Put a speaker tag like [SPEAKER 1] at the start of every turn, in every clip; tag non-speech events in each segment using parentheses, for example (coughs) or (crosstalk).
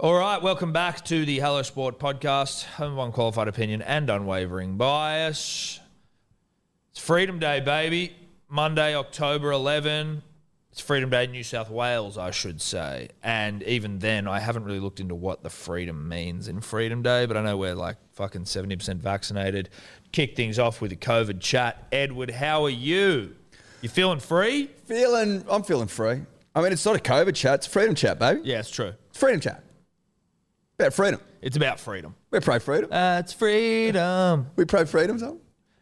[SPEAKER 1] All right, welcome back to the Hello Sport podcast. Home of unqualified opinion and unwavering bias. It's Freedom Day, baby. Monday, October 11. It's Freedom Day in New South Wales, I should say. And even then, I haven't really looked into what the freedom means in Freedom Day, but I know we're like fucking 70% vaccinated. Kick things off with a COVID chat. Edward, how are you? You feeling free?
[SPEAKER 2] Feeling, I'm feeling free. I mean, it's not a COVID chat; it's a freedom chat, baby.
[SPEAKER 1] Yeah, it's true.
[SPEAKER 2] It's freedom chat. About freedom.
[SPEAKER 1] It's about freedom.
[SPEAKER 2] We're pro freedom.
[SPEAKER 1] Uh, it's freedom.
[SPEAKER 2] We pro freedom, Tom.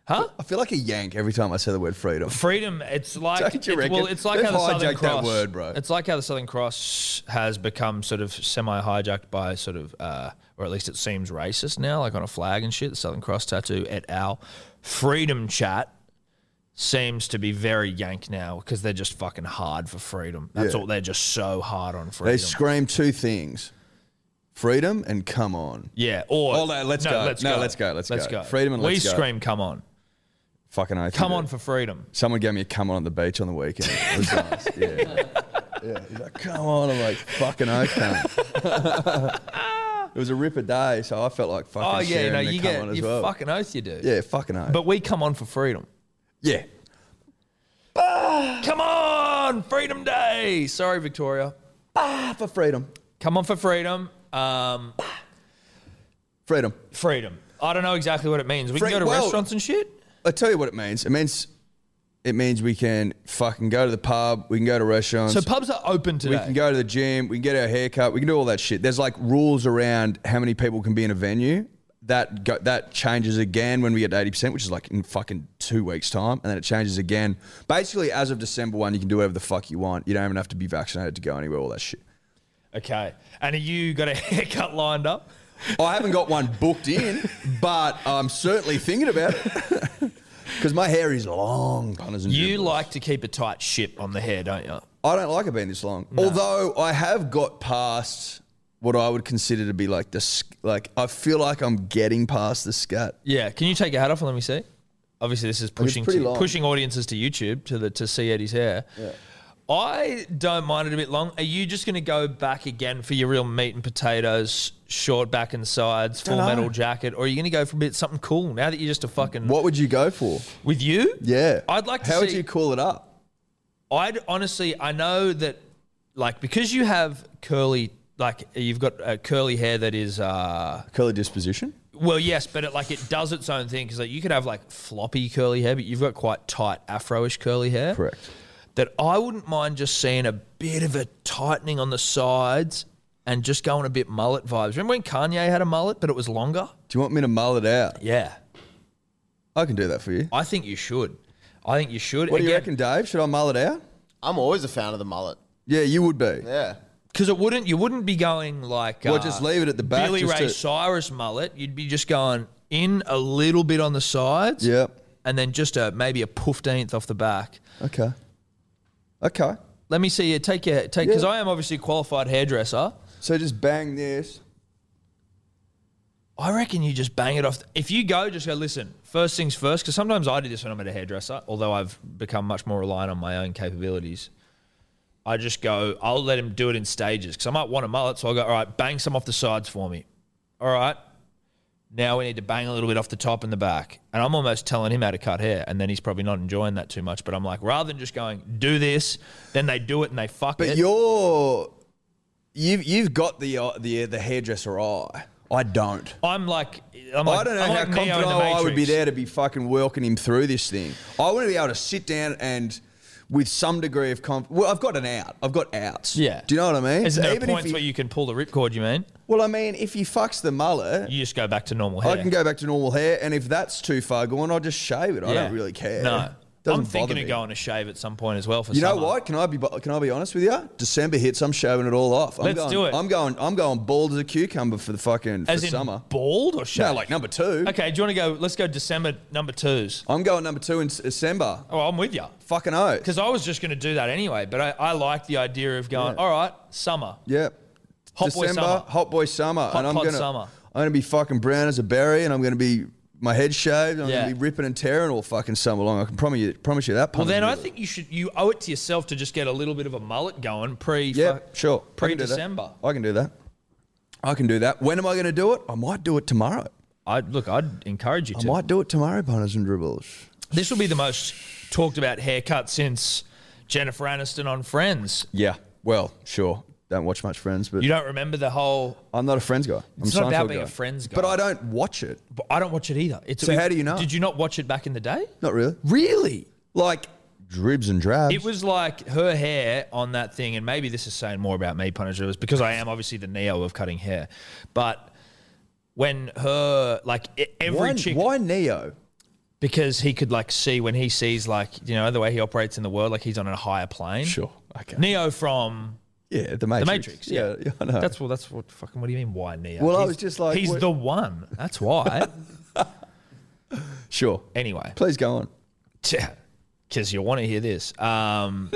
[SPEAKER 1] Huh?
[SPEAKER 2] I feel like a yank every time I say the word freedom.
[SPEAKER 1] Freedom. It's like
[SPEAKER 2] Don't you
[SPEAKER 1] it's-
[SPEAKER 2] reckon?
[SPEAKER 1] well, it's like
[SPEAKER 2] They've
[SPEAKER 1] how the Southern
[SPEAKER 2] hijacked
[SPEAKER 1] Cross.
[SPEAKER 2] that word, bro.
[SPEAKER 1] It's like how the Southern Cross has become sort of semi-hijacked by sort of, uh, or at least it seems racist now, like on a flag and shit. The Southern Cross tattoo et al. Freedom chat seems to be very yank now because they're just fucking hard for freedom. That's
[SPEAKER 2] Yeah.
[SPEAKER 1] all. They're just so hard on freedom.
[SPEAKER 2] They scream two things: freedom and come on.
[SPEAKER 1] yeah. Or
[SPEAKER 2] Oh, no, let's
[SPEAKER 1] no,
[SPEAKER 2] go.
[SPEAKER 1] Let's
[SPEAKER 2] No,
[SPEAKER 1] go.
[SPEAKER 2] let's go, let's
[SPEAKER 1] let's
[SPEAKER 2] go.
[SPEAKER 1] go.
[SPEAKER 2] Freedom and
[SPEAKER 1] we
[SPEAKER 2] let's go.
[SPEAKER 1] scream. Come on.
[SPEAKER 2] Fucking oath.
[SPEAKER 1] Come
[SPEAKER 2] you
[SPEAKER 1] on
[SPEAKER 2] do.
[SPEAKER 1] for freedom.
[SPEAKER 2] Someone gave me a come on on the beach on the weekend. It
[SPEAKER 1] (laughs)
[SPEAKER 2] was nice. Yeah. (laughs) yeah. He's like, come on. I'm like, fucking oath.
[SPEAKER 1] (laughs)
[SPEAKER 2] cunt." it was a ripper day, so I felt like fucking.
[SPEAKER 1] Oh yeah,
[SPEAKER 2] sharing
[SPEAKER 1] no,
[SPEAKER 2] the
[SPEAKER 1] you
[SPEAKER 2] come
[SPEAKER 1] get
[SPEAKER 2] on as
[SPEAKER 1] you
[SPEAKER 2] well.
[SPEAKER 1] fucking oath you do.
[SPEAKER 2] Yeah, fucking oath.
[SPEAKER 1] But we come on for freedom.
[SPEAKER 2] yeah.
[SPEAKER 1] Come on, Freedom Day. Sorry, Victoria.
[SPEAKER 2] Ah, for freedom.
[SPEAKER 1] Come on for freedom. Um,
[SPEAKER 2] Freedom.
[SPEAKER 1] freedom. I don't know exactly what it means. We
[SPEAKER 2] Free-
[SPEAKER 1] can go to
[SPEAKER 2] well-
[SPEAKER 1] restaurants and shit.
[SPEAKER 2] I tell you what it means. It means it means we can fucking go to the pub, we can go to restaurants,
[SPEAKER 1] So pubs are open
[SPEAKER 2] we
[SPEAKER 1] today.
[SPEAKER 2] can go to the gym, we can get our haircut, we can do all that shit. There's like rules around how many people can be in a venue. That go, that changes again when we get to eighty percent, which is like in fucking two weeks time, and then it changes again. Basically, as of December one, you can do whatever the fuck you want. You don't even have to be vaccinated to go anywhere. All that shit.
[SPEAKER 1] okay. And are you got a (laughs) haircut lined up?
[SPEAKER 2] I haven't got one booked in, but I'm certainly thinking about it because my hair is long. Punters and
[SPEAKER 1] You
[SPEAKER 2] dribblers.
[SPEAKER 1] like to keep a tight ship on the hair, don't you?
[SPEAKER 2] I don't like it being this long. Although I have got past what I would consider to be like the sc- like I feel like I'm getting past the scat.
[SPEAKER 1] Yeah. Can you take your hat off and let me see? Obviously, this is pushing
[SPEAKER 2] pretty
[SPEAKER 1] to-
[SPEAKER 2] long.
[SPEAKER 1] pushing audiences to YouTube to the to see Eddie's hair. Yeah. I don't mind it a bit long. Are you just going to go back again for your real meat and potatoes, short back and sides, full
[SPEAKER 2] Dunno.
[SPEAKER 1] metal jacket, or are you going to go for a bit something cool now that you're just a fucking
[SPEAKER 2] What would you go for?
[SPEAKER 1] with you?
[SPEAKER 2] Yeah,
[SPEAKER 1] I'd like to
[SPEAKER 2] How would
[SPEAKER 1] see-
[SPEAKER 2] you call it up?
[SPEAKER 1] I'd honestly, I know that, like, because you have curly, like, you've got uh, curly hair that is, uh,
[SPEAKER 2] Curly disposition.
[SPEAKER 1] well, yes, but it like it does its own thing because like you could have like floppy curly hair, but you've got quite tight afro-ish curly hair.
[SPEAKER 2] Correct.
[SPEAKER 1] That I wouldn't mind just seeing a bit of a tightening on the sides and just going a bit mullet vibes. Remember when Kanye had a mullet, but it was longer?
[SPEAKER 2] Do you want me to mull it out?
[SPEAKER 1] Yeah,
[SPEAKER 2] I can do that for you.
[SPEAKER 1] I think you should. I think you should.
[SPEAKER 2] What do you reckon, Dave? Should I mull it out?
[SPEAKER 3] I'm always a fan of the mullet.
[SPEAKER 2] Yeah, you would be.
[SPEAKER 3] Yeah.
[SPEAKER 1] Because it wouldn't, you wouldn't be going like. uh,
[SPEAKER 2] Well, just leave it at the back
[SPEAKER 1] Billy
[SPEAKER 2] just
[SPEAKER 1] Ray
[SPEAKER 2] to-
[SPEAKER 1] Cyrus mullet. You'd be just going in a little bit on the sides,
[SPEAKER 2] Yeah.
[SPEAKER 1] and then just a maybe a poofteenth off the back.
[SPEAKER 2] Okay. Okay.
[SPEAKER 1] Let me see you take your take because
[SPEAKER 2] Yeah.
[SPEAKER 1] I am obviously a qualified hairdresser.
[SPEAKER 2] So just bang this.
[SPEAKER 1] I reckon you just bang it off. If you go, just go. Listen, first things first, because sometimes I do this when I'm at a hairdresser. Although I've become much more reliant on my own capabilities, I just go. I'll let him do it in stages because I might want a mullet. So I will go. All right, bang some off the sides for me. All right. Now we need to bang a little bit off the top and the back. And I'm almost telling him how to cut hair, and then he's probably not enjoying that too much. But I'm like, rather than just going, do this, then they do it and they fuck
[SPEAKER 2] But
[SPEAKER 1] it.
[SPEAKER 2] you're you've you've got the uh, the the hairdresser eye. I don't.
[SPEAKER 1] I'm like, I'm like
[SPEAKER 2] I don't know
[SPEAKER 1] I'm
[SPEAKER 2] how
[SPEAKER 1] like Neo in
[SPEAKER 2] confident
[SPEAKER 1] the
[SPEAKER 2] I would be
[SPEAKER 1] Matrix.
[SPEAKER 2] there to be fucking working him through this thing. I want to be able to sit down and, with some degree of conf, well, I've got an out. I've got outs.
[SPEAKER 1] Yeah.
[SPEAKER 2] Do you know what I mean?
[SPEAKER 1] Is there
[SPEAKER 2] Even if
[SPEAKER 1] points
[SPEAKER 2] he-
[SPEAKER 1] where you can pull the ripcord? You mean
[SPEAKER 2] well, I mean, if he fucks the mullet,
[SPEAKER 1] you just go back to normal hair?
[SPEAKER 2] I can go back to normal hair, and if that's too far gone, I'll just shave it. I
[SPEAKER 1] Yeah.
[SPEAKER 2] don't really care.
[SPEAKER 1] No,
[SPEAKER 2] Doesn't
[SPEAKER 1] I'm
[SPEAKER 2] bother
[SPEAKER 1] thinking
[SPEAKER 2] me.
[SPEAKER 1] of going to shave at some point as well. For
[SPEAKER 2] You know
[SPEAKER 1] summer.
[SPEAKER 2] what? Can I be can I be honest with you? December hits. I'm shaving it all off. I'm
[SPEAKER 1] Let's
[SPEAKER 2] going,
[SPEAKER 1] do it.
[SPEAKER 2] I'm going. I'm going bald as a cucumber for the fucking
[SPEAKER 1] As
[SPEAKER 2] for
[SPEAKER 1] in
[SPEAKER 2] summer.
[SPEAKER 1] bald or shave?
[SPEAKER 2] No, like number two.
[SPEAKER 1] okay, do you want to go? Let's go December number twos.
[SPEAKER 2] I'm going number two in s- December.
[SPEAKER 1] Oh, I'm with you
[SPEAKER 2] Fucking oath.
[SPEAKER 1] because I was just going to do that anyway. But I, I like the idea of going.
[SPEAKER 2] Yeah.
[SPEAKER 1] All right, summer.
[SPEAKER 2] Yeah.
[SPEAKER 1] Hot boy
[SPEAKER 2] December,
[SPEAKER 1] summer.
[SPEAKER 2] hot boy summer, Uh, and I'm
[SPEAKER 1] pod
[SPEAKER 2] gonna
[SPEAKER 1] summer.
[SPEAKER 2] I'm gonna be fucking brown as a berry, and I'm gonna be my head shaved, and I'm
[SPEAKER 1] Yeah.
[SPEAKER 2] gonna be ripping and tearing all fucking summer long. I can promise you, promise you that.
[SPEAKER 1] Well, then I
[SPEAKER 2] punters.
[SPEAKER 1] think you should. You owe it to yourself to just get a little bit of a mullet going pre.
[SPEAKER 2] yeah, sure, I can do that.
[SPEAKER 1] Pre-December.
[SPEAKER 2] I can do that. I can do that. When am I going to do it? I might do it tomorrow.
[SPEAKER 1] I look, I'd encourage you
[SPEAKER 2] I
[SPEAKER 1] to.
[SPEAKER 2] might do it tomorrow, punters and dribblers.
[SPEAKER 1] This will be the most talked about haircut since Jennifer Aniston on Friends.
[SPEAKER 2] Yeah. Well, sure. Don't watch much Friends, but
[SPEAKER 1] You don't remember the whole?
[SPEAKER 2] I'm not a Friends guy. I'm
[SPEAKER 1] It's
[SPEAKER 2] a
[SPEAKER 1] not about
[SPEAKER 2] Seinfeld
[SPEAKER 1] being
[SPEAKER 2] guy.
[SPEAKER 1] a Friends guy.
[SPEAKER 2] But I don't watch it.
[SPEAKER 1] But I don't watch it either. It's
[SPEAKER 2] So how do you know?
[SPEAKER 1] Did you not watch it back in the day?
[SPEAKER 2] Not really. Really? Like dribs and drabs.
[SPEAKER 1] It was like her hair on that thing, and maybe this is saying more about me, Punisher, was because I am obviously the neo of cutting hair. But when her like e- every
[SPEAKER 2] why,
[SPEAKER 1] chick,
[SPEAKER 2] why Neo?
[SPEAKER 1] because he could like see when he sees like you know the way he operates in the world, like he's on a higher plane.
[SPEAKER 2] Sure. Okay.
[SPEAKER 1] Neo from
[SPEAKER 2] yeah, the Matrix.
[SPEAKER 1] Matrix, yeah.
[SPEAKER 2] yeah I know.
[SPEAKER 1] That's what. That's what. Fucking. What do you mean? Why Neo?
[SPEAKER 2] Well, I
[SPEAKER 1] He's-
[SPEAKER 2] was just like,
[SPEAKER 1] he's
[SPEAKER 2] what-
[SPEAKER 1] the one. That's why.
[SPEAKER 2] (laughs) sure.
[SPEAKER 1] anyway,
[SPEAKER 2] Please go on.
[SPEAKER 1] because you want to hear this. Um,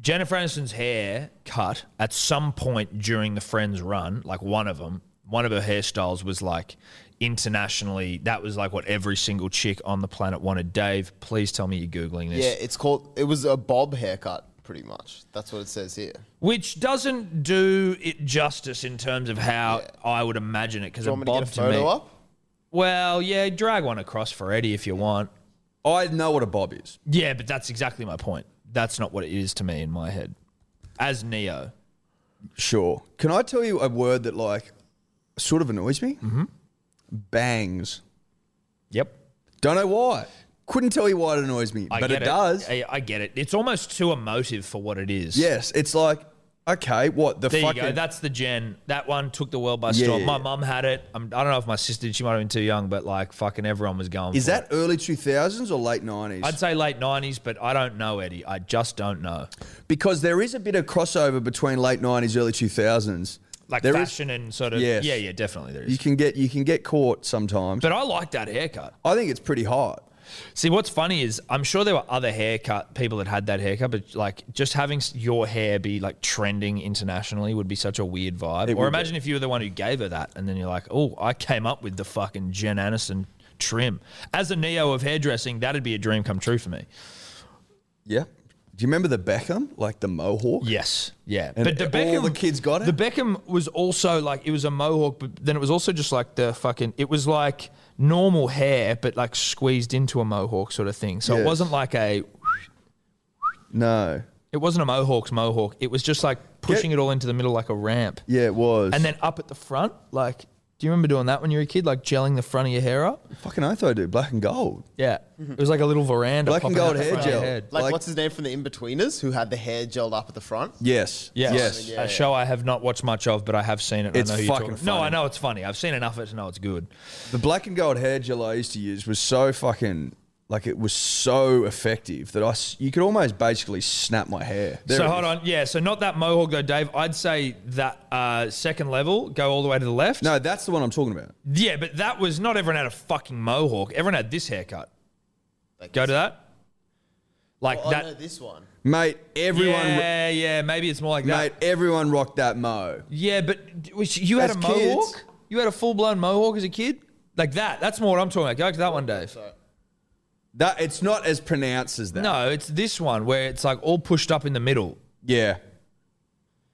[SPEAKER 1] Jennifer Aniston's hair cut at some point during the Friends run, like one of them, one of her hairstyles was like internationally. That was like what every single chick on the planet wanted. Dave, please tell me you're googling this.
[SPEAKER 3] Yeah, it's called. It was a bob haircut, pretty much. That's what it says here.
[SPEAKER 1] which doesn't do it justice in terms of how I would imagine it. Because
[SPEAKER 3] Do you
[SPEAKER 1] a
[SPEAKER 3] want me to
[SPEAKER 1] bob
[SPEAKER 3] get a photo
[SPEAKER 1] me,
[SPEAKER 3] up?
[SPEAKER 1] well, yeah, drag one across for Eddie if you want.
[SPEAKER 2] I know what a bob is.
[SPEAKER 1] Yeah, but that's exactly my point. That's not what it is to me in my head. As Neo,
[SPEAKER 2] Sure. Can I tell you a word that like sort of annoys me? Mm-hmm. Bangs.
[SPEAKER 1] yep,
[SPEAKER 2] Don't know why. Couldn't tell you why it annoys me,
[SPEAKER 1] I
[SPEAKER 2] but
[SPEAKER 1] get
[SPEAKER 2] it does.
[SPEAKER 1] I, I get it. It's almost too emotive for what it is.
[SPEAKER 2] Yes, it's like okay, what the
[SPEAKER 1] There
[SPEAKER 2] fucking
[SPEAKER 1] you go. That's the gen. That one took the world by
[SPEAKER 2] Yeah,
[SPEAKER 1] storm.
[SPEAKER 2] yeah,
[SPEAKER 1] my
[SPEAKER 2] yeah.
[SPEAKER 1] mum had it. I'm, I don't know if my sister did. She might have been too young, but like fucking everyone was going.
[SPEAKER 2] is
[SPEAKER 1] for it.
[SPEAKER 2] that early two thousands or late nineties?
[SPEAKER 1] I'd say late 90s, but I don't know, Eddie. I just don't know.
[SPEAKER 2] Because there is a bit of crossover between late nineties, early two thousands.
[SPEAKER 1] Like
[SPEAKER 2] There is-
[SPEAKER 1] fashion and sort of.
[SPEAKER 2] Yes.
[SPEAKER 1] Yeah, yeah, definitely there
[SPEAKER 2] you
[SPEAKER 1] is.
[SPEAKER 2] can get you can get caught sometimes.
[SPEAKER 1] But I like that haircut.
[SPEAKER 2] I think it's pretty hot.
[SPEAKER 1] See, what's funny is I'm sure there were other haircut people that had that haircut, but like just having s- your hair be like trending internationally would be such a weird vibe.
[SPEAKER 2] It
[SPEAKER 1] or
[SPEAKER 2] would be.
[SPEAKER 1] imagine if you were the one who gave her that, and then you're like, oh, I came up with the fucking Jen Aniston trim as a neo of hairdressing. That'd be a dream come true for me.
[SPEAKER 2] Yeah. Do you remember the Beckham, like the mohawk?
[SPEAKER 1] Yes, yeah.
[SPEAKER 2] And
[SPEAKER 1] but the
[SPEAKER 2] all
[SPEAKER 1] Beckham,
[SPEAKER 2] the kids got it?
[SPEAKER 1] The Beckham was also like it was a mohawk, but then it was also just like the fucking. It was like normal hair, but like squeezed into a mohawk sort of thing. So it
[SPEAKER 2] Yes.
[SPEAKER 1] wasn't like a
[SPEAKER 2] No.
[SPEAKER 1] It wasn't a mohawk's mohawk. It was just like pushing it all into the middle like a ramp.
[SPEAKER 2] Yeah, it was.
[SPEAKER 1] And then up at the front, like, do you remember doing that when you were a kid? Like gelling the front of your hair up?
[SPEAKER 2] fucking oath I do, black and gold.
[SPEAKER 1] Yeah. It was like a little veranda.
[SPEAKER 2] Black and
[SPEAKER 1] popping out
[SPEAKER 2] gold
[SPEAKER 1] the
[SPEAKER 2] hair
[SPEAKER 1] front of your
[SPEAKER 2] gel.
[SPEAKER 3] Like,
[SPEAKER 2] Like-
[SPEAKER 3] what's his name from the Inbetweeners who had the hair gelled up at the front?
[SPEAKER 2] Yes.
[SPEAKER 1] Yes.
[SPEAKER 2] Yes.
[SPEAKER 1] a show I have not watched much of, but I have seen it. I
[SPEAKER 2] It's
[SPEAKER 1] know who you're
[SPEAKER 2] fucking
[SPEAKER 1] talking- No,
[SPEAKER 2] funny.
[SPEAKER 1] I know it's funny. I've seen enough of it to know it's good.
[SPEAKER 2] The black and gold hair gel I used to use was so fucking like it was so effective that I s- you could almost basically snap my hair. There
[SPEAKER 1] so
[SPEAKER 2] it
[SPEAKER 1] hold
[SPEAKER 2] is.
[SPEAKER 1] on. Yeah. So not that mohawk though, Dave. I'd say that uh, second level, go all the way to the left.
[SPEAKER 2] No, that's the one I'm talking about.
[SPEAKER 1] Yeah, but that was not everyone had a fucking mohawk. Everyone had this haircut.
[SPEAKER 3] Like
[SPEAKER 1] Go to that. Like
[SPEAKER 3] Oh,
[SPEAKER 1] that.
[SPEAKER 3] no, this one.
[SPEAKER 2] Mate, everyone
[SPEAKER 1] Yeah, yeah, maybe it's more like that.
[SPEAKER 2] mate, everyone rocked that mo.
[SPEAKER 1] Yeah, but d- which- you had
[SPEAKER 2] As
[SPEAKER 1] a mohawk.
[SPEAKER 2] kids-
[SPEAKER 1] You had a full blown mohawk as a kid, like that. That's more what I'm talking about. Go to that one, Dave.
[SPEAKER 3] So
[SPEAKER 2] That it's not as pronounced as that.
[SPEAKER 1] No, it's this one where it's like all pushed up in the middle.
[SPEAKER 2] Yeah.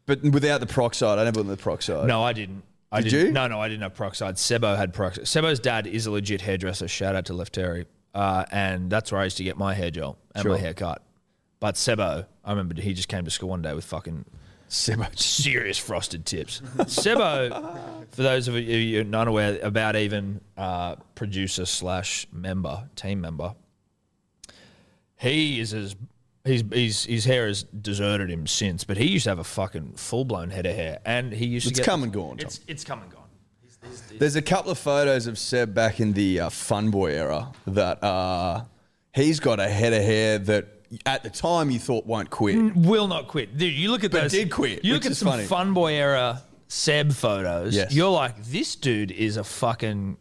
[SPEAKER 2] But without the peroxide, I never went with the peroxide.
[SPEAKER 1] No, I didn't. I
[SPEAKER 2] Did
[SPEAKER 1] didn't.
[SPEAKER 2] you?
[SPEAKER 1] No, no, I didn't have peroxide. Sebo had peroxide. Sebo's dad is a legit hairdresser. Shout out to Lefteri. Uh, and that's where I used to get my hair gel and my
[SPEAKER 2] Sure.
[SPEAKER 1] haircut. But Sebo, I remember he just came to school one day with fucking
[SPEAKER 2] Sebo-
[SPEAKER 1] serious frosted tips. Sebo, for those of you who are not aware about even uh, producer slash member, team member, he is as he's, he's, his hair has deserted him since, but he used to have a fucking full blown head of hair, and he used to
[SPEAKER 2] It's
[SPEAKER 1] get
[SPEAKER 2] come and gone, Tom.
[SPEAKER 1] It's it's come and gone. He's- he's- he's-
[SPEAKER 2] There's a couple of photos of Seb back in the uh, fun boy era that uh, he's got a head of hair that at the time you thought won't quit.
[SPEAKER 1] will not quit, dude. You look at
[SPEAKER 2] But
[SPEAKER 1] those.
[SPEAKER 2] did quit,
[SPEAKER 1] You
[SPEAKER 2] which
[SPEAKER 1] look at
[SPEAKER 2] is
[SPEAKER 1] some
[SPEAKER 2] funny.
[SPEAKER 1] fun boy era. Seb photos,
[SPEAKER 2] Yes.
[SPEAKER 1] you're like this dude is a fucking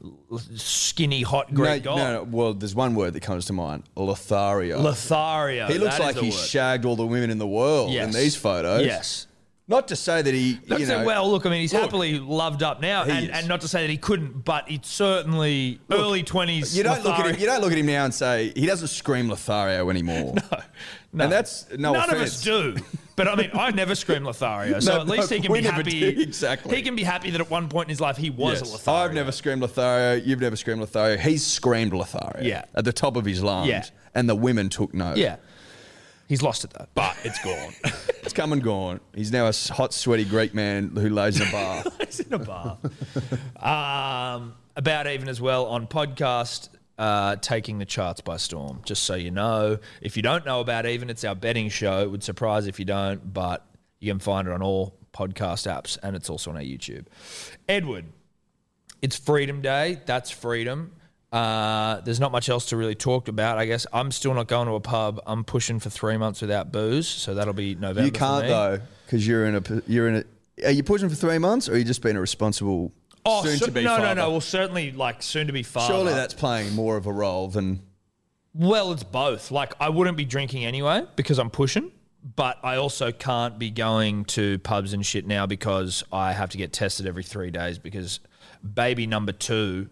[SPEAKER 1] skinny hot Greek
[SPEAKER 2] no,
[SPEAKER 1] god.
[SPEAKER 2] no, no, well, there's one word that comes to mind: Lothario.
[SPEAKER 1] Lothario.
[SPEAKER 2] he looks
[SPEAKER 1] that is
[SPEAKER 2] like
[SPEAKER 1] the
[SPEAKER 2] he
[SPEAKER 1] word.
[SPEAKER 2] shagged all the women in the world in
[SPEAKER 1] Yes.
[SPEAKER 2] these photos.
[SPEAKER 1] Yes.
[SPEAKER 2] Not to say that he,
[SPEAKER 1] Not
[SPEAKER 2] you
[SPEAKER 1] to say,
[SPEAKER 2] know,
[SPEAKER 1] well, look, I mean, he's
[SPEAKER 2] Look.
[SPEAKER 1] happily loved up now,
[SPEAKER 2] He
[SPEAKER 1] and,
[SPEAKER 2] is.
[SPEAKER 1] and not to say that he couldn't, but it's certainly early 20s.
[SPEAKER 2] you don't look at
[SPEAKER 1] Lothario.
[SPEAKER 2] him. You don't look at him now and say he doesn't scream Lothario anymore. no,
[SPEAKER 1] (laughs) no.
[SPEAKER 2] and that's no
[SPEAKER 1] None
[SPEAKER 2] offense.
[SPEAKER 1] of us do. But I mean, I never scream Lothario, so
[SPEAKER 2] (laughs) No,
[SPEAKER 1] at least
[SPEAKER 2] no,
[SPEAKER 1] he can
[SPEAKER 2] we
[SPEAKER 1] be
[SPEAKER 2] never
[SPEAKER 1] happy.
[SPEAKER 2] do, (laughs) exactly.
[SPEAKER 1] He can be happy that at one point in his life he was a
[SPEAKER 2] Yes.
[SPEAKER 1] Lothario.
[SPEAKER 2] I've never screamed Lothario. You've never screamed Lothario. He's screamed Lothario.
[SPEAKER 1] Yeah.
[SPEAKER 2] At the top of his lungs.
[SPEAKER 1] Yeah.
[SPEAKER 2] And the women took note.
[SPEAKER 1] Yeah. He's lost it though, but it's gone.
[SPEAKER 2] (laughs) It's come and gone. He's now a s- hot, sweaty Greek man who lays in a bar.
[SPEAKER 1] it's (laughs) in a bar. um, about even as well on podcast. Uh, taking the charts by storm. Just so you know, if you don't know about even, it's our betting show. It would surprise if you don't, but you can find it on all podcast apps and it's also on our YouTube. Edward, it's Freedom Day. That's freedom. Uh, there's not much else to really talk about, I guess. I'm still not going to a pub. I'm pushing for three months without booze, so that'll be November.
[SPEAKER 2] you
[SPEAKER 1] for
[SPEAKER 2] can't
[SPEAKER 1] me.
[SPEAKER 2] though, because you're in a p- you're in a. Are you pushing for three months, or are you just being a responsible?
[SPEAKER 1] Oh,
[SPEAKER 2] soon
[SPEAKER 1] so-
[SPEAKER 2] to be
[SPEAKER 1] no,
[SPEAKER 2] father?
[SPEAKER 1] no, no. Well, certainly, like soon to be father.
[SPEAKER 2] Surely that's playing more of a role than
[SPEAKER 1] well, it's both. Like I wouldn't be drinking anyway because I'm pushing, but I also can't be going to pubs and shit now because I have to get tested every three days because baby number two,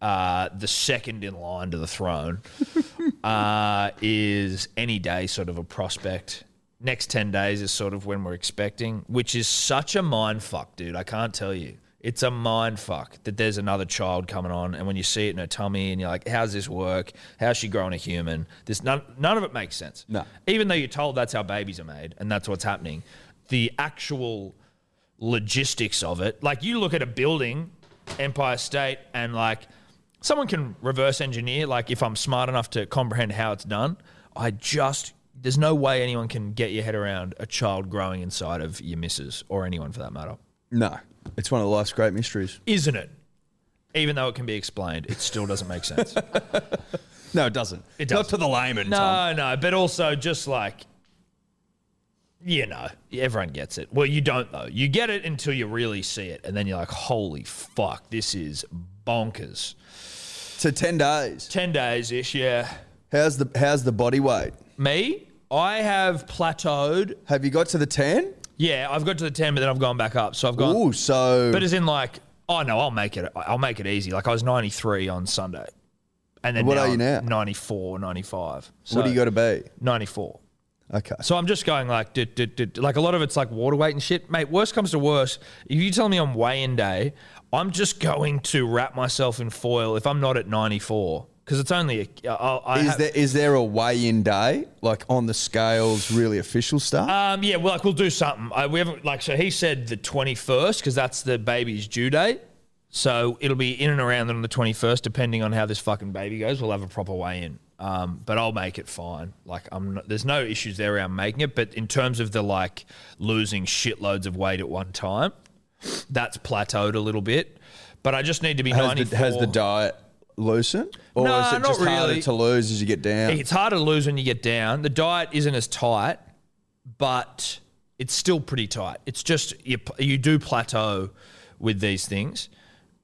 [SPEAKER 1] uh, the second in line to the throne, (laughs) uh, is any day sort of a prospect. Next ten days is sort of when we're expecting, which is such a mind fuck, dude. I can't tell you. It's a mind fuck that there's another child coming on, and when you see it in her tummy, and you're like, "How's this work? How's she growing a human?" This none, none of it makes sense.
[SPEAKER 2] No.
[SPEAKER 1] Even though you're told that's how babies are made and that's what's happening, the actual logistics of it. Like you look at a building, Empire State, and like someone can reverse engineer. Like if I'm smart enough to comprehend how it's done, I just there's no way anyone can get your head around a child growing inside of your missus or anyone for that matter,
[SPEAKER 2] no. It's one of life's great mysteries.
[SPEAKER 1] isn't it? Even though it can be explained, it still doesn't make sense.
[SPEAKER 2] (laughs) No, it doesn't.
[SPEAKER 1] It
[SPEAKER 2] Not
[SPEAKER 1] doesn't.
[SPEAKER 2] to the layman. Tom.
[SPEAKER 1] No, no, but also just like, you know, everyone gets it. Well, you don't though. You get it until you really see it, and then you're like, holy fuck, this is bonkers.
[SPEAKER 2] So ten days.
[SPEAKER 1] Ten days ish, yeah.
[SPEAKER 2] How's the how's the body weight?
[SPEAKER 1] Me, I have plateaued.
[SPEAKER 2] Have you got to the ten?
[SPEAKER 1] Yeah, I've got to the ten, but then I've gone back up. So I've gone,
[SPEAKER 2] Ooh, so
[SPEAKER 1] but as in like, oh no, I'll make it. I'll make it easy. Like I was 93 on Sunday, and then
[SPEAKER 2] What
[SPEAKER 1] now
[SPEAKER 2] are you now?
[SPEAKER 1] I'm 94, 95. So
[SPEAKER 2] what do you got to be?
[SPEAKER 1] 94.
[SPEAKER 2] Okay.
[SPEAKER 1] So I'm just going like, dit, dit, dit. like a lot of it's like water weight and shit, mate. Worst comes to worst, if you tell me I'm weigh-in day, I'm just going to wrap myself in foil if I'm not at 94 because it's only a, I'll, I
[SPEAKER 2] Is
[SPEAKER 1] have-
[SPEAKER 2] there is there a weigh in day like on the scales, really official stuff?
[SPEAKER 1] Um, yeah, well, like we'll do something. I, we haven't like so he said the 21st because that's the baby's due date. So it'll be in and around on the 21st, depending on how this fucking baby goes. We'll have a proper weigh in. Um, but I'll make it fine. Like I'm, not, there's no issues there around making it. But in terms of the like losing shitloads of weight at one time, that's plateaued a little bit. But I just need to be
[SPEAKER 2] has,
[SPEAKER 1] 94.
[SPEAKER 2] the, has the diet loosened, or
[SPEAKER 1] No,
[SPEAKER 2] is it
[SPEAKER 1] not
[SPEAKER 2] just harder
[SPEAKER 1] really.
[SPEAKER 2] to lose as you get down?
[SPEAKER 1] It's harder to lose when you get down. The diet isn't as tight, but it's still pretty tight. It's just you, you do plateau with these things.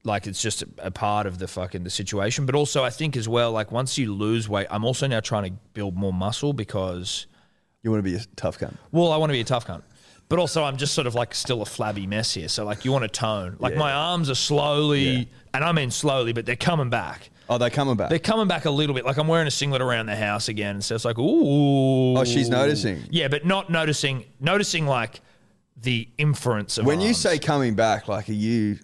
[SPEAKER 1] Like it's just a, a part of the fucking the situation. But also, I think as well, like once you lose weight, I'm also now trying to build more muscle because
[SPEAKER 2] you want to be a tough gun.
[SPEAKER 1] well, I want to be a tough cunt. But also, I'm just sort of like still a flabby mess here. So like, you want to tone. Like my arms are slowly, and I mean slowly, but they're coming back.
[SPEAKER 2] Oh, they're coming back.
[SPEAKER 1] They're coming back a little bit. Like I'm wearing a singlet around the house again, and so it's like, ooh.
[SPEAKER 2] Oh, she's noticing.
[SPEAKER 1] Yeah, but not noticing. Noticing like the inference of
[SPEAKER 2] when you
[SPEAKER 1] arms.
[SPEAKER 2] say coming back, like, are you?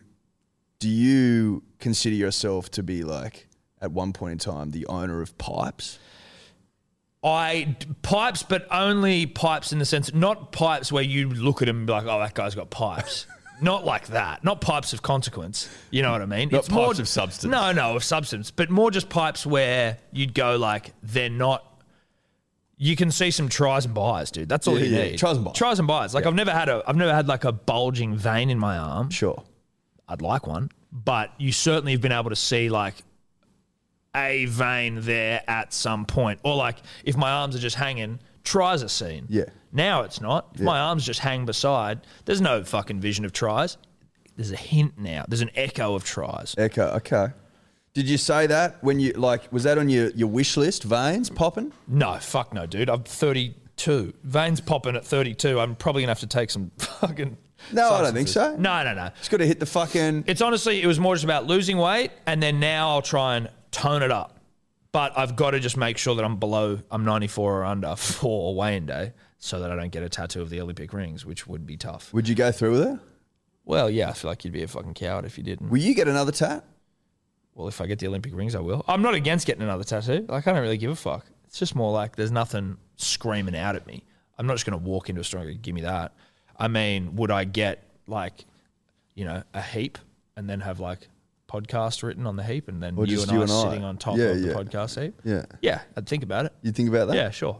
[SPEAKER 2] Do you consider yourself to be like at one point in time the owner of pipes?
[SPEAKER 1] I pipes, but only pipes in the sense not pipes where you look at him and be like, oh, that guy's
[SPEAKER 2] (laughs)
[SPEAKER 1] got pipes. not like that. Not pipes of consequence. You know what I mean?
[SPEAKER 2] Not pipes of substance.
[SPEAKER 1] No, no, of substance, but more just pipes where you'd go like they're not. You can see some tries and buys, dude. That's all
[SPEAKER 2] Yeah,
[SPEAKER 1] you
[SPEAKER 2] yeah,
[SPEAKER 1] need.
[SPEAKER 2] tries and buys.
[SPEAKER 1] Tries and buys. Like I've never had a, I've never had like a bulging vein in my arm.
[SPEAKER 2] Sure.
[SPEAKER 1] I'd like one, but you certainly have been able to see like a vein there at some point, or like if my arms are just hanging, tries are seen.
[SPEAKER 2] Yeah.
[SPEAKER 1] Now it's not. If my arms just hang beside, there's no fucking vision of tries. There's a hint now. There's an echo of tries.
[SPEAKER 2] Echo. Okay. Did you say that when you like? Was that on your your wish list? Veins popping?
[SPEAKER 1] No, fuck no, dude. I'm 30. two. Veins popping at 32. I'm probably going to have to take some (laughs) fucking.
[SPEAKER 2] No, I don't think so.
[SPEAKER 1] substances. No, no, no.
[SPEAKER 2] It's got to hit the fucking.
[SPEAKER 1] It's honestly, it was more just about losing weight, and then now I'll try and tone it up. But I've got to just make sure that I'm below, I'm 94 or under (laughs) for weigh-in day, so that I don't get a tattoo of the Olympic rings, which would be tough.
[SPEAKER 2] Would you go through with it?
[SPEAKER 1] Well, yeah, I feel like you'd be a fucking coward if you didn't.
[SPEAKER 2] Will you get another tat?
[SPEAKER 1] Well, if I get the Olympic rings, I will. I'm not against getting another tattoo. Like, I don't really give a fuck. It's just more like there's nothing screaming out at me. I'm not just going to walk into a store and go, give me that. I mean, would I get like, you know, a heap and then have like podcast written on the heap and then
[SPEAKER 2] Or
[SPEAKER 1] you
[SPEAKER 2] just
[SPEAKER 1] and,
[SPEAKER 2] you
[SPEAKER 1] I
[SPEAKER 2] and I.
[SPEAKER 1] sitting on top
[SPEAKER 2] Yeah,
[SPEAKER 1] of
[SPEAKER 2] yeah.
[SPEAKER 1] the podcast heap?
[SPEAKER 2] Yeah.
[SPEAKER 1] Yeah, I'd think about it.
[SPEAKER 2] You think about that?
[SPEAKER 1] Yeah, sure.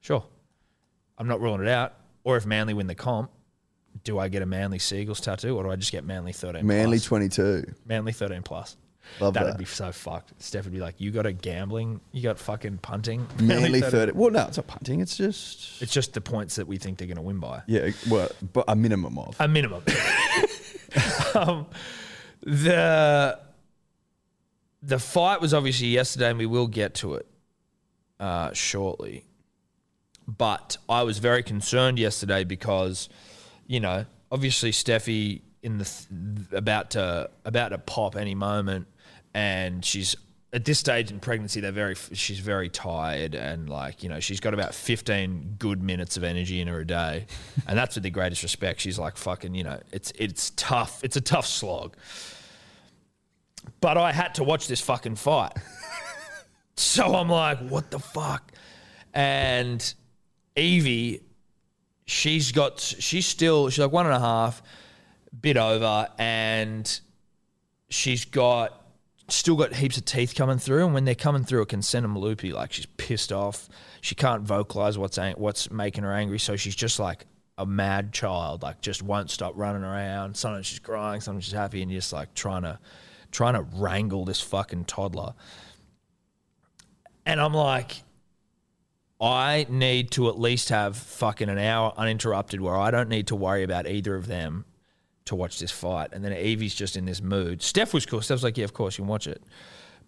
[SPEAKER 1] Sure. I'm not ruling it out. Or if Manly win the comp, do I get a Manly Seagulls tattoo or do I just get Manly 13?
[SPEAKER 2] Manly
[SPEAKER 1] plus? (laughs)
[SPEAKER 2] 22.
[SPEAKER 1] Manly 13 plus.
[SPEAKER 2] Love
[SPEAKER 1] That'd
[SPEAKER 2] that.
[SPEAKER 1] be so fucked. Steph would be like, you got a gambling, you got fucking punting.
[SPEAKER 2] Manly 30. Well, no, it's not punting. It's just.
[SPEAKER 1] It's just the points that we think they're going to win by.
[SPEAKER 2] Yeah, well, but a minimum of.
[SPEAKER 1] A minimum. (laughs) um, the the fight was obviously yesterday, and we will get to it uh, shortly. But I was very concerned yesterday because, you know, obviously Steffi in the th- about to about to pop any moment, and she's at this stage in pregnancy they're very she's very tired and like you know she's got about 15 good minutes of energy in her a day (laughs) and that's with the greatest respect she's like fucking you know it's it's tough it's a tough slog but I had to watch this fucking fight. so I'm like, what the fuck? And Evie, she's got, she's still, she's like one and a half, bit over, and she's got, still got heaps of teeth coming through. And when they're coming through, it can send them loopy. Like she's pissed off. She can't vocalize what's ang- what's making her angry. So she's just like a mad child. Like just won't stop running around. Sometimes she's crying, sometimes she's happy, and you're just like trying to trying to wrangle this fucking toddler. And I'm like, I need to at least have fucking an hour uninterrupted where I don't need to worry about either of them to watch this fight. And then Evie's just in this mood. Steph was cool. Steph's like, yeah, of course you can watch it.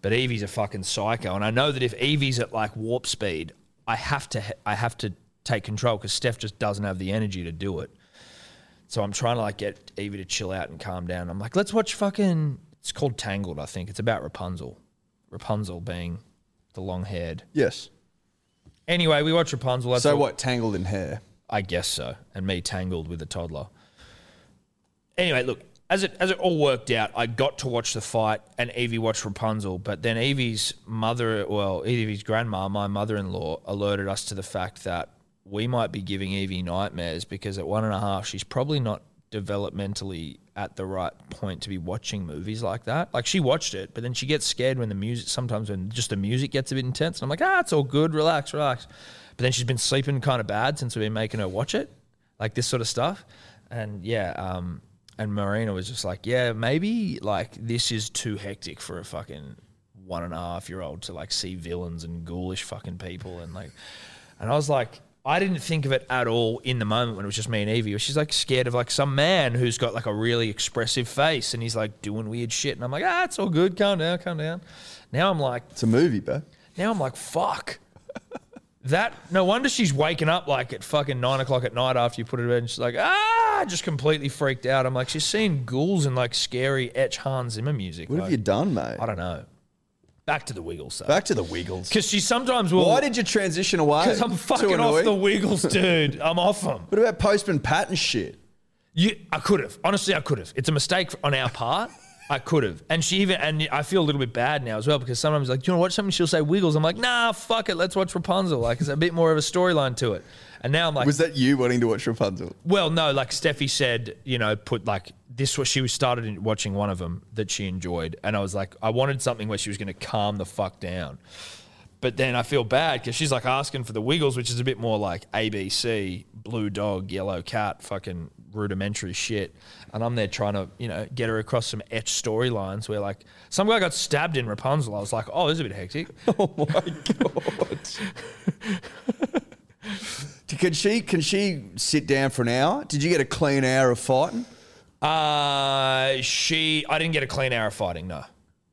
[SPEAKER 1] But Evie's a fucking psycho, and I know that if Evie's at like warp speed, I have to I have to take control because Steph just doesn't have the energy to do it. So I'm trying to like get Evie to chill out and calm down. I'm like, let's watch fucking. It's called Tangled, I think. It's about Rapunzel. Rapunzel being the long haired.
[SPEAKER 2] Yes.
[SPEAKER 1] Anyway, we watch Rapunzel. That's
[SPEAKER 2] So
[SPEAKER 1] all-
[SPEAKER 2] what? Tangled in hair.
[SPEAKER 1] I guess so. And me tangled with a toddler. Anyway, look, as it as it all worked out, I got to watch the fight and Evie watched Rapunzel, but then Evie's mother, well, Evie's grandma, my mother-in-law, alerted us to the fact that we might be giving Evie nightmares because at one and a half, she's probably not developmentally at the right point to be watching movies like that. Like she watched it, but then she gets scared when the music sometimes when just the music gets a bit intense. And I'm like, ah, it's all good, relax, relax. But then she's been sleeping kind of bad since we've been making her watch it, like this sort of stuff. And yeah, um, and Marina was just like, yeah, maybe like this is too hectic for a fucking one and a half year old to like see villains and ghoulish fucking people and like, and I was like, I didn't think of it at all in the moment when it was just me and Evie. She's like scared of like some man who's got like a really expressive face and he's like doing weird shit. And I'm like, ah, it's all good. Calm down, calm down. Now I'm like,
[SPEAKER 2] It's a movie, bro.
[SPEAKER 1] now I'm like, fuck. That no wonder she's waking up like at fucking nine o'clock at night after you put her to bed, and she's like, ah, just completely freaked out. I'm like, she's seeing ghouls and like scary etch Hans Zimmer music.
[SPEAKER 2] What
[SPEAKER 1] like,
[SPEAKER 2] have you done, mate?
[SPEAKER 1] I don't know. Back to the Wiggles though,
[SPEAKER 2] Back to the Wiggles.
[SPEAKER 1] because she sometimes will.
[SPEAKER 2] Why did you transition away?
[SPEAKER 1] Because I'm
[SPEAKER 2] to
[SPEAKER 1] fucking off
[SPEAKER 2] annoy? (laughs)
[SPEAKER 1] the Wiggles, dude. I'm off them.
[SPEAKER 2] What about Postman Pat and shit?
[SPEAKER 1] You, I could have. Honestly, I could have. It's a mistake on our part. I could have. And she even, and I feel a little bit bad now as well because sometimes, like, do you want to watch something? She'll say Wiggles. I'm like, nah, fuck it. Let's watch Rapunzel. Like, it's a bit more of a storyline to it. And now I'm like,
[SPEAKER 2] Was that you wanting to watch Rapunzel?
[SPEAKER 1] well, no, like Steffi said, you know, put like this was she was started in watching one of them that she enjoyed, and I was like, I wanted something where she was going to calm the fuck down. But then I feel bad because she's like asking for the Wiggles, which is a bit more like ABC, Blue Dog, Yellow Cat, fucking rudimentary shit. And I'm there trying to, you know, get her across some etched storylines where like some guy got stabbed in Rapunzel. I was like, oh, this is a bit hectic.
[SPEAKER 2] Can she can she sit down for an hour? Did you get a clean hour of fighting?
[SPEAKER 1] Uh, she, I didn't get a clean hour of fighting, no.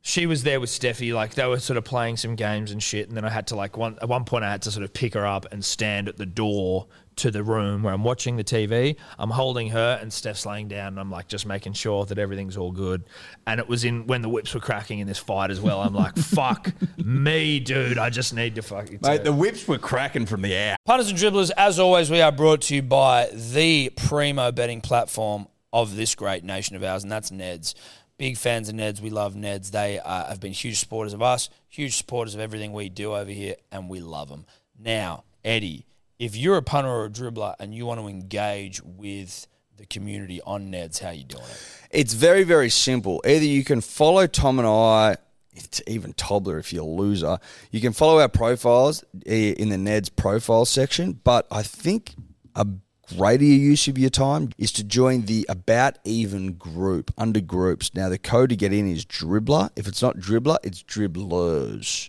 [SPEAKER 1] she was there with Steffi, like they were sort of playing some games and shit. And then I had to like one at one point I had to sort of pick her up and stand at the door to the room where I'm watching the TV. I'm holding her and Steph's laying down and I'm like just making sure that everything's all good. And it was in when the whips were cracking in this fight as well. I'm like, (laughs) fuck me, dude. I just need to fucking
[SPEAKER 2] Mate, the whips were cracking from the air.
[SPEAKER 4] Punters and dribblers, as always, we are brought to you by the primo betting platform of this great nation of ours, and that's Neds. Big fans of Neds. We love Neds. They uh, have been huge supporters of us, huge supporters of everything we do over here, and we love them. Now, Eddie, if you're a punter or a dribbler and you want to engage with the community on Neds, how you doing it?
[SPEAKER 5] It's very, very simple. Either you can follow Tom and I, it's even Tobler if you're a loser. You can follow our profiles eh, in the Ned's profile section, but I think a greater use of your time is to join the About Even group under groups. Now, the code to get in is Dribbler. If it's not Dribbler, it's Dribblers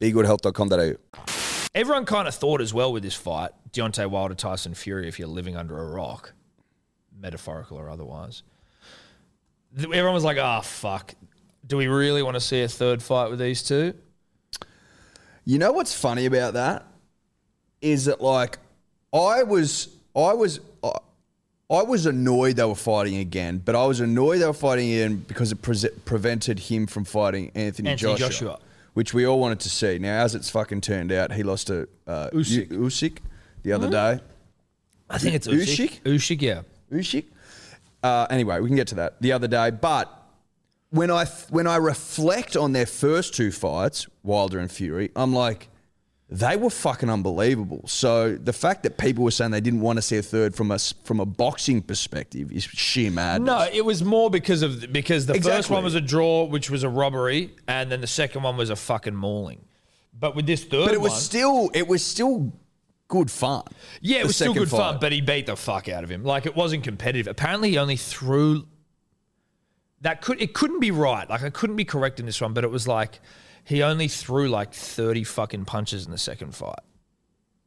[SPEAKER 5] BeGoodHealth.com.au.
[SPEAKER 1] Everyone kind of thought as well with this fight, Deontay Wilder, Tyson Fury, if you're living under a rock, metaphorical or otherwise. th- Everyone was like, ah, fuck. Do we really want to see a third fight with these two?
[SPEAKER 2] You know what's funny about that is that like I was I was I, I was annoyed they were fighting again, but I was annoyed they were fighting again because it prese- prevented him from fighting Anthony,
[SPEAKER 1] Anthony
[SPEAKER 2] Joshua,
[SPEAKER 1] Joshua.
[SPEAKER 2] which we all wanted to see. Now, as it's fucking turned out, he lost to uh, Usyk. Usyk the other
[SPEAKER 1] Mm.
[SPEAKER 2] day.
[SPEAKER 1] I think it's
[SPEAKER 2] Usyk?
[SPEAKER 1] Usyk, yeah.
[SPEAKER 2] Usyk. Uh, anyway, we can get to that the other day. But when I when I reflect on their first two fights, Wilder and Fury, I'm like, they were fucking unbelievable. So the fact that people were saying they didn't want to see a third from us from a boxing perspective is sheer madness.
[SPEAKER 1] No, it was more because of the, because the first
[SPEAKER 2] Exactly.
[SPEAKER 1] one was a draw, which was a robbery, and then the second one was a fucking mauling. But with this third
[SPEAKER 2] but it was
[SPEAKER 1] one,
[SPEAKER 2] still it was still good fun.
[SPEAKER 1] yeah, it
[SPEAKER 2] the
[SPEAKER 1] was still
[SPEAKER 2] second
[SPEAKER 1] good fun.
[SPEAKER 2] fight.
[SPEAKER 1] But he beat the fuck out of him. Like it wasn't competitive. Apparently, he only threw. That could it couldn't be right. Like I couldn't be correct in this one, but it was like he only threw like thirty fucking punches in the second fight.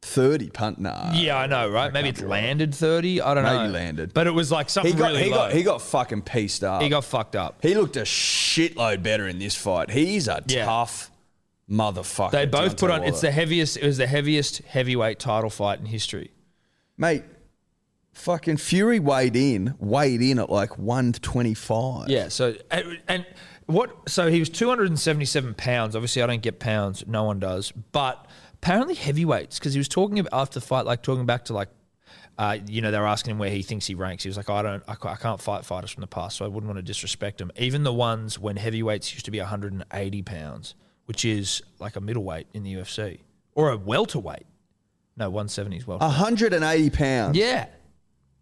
[SPEAKER 2] Thirty punt, nah.
[SPEAKER 1] yeah, I know, right? Maybe it landed thirty. I don't know.
[SPEAKER 2] Maybe landed.
[SPEAKER 1] but it was like
[SPEAKER 2] He
[SPEAKER 1] something
[SPEAKER 2] got
[SPEAKER 1] really
[SPEAKER 2] he
[SPEAKER 1] low.
[SPEAKER 2] got he got fucking pieced up.
[SPEAKER 1] he got fucked up.
[SPEAKER 2] He looked a shitload better in this fight. He's a
[SPEAKER 1] Yeah.
[SPEAKER 2] tough motherfucker.
[SPEAKER 1] They both
[SPEAKER 2] Deontay
[SPEAKER 1] put on. It's
[SPEAKER 2] Wilder.
[SPEAKER 1] the heaviest. It was the heaviest heavyweight title fight in history.
[SPEAKER 2] mate. Fucking Fury weighed in, weighed in at like one twenty five.
[SPEAKER 1] Yeah. So and and what? So he was two hundred and seventy-seven pounds. Obviously, I don't get pounds. No one does. But apparently heavyweights, because he was talking about after the fight, like talking back to like. Uh, you know, they were asking him where he thinks he ranks. He was like, "Oh, I don't, I, ca- I can't fight fighters from the past, so I wouldn't want to disrespect them. Even the ones when heavyweights used to be 180 pounds, which is like a middleweight in the UFC or a welterweight. No, 170 is well.
[SPEAKER 2] 180 pounds.
[SPEAKER 1] yeah.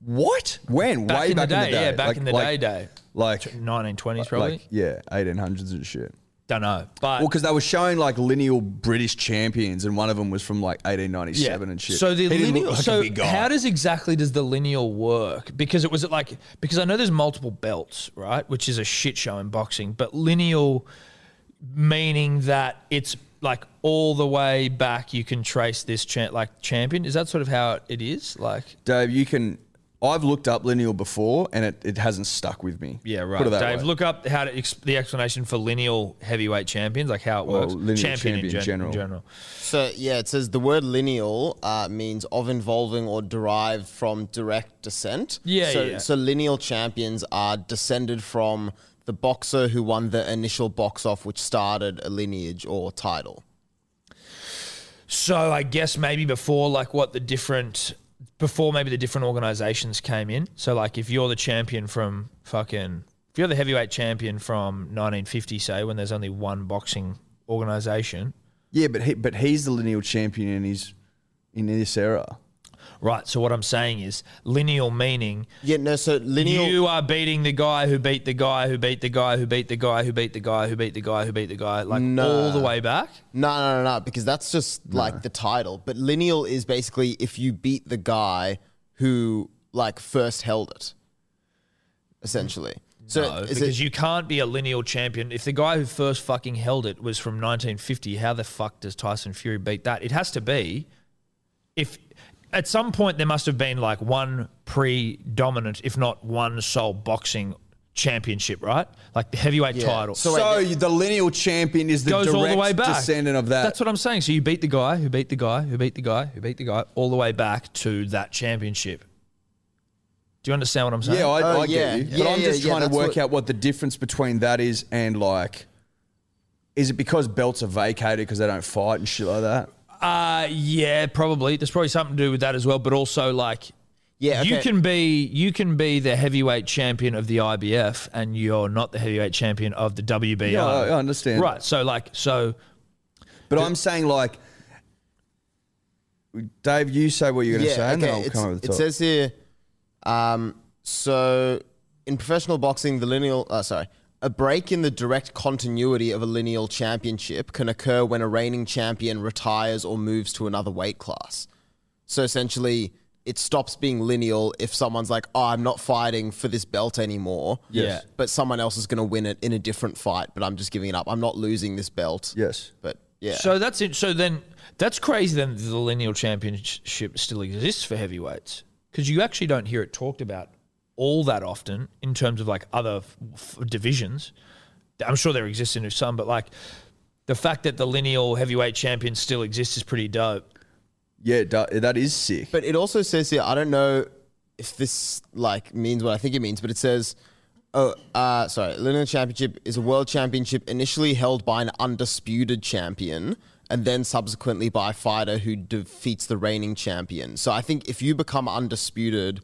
[SPEAKER 2] What? When?
[SPEAKER 1] Back
[SPEAKER 2] Way
[SPEAKER 1] in
[SPEAKER 2] back
[SPEAKER 1] the day.
[SPEAKER 2] in the day.
[SPEAKER 1] Yeah, back
[SPEAKER 2] Like-
[SPEAKER 1] in the
[SPEAKER 2] like-
[SPEAKER 1] day, day.
[SPEAKER 2] Like,
[SPEAKER 1] 1920s, probably.
[SPEAKER 2] like yeah, 1800s and shit.
[SPEAKER 1] Don't know. But
[SPEAKER 2] Well, because they were showing like lineal British champions, and one of them was from like 1897 and shit.
[SPEAKER 1] So the
[SPEAKER 2] He didn't
[SPEAKER 1] lineal.
[SPEAKER 2] look like a
[SPEAKER 1] so
[SPEAKER 2] big guy.
[SPEAKER 1] how does exactly does the lineal work? Because it was like because I know there's multiple belts, right? Which is a shit show in boxing. But lineal, meaning that it's like all the way back. You can trace this cha- like champion. Is that sort of how it is? Like
[SPEAKER 2] Dave, you can. I've looked up lineal before, and it, it hasn't stuck with me.
[SPEAKER 1] yeah, right.
[SPEAKER 2] Put it that
[SPEAKER 1] Dave,
[SPEAKER 2] way.
[SPEAKER 1] look up how to ex- the explanation for lineal heavyweight champions, like how it
[SPEAKER 2] Well,
[SPEAKER 1] works.
[SPEAKER 2] lineal
[SPEAKER 1] in,
[SPEAKER 2] champion
[SPEAKER 1] gen- in
[SPEAKER 2] general.
[SPEAKER 1] general.
[SPEAKER 3] So yeah, it says the word lineal uh, means of involving or derived from direct descent.
[SPEAKER 1] Yeah,
[SPEAKER 3] so,
[SPEAKER 1] yeah.
[SPEAKER 3] So lineal champions are descended from the boxer who won the initial box off, which started a lineage or title.
[SPEAKER 1] So I guess maybe before like what the different before maybe the different organizations came in. So like if you're the champion from fucking if you're the heavyweight champion from 1950 say when there's only one boxing organization.
[SPEAKER 2] Yeah, but he, but he's the lineal champion in his in this era.
[SPEAKER 1] Right, so what I'm saying is lineal meaning
[SPEAKER 3] Yeah, no. So lineal.
[SPEAKER 1] you are beating the guy who beat the guy who beat the guy who beat the guy who beat the guy who beat the guy who beat the guy like all the way back.
[SPEAKER 3] No, no, no, no, because that's just like the title. But lineal is basically if you beat the guy who like first held it, essentially. So
[SPEAKER 1] No,
[SPEAKER 3] is
[SPEAKER 1] because
[SPEAKER 3] it,
[SPEAKER 1] you can't be a lineal champion. If the guy who first fucking held it was from 1950, how the fuck does Tyson Fury beat that? It has to be if at some point there must have been like one predominant, if not one sole boxing championship, right? Like the heavyweight
[SPEAKER 3] Yeah.
[SPEAKER 1] title.
[SPEAKER 3] So
[SPEAKER 2] So,
[SPEAKER 3] wait,
[SPEAKER 2] you- the lineal champion is the
[SPEAKER 1] goes
[SPEAKER 2] direct
[SPEAKER 1] all the way back.
[SPEAKER 2] descendant of that.
[SPEAKER 1] That's what I'm saying. So you beat the guy who beat the guy who beat the guy who beat the guy all the way back to that championship. Do you understand what I'm saying?
[SPEAKER 2] yeah, I,
[SPEAKER 3] Oh,
[SPEAKER 2] I get
[SPEAKER 3] yeah.
[SPEAKER 2] you. But
[SPEAKER 3] Yeah,
[SPEAKER 2] I'm
[SPEAKER 3] yeah,
[SPEAKER 2] just
[SPEAKER 3] yeah,
[SPEAKER 2] trying to
[SPEAKER 3] that's
[SPEAKER 2] work
[SPEAKER 3] what-
[SPEAKER 2] out what the difference between that is and like, is it because belts are vacated because they don't fight and shit like that?
[SPEAKER 1] Uh, yeah, probably. There's probably something to do with that as well, but also like
[SPEAKER 3] yeah,
[SPEAKER 1] you
[SPEAKER 3] okay.
[SPEAKER 1] can be you can be the heavyweight champion of the IBF and you're not the heavyweight champion of the WBO.
[SPEAKER 2] Yeah, I- I understand.
[SPEAKER 1] Right. So like so
[SPEAKER 2] But I'm saying like, Dave, you say what you're going to say, and then I'll
[SPEAKER 3] it's-
[SPEAKER 2] come over the
[SPEAKER 3] it
[SPEAKER 2] top.
[SPEAKER 3] says here, um, so in professional boxing, the lineal, uh, sorry, a break in the direct continuity of a lineal championship can occur when a reigning champion retires or moves to another weight class. So essentially, it stops being lineal if someone's like, "Oh, I'm not fighting for this belt anymore."
[SPEAKER 1] Yes. Yeah.
[SPEAKER 3] But someone else is going to win it in a different fight. But I'm just giving it up. I'm not losing this belt.
[SPEAKER 2] yes.
[SPEAKER 3] But yeah.
[SPEAKER 1] so that's it. So then that's crazy. Then the lineal championship still exists for heavyweights because you actually don't hear it talked about all that often in terms of like other f- f- divisions. I'm sure there exist in some, but like the fact that the lineal heavyweight champion still exists is pretty dope.
[SPEAKER 2] Yeah, da- that is sick.
[SPEAKER 3] But it also says here, I don't know if this like means what I think it means, but it says, oh, uh, sorry, lineal championship is a world championship initially held by an undisputed champion and then subsequently by a fighter who defeats the reigning champion. So I think if you become undisputed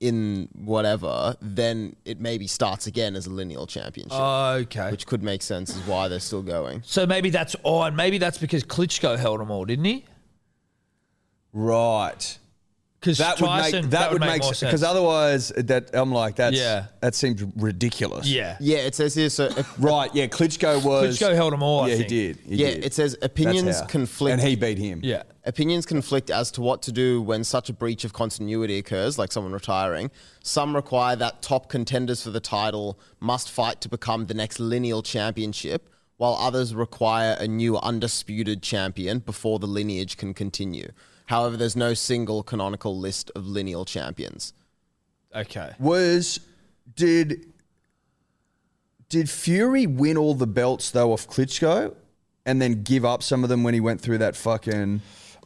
[SPEAKER 3] in whatever, then it maybe starts again as a lineal
[SPEAKER 2] Oh.
[SPEAKER 3] championship,
[SPEAKER 1] Okay.
[SPEAKER 3] which could make sense as why they're still going.
[SPEAKER 1] So maybe that's oh, and maybe that's because Klitschko held them all, didn't he?
[SPEAKER 2] right.
[SPEAKER 1] Because
[SPEAKER 2] That would make
[SPEAKER 1] Tyson,
[SPEAKER 2] that, would make,
[SPEAKER 1] more sense.
[SPEAKER 2] because otherwise that I'm like that's
[SPEAKER 1] Yeah.
[SPEAKER 2] that seems ridiculous.
[SPEAKER 1] yeah,
[SPEAKER 3] Yeah, it says here, so uh, if
[SPEAKER 2] (laughs) Right. Yeah. Klitschko was
[SPEAKER 1] Klitschko held them all. I
[SPEAKER 2] Yeah, he
[SPEAKER 1] think.
[SPEAKER 2] did. He
[SPEAKER 3] Yeah,
[SPEAKER 2] did.
[SPEAKER 3] it says
[SPEAKER 2] That's
[SPEAKER 3] opinions
[SPEAKER 2] how.
[SPEAKER 3] conflict.
[SPEAKER 2] and he beat him.
[SPEAKER 1] Yeah,
[SPEAKER 3] Opinions conflict as to what to do when such a breach of continuity occurs, like someone retiring. Some require that top contenders for the title must fight to become the next lineal championship, while others require a new undisputed champion before the lineage can continue. However, there's no single canonical list of lineal champions.
[SPEAKER 1] okay.
[SPEAKER 2] Was did did Fury win all the belts though off Klitschko, and then give up some of them when he went through that fucking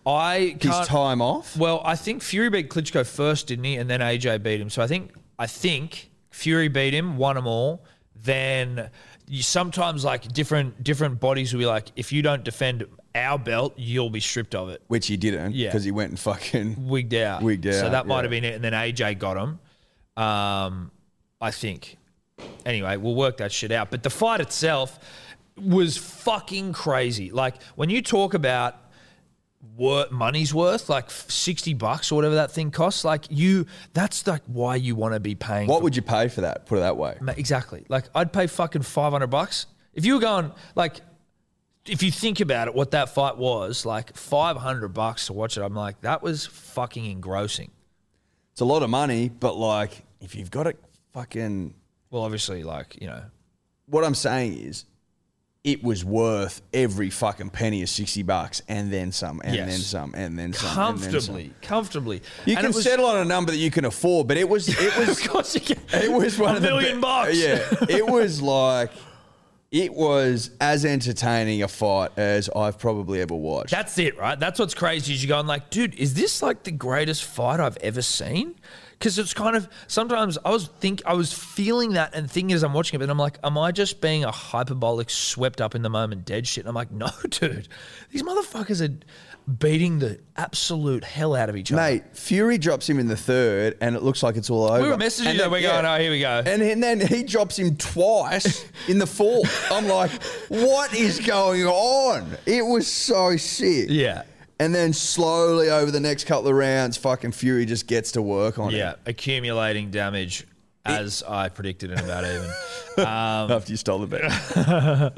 [SPEAKER 1] I
[SPEAKER 2] his
[SPEAKER 1] can't.
[SPEAKER 2] time off?
[SPEAKER 1] well, I think Fury beat Klitschko first, didn't he? And then AJ beat him. So I think I think Fury beat him, won them all. Then you sometimes like different different bodies will be like, if you don't defend our belt, you'll be stripped of it.
[SPEAKER 2] Which he didn't.
[SPEAKER 1] Yeah.
[SPEAKER 2] Because he went and fucking.
[SPEAKER 1] wigged out.
[SPEAKER 2] Wigged
[SPEAKER 1] So
[SPEAKER 2] out,
[SPEAKER 1] that might
[SPEAKER 2] yeah.
[SPEAKER 1] have been it. And then AJ got him. Um, I think. Anyway, we'll work that shit out. But the fight itself was fucking crazy. Like when you talk about wor- money's worth, like f- sixty bucks or whatever that thing costs. Like you, that's like why you want to be paying.
[SPEAKER 2] What would you pay for that? Put it that way.
[SPEAKER 1] Ma- Exactly. Like I'd pay fucking five hundred bucks if you were going like. If you think about it, what that fight was like five hundred bucks to watch it. I'm like, that was fucking engrossing.
[SPEAKER 2] It's a lot of money, but like if you've got it, fucking.
[SPEAKER 1] Well, obviously, like you know,
[SPEAKER 2] What I'm saying is, it was worth every fucking penny of sixty bucks, and then some, and
[SPEAKER 1] Yes.
[SPEAKER 2] then some, and then some, and then some.
[SPEAKER 1] comfortably, comfortably.
[SPEAKER 2] You
[SPEAKER 1] And
[SPEAKER 2] can
[SPEAKER 1] it was-
[SPEAKER 2] settle on a number that you can afford, but it was it was
[SPEAKER 1] (laughs) Of course, you can.
[SPEAKER 2] It was one
[SPEAKER 1] a
[SPEAKER 2] of the
[SPEAKER 1] million
[SPEAKER 2] be-
[SPEAKER 1] bucks.
[SPEAKER 2] Yeah, it was like it was as entertaining a fight as I've probably ever watched.
[SPEAKER 1] That's it, right? That's what's crazy is you're going like, dude, is this like the greatest fight I've ever seen? Because it's kind of sometimes I was think I was feeling that and thinking as I'm watching it, but I'm like, am I just being a hyperbolic, swept up in the moment, dead shit? And I'm like, (laughs) no, dude, these motherfuckers are beating the absolute hell out of each other.
[SPEAKER 2] Mate, Fury drops him in the third, and it looks like it's all over.
[SPEAKER 1] we were messaging
[SPEAKER 2] And
[SPEAKER 1] and
[SPEAKER 2] then-
[SPEAKER 1] we're
[SPEAKER 2] yeah.
[SPEAKER 1] going, oh, here we go.
[SPEAKER 2] And, and then he drops him twice in the fourth. I'm like, what is going on? It was so sick.
[SPEAKER 1] yeah,
[SPEAKER 2] And then slowly over the next couple of rounds, fucking Fury just gets to work on (laughs)
[SPEAKER 1] (laughs) yeah, accumulating damage. As I predicted in about even. Um,
[SPEAKER 2] it after you stole the bet. (laughs)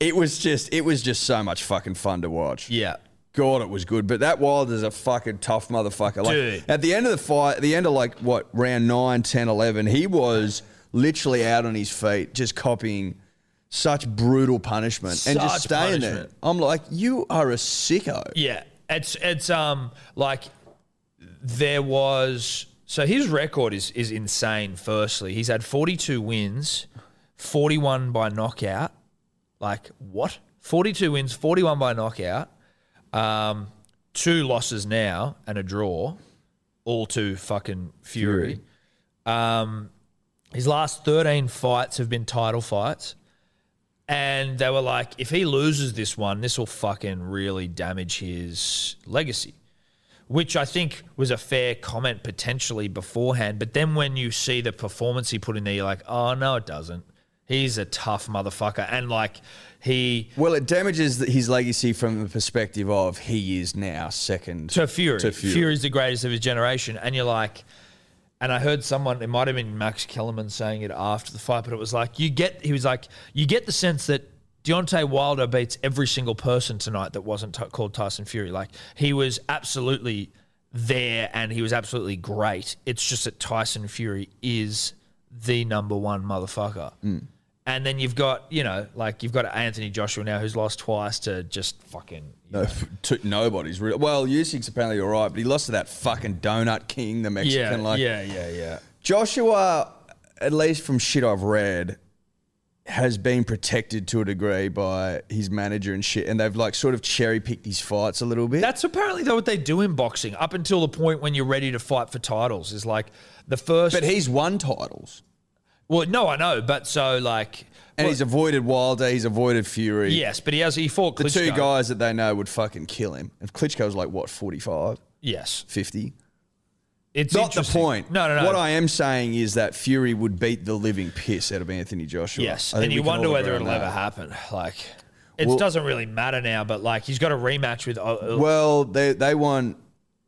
[SPEAKER 2] it was just, it was just so much fucking fun to watch.
[SPEAKER 1] yeah.
[SPEAKER 2] God, it was good. But that Wilder's a fucking tough motherfucker. Like
[SPEAKER 1] Dude.
[SPEAKER 2] at the end of the fight, at the end of like what round 9, 10, 11, he was literally out on his feet, just copying such brutal punishment and just
[SPEAKER 1] Such
[SPEAKER 2] staying there.
[SPEAKER 1] punishment.
[SPEAKER 2] I'm like, you are a sicko.
[SPEAKER 1] Yeah, it's it's um like there was so his record is is insane. Firstly, he's had forty two wins, forty one by knockout. Like what? Forty two wins, forty one by knockout. Um, two losses now and a draw, all to fucking Fury. Um, his last thirteen fights have been title fights. And they were like, if he loses this one, this will fucking really damage his legacy, which I think was a fair comment potentially beforehand. But then when you see the performance he put in there, you're like, oh, no, it doesn't. He's a tough motherfucker. And like, he
[SPEAKER 2] Well, it damages th- his legacy from the perspective of he is now second
[SPEAKER 1] to Fury.
[SPEAKER 2] To
[SPEAKER 1] Fury.
[SPEAKER 2] Fury.
[SPEAKER 1] is the greatest of his generation, and you're like, and I heard someone, it might have been Max Kellerman saying it after the fight, but it was like you get, he was like, you get the sense that Deontay Wilder beats every single person tonight that wasn't t- called Tyson Fury. Like he was absolutely there, and he was absolutely great. It's just that Tyson Fury is the number one motherfucker. And then you've got, you know, like you've got Anthony Joshua now who's lost twice to just fucking you
[SPEAKER 2] No, to nobody's real. Well, Usyk's apparently all right, but he lost to that fucking donut king, the Mexican. like,
[SPEAKER 1] yeah, yeah, yeah.
[SPEAKER 2] Joshua, at least from shit I've read, has been protected to a degree by his manager and shit, and they've like sort of cherry picked his fights a little bit.
[SPEAKER 1] That's apparently though what they do in boxing up until the point when you're ready to fight for titles is like the first.
[SPEAKER 2] but he's won titles,
[SPEAKER 1] well, no, I know, but so like,
[SPEAKER 2] and he's avoided Wilder, he's avoided Fury.
[SPEAKER 1] yes, but he has he fought
[SPEAKER 2] the two
[SPEAKER 1] Klitschko.
[SPEAKER 2] guys that they know would fucking kill him. And Klitschko's like what 45,
[SPEAKER 1] Yes,
[SPEAKER 2] 50?
[SPEAKER 1] it's
[SPEAKER 2] Not the
[SPEAKER 1] interesting.
[SPEAKER 2] point.
[SPEAKER 1] No, no, no.
[SPEAKER 2] What I am saying is that Fury would beat the living piss out of Anthony Joshua.
[SPEAKER 1] yes,
[SPEAKER 2] I think
[SPEAKER 1] and
[SPEAKER 2] we
[SPEAKER 1] you
[SPEAKER 2] can
[SPEAKER 1] wonder
[SPEAKER 2] all
[SPEAKER 1] whether
[SPEAKER 2] agree
[SPEAKER 1] it'll
[SPEAKER 2] on
[SPEAKER 1] ever
[SPEAKER 2] that.
[SPEAKER 1] happen. Like, it
[SPEAKER 2] Well-
[SPEAKER 1] doesn't really matter now, but like he's got a rematch with. Uh,
[SPEAKER 2] Well, they they won.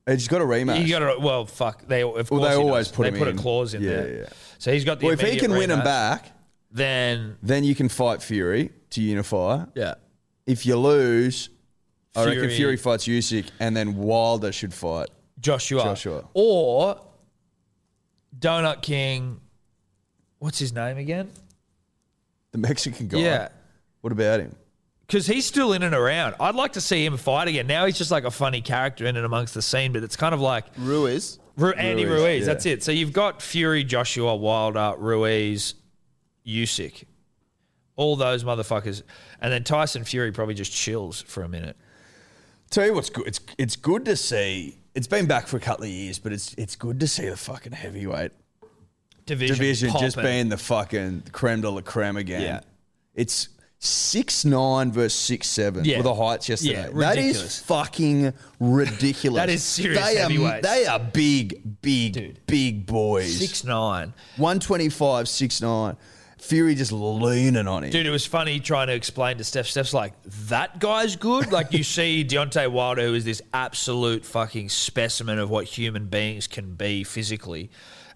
[SPEAKER 2] He's got a rematch.
[SPEAKER 1] you got to well, fuck. They of course
[SPEAKER 2] Well, they
[SPEAKER 1] he
[SPEAKER 2] always
[SPEAKER 1] does.
[SPEAKER 2] put
[SPEAKER 1] they
[SPEAKER 2] him
[SPEAKER 1] put
[SPEAKER 2] in.
[SPEAKER 1] a clause in
[SPEAKER 2] Yeah,
[SPEAKER 1] there.
[SPEAKER 2] yeah.
[SPEAKER 1] So he's got the.
[SPEAKER 2] well, if he
[SPEAKER 1] immediate
[SPEAKER 2] can win him
[SPEAKER 1] rematch,
[SPEAKER 2] back,
[SPEAKER 1] then
[SPEAKER 2] then you can fight Fury to unify.
[SPEAKER 1] yeah,
[SPEAKER 2] If you lose, I reckon
[SPEAKER 1] Fury-
[SPEAKER 2] Fury fights Usyk, and then Wilder should fight.
[SPEAKER 1] Joshua.
[SPEAKER 2] Joshua.
[SPEAKER 1] Or Donut King. What's his name again?
[SPEAKER 2] The Mexican guy.
[SPEAKER 1] Yeah.
[SPEAKER 2] What about him?
[SPEAKER 1] Because he's still in and around. I'd like to see him fight again. Now he's just like a funny character in and amongst the scene, but it's kind of like
[SPEAKER 3] Ruiz.
[SPEAKER 1] Ru- Andy Ruiz.
[SPEAKER 2] Ruiz, yeah.
[SPEAKER 1] That's it. So you've got Fury, Joshua, Wilder, Ruiz, Usyk. All those motherfuckers. And then Tyson Fury probably just chills for a minute.
[SPEAKER 2] Tell you what's good. It's it's good to see. It's been back for a couple of years, but it's it's good to see the fucking heavyweight
[SPEAKER 1] Division,
[SPEAKER 2] division just
[SPEAKER 1] popping.
[SPEAKER 2] being the fucking creme de la creme again.
[SPEAKER 1] Yeah.
[SPEAKER 2] It's six nine versus six seven
[SPEAKER 1] Yeah.
[SPEAKER 2] with the heights yesterday.
[SPEAKER 1] Yeah,
[SPEAKER 2] that
[SPEAKER 1] ridiculous.
[SPEAKER 2] is fucking ridiculous.
[SPEAKER 1] (laughs) That is serious
[SPEAKER 2] They are,
[SPEAKER 1] heavyweights.
[SPEAKER 2] they are big, big, big boys.
[SPEAKER 1] six nine.
[SPEAKER 2] 125, 6'9. Fury just leaning on him.
[SPEAKER 1] Dude, it was funny trying to explain to Steph. Steph's like, that guy's good. Like,
[SPEAKER 2] (laughs)
[SPEAKER 1] you see Deontay Wilder, who is this absolute fucking specimen of what human beings can be physically.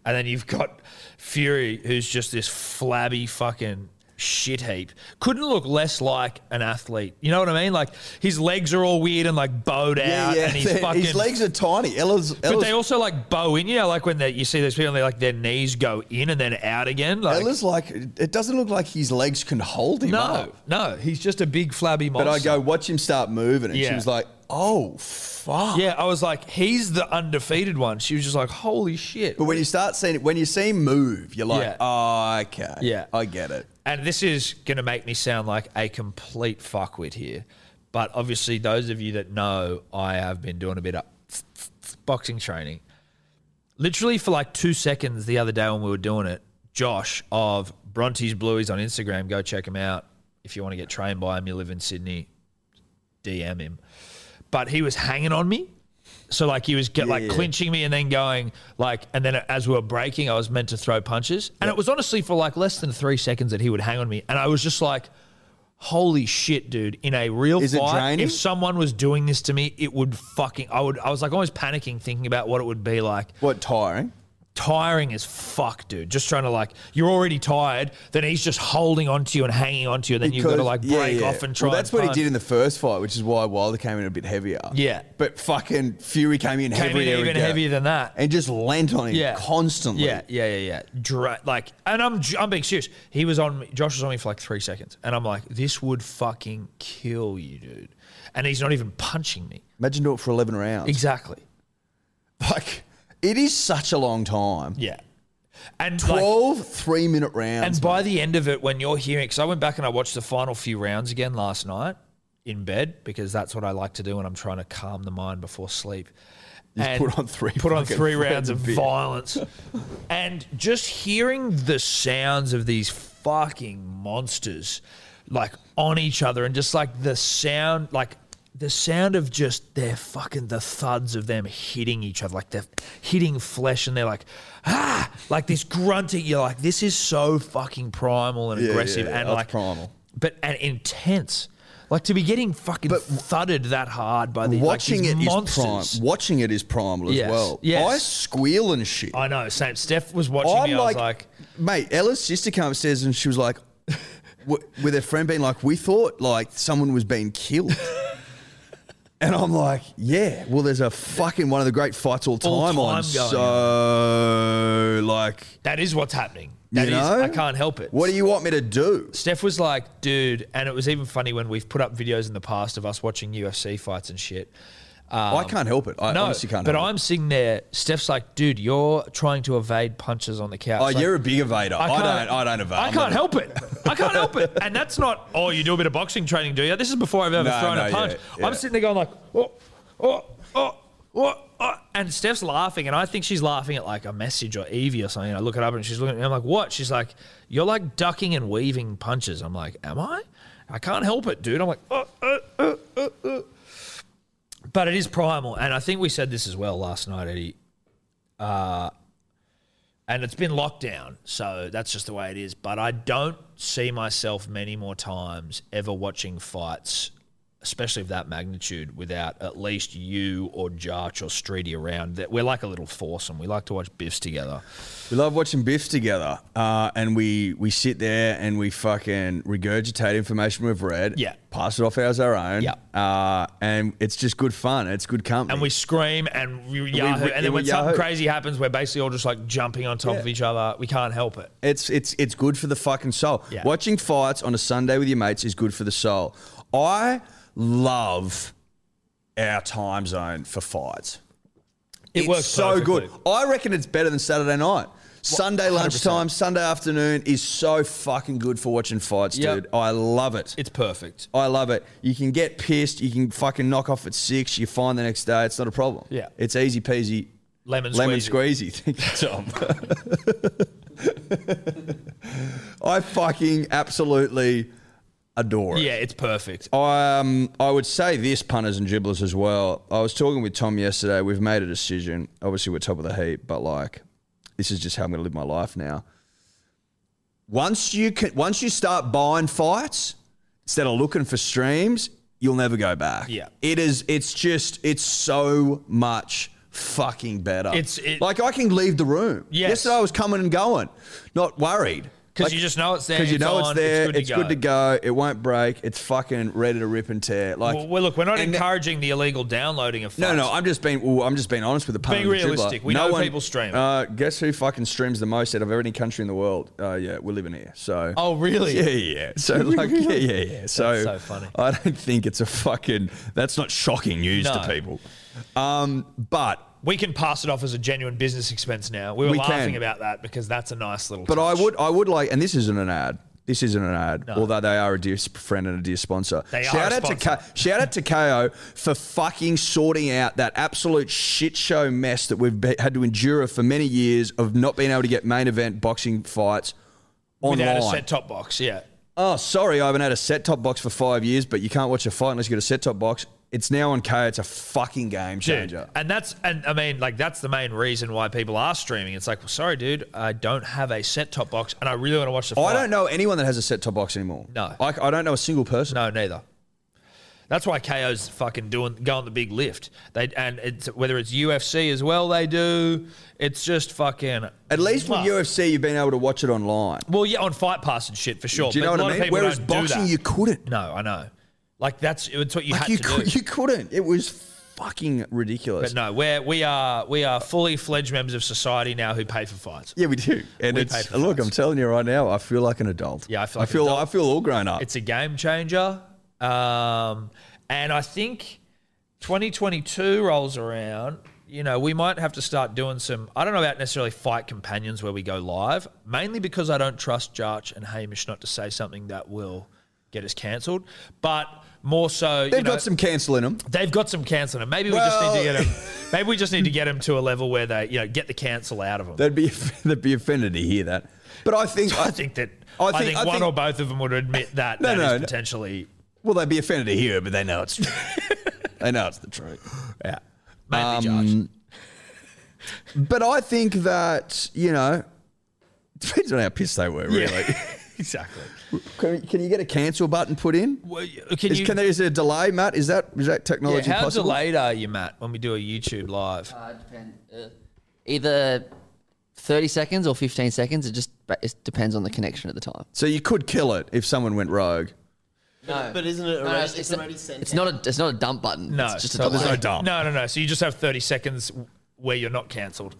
[SPEAKER 1] And then you've got Fury, who's just this flabby fucking shit heap. Couldn't look less like an athlete. You know what I mean? Like, his legs are all weird and like bowed out. And he's
[SPEAKER 2] (laughs)
[SPEAKER 1] fucking.
[SPEAKER 2] His legs are tiny. Ella's,
[SPEAKER 1] but
[SPEAKER 2] Ella's,
[SPEAKER 1] they also like bow in, you know, like when they, you see those people, and they like their knees go in and then out again. Like,
[SPEAKER 2] Ella's like, it doesn't look like his legs can hold him
[SPEAKER 1] no,
[SPEAKER 2] up.
[SPEAKER 1] no, he's just a big flabby monster.
[SPEAKER 2] But I go, watch him start moving. And she
[SPEAKER 1] Yeah.
[SPEAKER 2] was like, oh, fuck.
[SPEAKER 1] yeah, I was like, he's the undefeated one. She was just like, holy shit.
[SPEAKER 2] But when you start seeing it, when you see him move, you're like,
[SPEAKER 1] Yeah.
[SPEAKER 2] oh, okay.
[SPEAKER 1] Yeah.
[SPEAKER 2] I get it.
[SPEAKER 1] And this is going to make me sound like a complete fuckwit here. But obviously, those of you that know, I have been doing a bit of boxing training. Literally for like two seconds the other day when we were doing it, Josh of Bronte's Blueies on Instagram, go check him out. If you want to get trained by him, you live in Sydney, DM him. But he was hanging on me. So like he was get like clinching me and then going like and then as we were breaking, I was meant to throw punches. And it was honestly for like less than three seconds that he would hang on me. And I was just like, holy shit, dude, in a real
[SPEAKER 2] Is it
[SPEAKER 1] fight,
[SPEAKER 2] draining?
[SPEAKER 1] if someone was doing this to me, it would fucking I would I was like almost panicking thinking about what it would be like
[SPEAKER 2] What, tiring?
[SPEAKER 1] tiring as fuck, dude. Just trying to like, you're already tired. Then he's just holding on to you and hanging on to you. And then you've got to
[SPEAKER 2] Because-
[SPEAKER 1] like
[SPEAKER 2] yeah,
[SPEAKER 1] break
[SPEAKER 2] yeah.
[SPEAKER 1] off and try.
[SPEAKER 2] Well, that's
[SPEAKER 1] and
[SPEAKER 2] what
[SPEAKER 1] punch.
[SPEAKER 2] he did in the first fight, which is why Wilder came in a bit heavier.
[SPEAKER 1] Yeah.
[SPEAKER 2] But fucking Fury came in
[SPEAKER 1] Came
[SPEAKER 2] heavier.
[SPEAKER 1] in even
[SPEAKER 2] again.
[SPEAKER 1] heavier than that.
[SPEAKER 2] And just lent on him
[SPEAKER 1] Yeah,
[SPEAKER 2] constantly.
[SPEAKER 1] Yeah, yeah, yeah, yeah. Dra- like, and I'm I'm being serious. He was on me. Josh was on me for like three seconds, and I'm like, this would fucking kill you, dude. And he's not even punching me.
[SPEAKER 2] Imagine do it for 11 rounds.
[SPEAKER 1] Exactly.
[SPEAKER 2] Like, it is such a long time.
[SPEAKER 1] Yeah. And like,
[SPEAKER 2] 12 three minute rounds.
[SPEAKER 1] And by the end of it, when you're hearing, because I went back and I watched the final few rounds again last night in bed because that's what I like to do when I'm trying to calm the mind before sleep.
[SPEAKER 2] Just
[SPEAKER 1] And
[SPEAKER 2] put on three
[SPEAKER 1] put on
[SPEAKER 2] fucking
[SPEAKER 1] three rounds of
[SPEAKER 2] beer.
[SPEAKER 1] violence, and just hearing the sounds of these fucking monsters, like on each other, and just like the sound, like the sound of just their fucking the thuds of them hitting each other, like they're hitting flesh, and they're like ah, like this grunting. You're like, this is so fucking primal and
[SPEAKER 2] Yeah, yeah,
[SPEAKER 1] aggressive,
[SPEAKER 2] yeah,
[SPEAKER 1] and
[SPEAKER 2] that's
[SPEAKER 1] like
[SPEAKER 2] primal.
[SPEAKER 1] but and intense. Like to be getting fucking thudded that hard by the
[SPEAKER 2] Watching
[SPEAKER 1] like
[SPEAKER 2] it
[SPEAKER 1] these
[SPEAKER 2] is
[SPEAKER 1] monsters.
[SPEAKER 2] prime. Watching it is primal as
[SPEAKER 1] Yes,
[SPEAKER 2] well.
[SPEAKER 1] yes.
[SPEAKER 2] I squeal and shit.
[SPEAKER 1] I know. Same. Steph was watching me. I was like,
[SPEAKER 2] mate, Ella's sister came upstairs and she was like, (laughs) w- with her friend being like, we thought like someone was being
[SPEAKER 1] (laughs)
[SPEAKER 2] killed. and I'm like, yeah, well, there's a fucking one of the great fights all time,
[SPEAKER 1] All
[SPEAKER 2] on.
[SPEAKER 1] time going
[SPEAKER 2] So, like,
[SPEAKER 1] that is what's happening. That is.
[SPEAKER 2] you know?
[SPEAKER 1] I can't help it.
[SPEAKER 2] What do you want me to do?
[SPEAKER 1] Steph was like, dude, and it was even funny when we've put up videos in the past of us watching UFC fights and shit. Um,
[SPEAKER 2] I can't help it. I honestly can't
[SPEAKER 1] but
[SPEAKER 2] help it.
[SPEAKER 1] I'm sitting there. Steph's like, dude, you're trying to evade punches on the couch.
[SPEAKER 2] Oh,
[SPEAKER 1] Like,
[SPEAKER 2] you're a big evader. I,
[SPEAKER 1] can't-
[SPEAKER 2] don't. I don't evade.
[SPEAKER 1] I can't help it. I can't help it. And that's not. Oh, you do a bit of boxing training, do you? This is before I've
[SPEAKER 2] (laughs)
[SPEAKER 1] ever
[SPEAKER 2] No,
[SPEAKER 1] thrown
[SPEAKER 2] no,
[SPEAKER 1] a punch.
[SPEAKER 2] yeah,
[SPEAKER 1] I'm
[SPEAKER 2] yeah.
[SPEAKER 1] sitting there going like, oh, oh, oh, oh, oh, and Steph's laughing, and I think she's laughing at like a message or Evie or something. I look it up, and she's looking. at me. I'm like, what? She's like, you're like ducking and weaving punches. I'm like, am I? I can't help it, dude. I'm like, oh, oh, oh, oh, oh. But it is primal, and I think we said this as well last night, Eddie Uh, and it's been lockdown, so that's just the way it is. But I don't see myself many more times ever watching fights, especially of that magnitude, without at least you or Jarch or Streety around. That we're like a little foursome. We like to watch biffs together.
[SPEAKER 2] We love watching Biff together, uh, and we we sit there and we fucking regurgitate information we've read.
[SPEAKER 1] Yeah.
[SPEAKER 2] pass it off as our own.
[SPEAKER 1] Yeah.
[SPEAKER 2] uh, and it's just good fun. It's good company.
[SPEAKER 1] And we scream and we yahoo,
[SPEAKER 2] we-
[SPEAKER 1] and then
[SPEAKER 2] we
[SPEAKER 1] when something
[SPEAKER 2] yahoo.
[SPEAKER 1] crazy happens, we're basically all just like jumping on top of each other. We can't help it.
[SPEAKER 2] it's it's it's good for the fucking soul.
[SPEAKER 1] Yeah.
[SPEAKER 2] Watching fights on a Sunday with your mates is good for the soul. I love our time zone for fights.
[SPEAKER 1] It
[SPEAKER 2] it's
[SPEAKER 1] works
[SPEAKER 2] so good.
[SPEAKER 1] perfectly.
[SPEAKER 2] I reckon it's better than Saturday night. Sunday
[SPEAKER 1] 100%.
[SPEAKER 2] lunchtime, Sunday afternoon is so fucking good for watching fights,
[SPEAKER 1] Yep.
[SPEAKER 2] dude. I love it.
[SPEAKER 1] It's perfect.
[SPEAKER 2] I love it. You can get pissed. You can fucking knock off at six. You find the next day. It's not a problem.
[SPEAKER 1] Yeah.
[SPEAKER 2] It's easy peasy.
[SPEAKER 1] Lemon,
[SPEAKER 2] Lemon
[SPEAKER 1] squeezy.
[SPEAKER 2] squeezy. (laughs) Thank you, Tom. (laughs) I fucking absolutely adore it.
[SPEAKER 1] Yeah, it's perfect.
[SPEAKER 2] Um, I would say this, punters and dribblers as well. I was talking with Tom yesterday. We've made a decision. Obviously, we're top of the heap, but like, this is just how I'm going to live my life now. Once you can, once you start buying fights instead of looking for streams, you'll never go back.
[SPEAKER 1] Yeah.
[SPEAKER 2] it is. It's just it's so much fucking better.
[SPEAKER 1] It's- it-
[SPEAKER 2] like I can leave the room.
[SPEAKER 1] Yes.
[SPEAKER 2] Yesterday I was coming and going, not worried. Like-
[SPEAKER 1] Because you just know it's there.
[SPEAKER 2] because you know it's
[SPEAKER 1] on,
[SPEAKER 2] there,
[SPEAKER 1] It's good to go.
[SPEAKER 2] It won't break. It's fucking ready to rip and tear. Like
[SPEAKER 1] Well, well, look, we're not
[SPEAKER 2] and-
[SPEAKER 1] encouraging the illegal downloading of
[SPEAKER 2] no,
[SPEAKER 1] fights.
[SPEAKER 2] no. I'm just being. Well, I'm just being honest with the pun.
[SPEAKER 1] Being
[SPEAKER 2] and the dribbler.
[SPEAKER 1] realistic. We know people stream.
[SPEAKER 2] Uh, guess who fucking streams the most out of every country in the world? Uh, yeah, we're living here. So.
[SPEAKER 1] Oh, really?
[SPEAKER 2] Yeah, yeah.
[SPEAKER 1] (laughs)
[SPEAKER 2] So like, yeah, yeah, yeah. So,
[SPEAKER 1] so funny.
[SPEAKER 2] I don't think it's a fucking. That's not shocking news
[SPEAKER 1] No.
[SPEAKER 2] to people. Um, but
[SPEAKER 1] We can pass it off as a genuine business expense now. We were
[SPEAKER 2] We
[SPEAKER 1] laughing
[SPEAKER 2] can.
[SPEAKER 1] about that because that's a nice little.
[SPEAKER 2] But
[SPEAKER 1] touch.
[SPEAKER 2] I would, I would like, and this isn't an ad. This isn't an ad, although they are a dear sp- friend and a dear sponsor.
[SPEAKER 1] They are
[SPEAKER 2] shout
[SPEAKER 1] a
[SPEAKER 2] out to
[SPEAKER 1] sponsor.
[SPEAKER 2] K- shout out to KO for fucking sorting out that absolute shit show mess that we've be- had to endure for many years of not being able to get main event boxing fights
[SPEAKER 1] without a
[SPEAKER 2] online.
[SPEAKER 1] set top box. Yeah,
[SPEAKER 2] oh, sorry, I haven't had a set top box for five years, but you can't watch a fight unless you got a set top box. It's now on KO. It's a fucking game
[SPEAKER 1] dude.
[SPEAKER 2] changer.
[SPEAKER 1] And that's and I mean like that's the main reason why people are streaming. It's like, well, sorry, dude, I don't have a set top box, and I really want to watch the. Fight.
[SPEAKER 2] I don't know anyone that has a set top box anymore.
[SPEAKER 1] No.
[SPEAKER 2] I, I don't know a single person.
[SPEAKER 1] No, neither. That's why KO's fucking doing going the big lift. They and it's whether it's UFC as well. They do. It's just fucking.
[SPEAKER 2] At least with
[SPEAKER 1] Mwah.
[SPEAKER 2] UFC, you've been able to watch it online.
[SPEAKER 1] Well, yeah, on Fight Pass and shit for sure.
[SPEAKER 2] Do you know what
[SPEAKER 1] but a lot
[SPEAKER 2] I
[SPEAKER 1] of
[SPEAKER 2] mean?
[SPEAKER 1] people
[SPEAKER 2] Whereas
[SPEAKER 1] don't do
[SPEAKER 2] boxing,
[SPEAKER 1] that.
[SPEAKER 2] you couldn't.
[SPEAKER 1] No, I know. Like that's it's what you
[SPEAKER 2] Like
[SPEAKER 1] had
[SPEAKER 2] you,
[SPEAKER 1] to
[SPEAKER 2] could,
[SPEAKER 1] do.
[SPEAKER 2] you couldn't. It was fucking ridiculous.
[SPEAKER 1] But no, we're we are we are fully fledged members of society now who pay for fights.
[SPEAKER 2] yeah, we do. And
[SPEAKER 1] We paid
[SPEAKER 2] it's
[SPEAKER 1] for
[SPEAKER 2] look,
[SPEAKER 1] fights.
[SPEAKER 2] I'm telling you right now, I feel like an adult.
[SPEAKER 1] Yeah, I feel
[SPEAKER 2] I
[SPEAKER 1] like an
[SPEAKER 2] feel,
[SPEAKER 1] adult.
[SPEAKER 2] I feel all grown up.
[SPEAKER 1] It's a game changer. Um, and I think 2022 rolls around. You know, we might have to start doing some. I don't know about necessarily fight companions where we go live, mainly because I don't trust Jarch and Hamish not to say something that will get us cancelled. But more so,
[SPEAKER 2] They've
[SPEAKER 1] you know,
[SPEAKER 2] got some cancel in them.
[SPEAKER 1] They've got some cancel, and maybe we just need to get them. (laughs) Maybe we just need to get them to a level where they, you know, get the cancel out of them.
[SPEAKER 2] They'd be (laughs) they'd be offended to hear that. But I think
[SPEAKER 1] (laughs) I think that
[SPEAKER 2] I
[SPEAKER 1] I
[SPEAKER 2] think-
[SPEAKER 1] think,
[SPEAKER 2] I
[SPEAKER 1] one
[SPEAKER 2] think-
[SPEAKER 1] or both of them would admit that
[SPEAKER 2] No,
[SPEAKER 1] that is
[SPEAKER 2] no, no.
[SPEAKER 1] potentially
[SPEAKER 2] well, they'd be offended to hear it, but they know
[SPEAKER 1] (laughs)
[SPEAKER 2] it's they know it's the truth. Yeah.
[SPEAKER 1] mainly Jarch.
[SPEAKER 2] But I think that you know depends on how pissed they were. Really, (laughs)
[SPEAKER 1] Exactly.
[SPEAKER 2] can, can you get a cancel button put in?
[SPEAKER 1] Well, y- can
[SPEAKER 2] Is,
[SPEAKER 1] you?
[SPEAKER 2] can there is there a delay, Matt? Is that is that
[SPEAKER 1] yeah,
[SPEAKER 2] technology
[SPEAKER 1] how
[SPEAKER 2] possible?
[SPEAKER 1] delayed are you, Matt, when we do a YouTube live?
[SPEAKER 6] Uh, depend, uh, either 30 seconds or 15 seconds. It just it depends on the connection at the time.
[SPEAKER 2] So you could kill it if someone went rogue.
[SPEAKER 6] No.
[SPEAKER 3] But isn't it
[SPEAKER 6] No, no,
[SPEAKER 3] already,
[SPEAKER 6] it's,
[SPEAKER 3] it's,
[SPEAKER 6] a-
[SPEAKER 3] already sent
[SPEAKER 6] it's not a it's not a dump button.
[SPEAKER 1] No,
[SPEAKER 6] it's just a
[SPEAKER 1] so
[SPEAKER 6] delay.
[SPEAKER 2] no dump.
[SPEAKER 1] No, no, no. So you just have thirty seconds where you're not cancelled.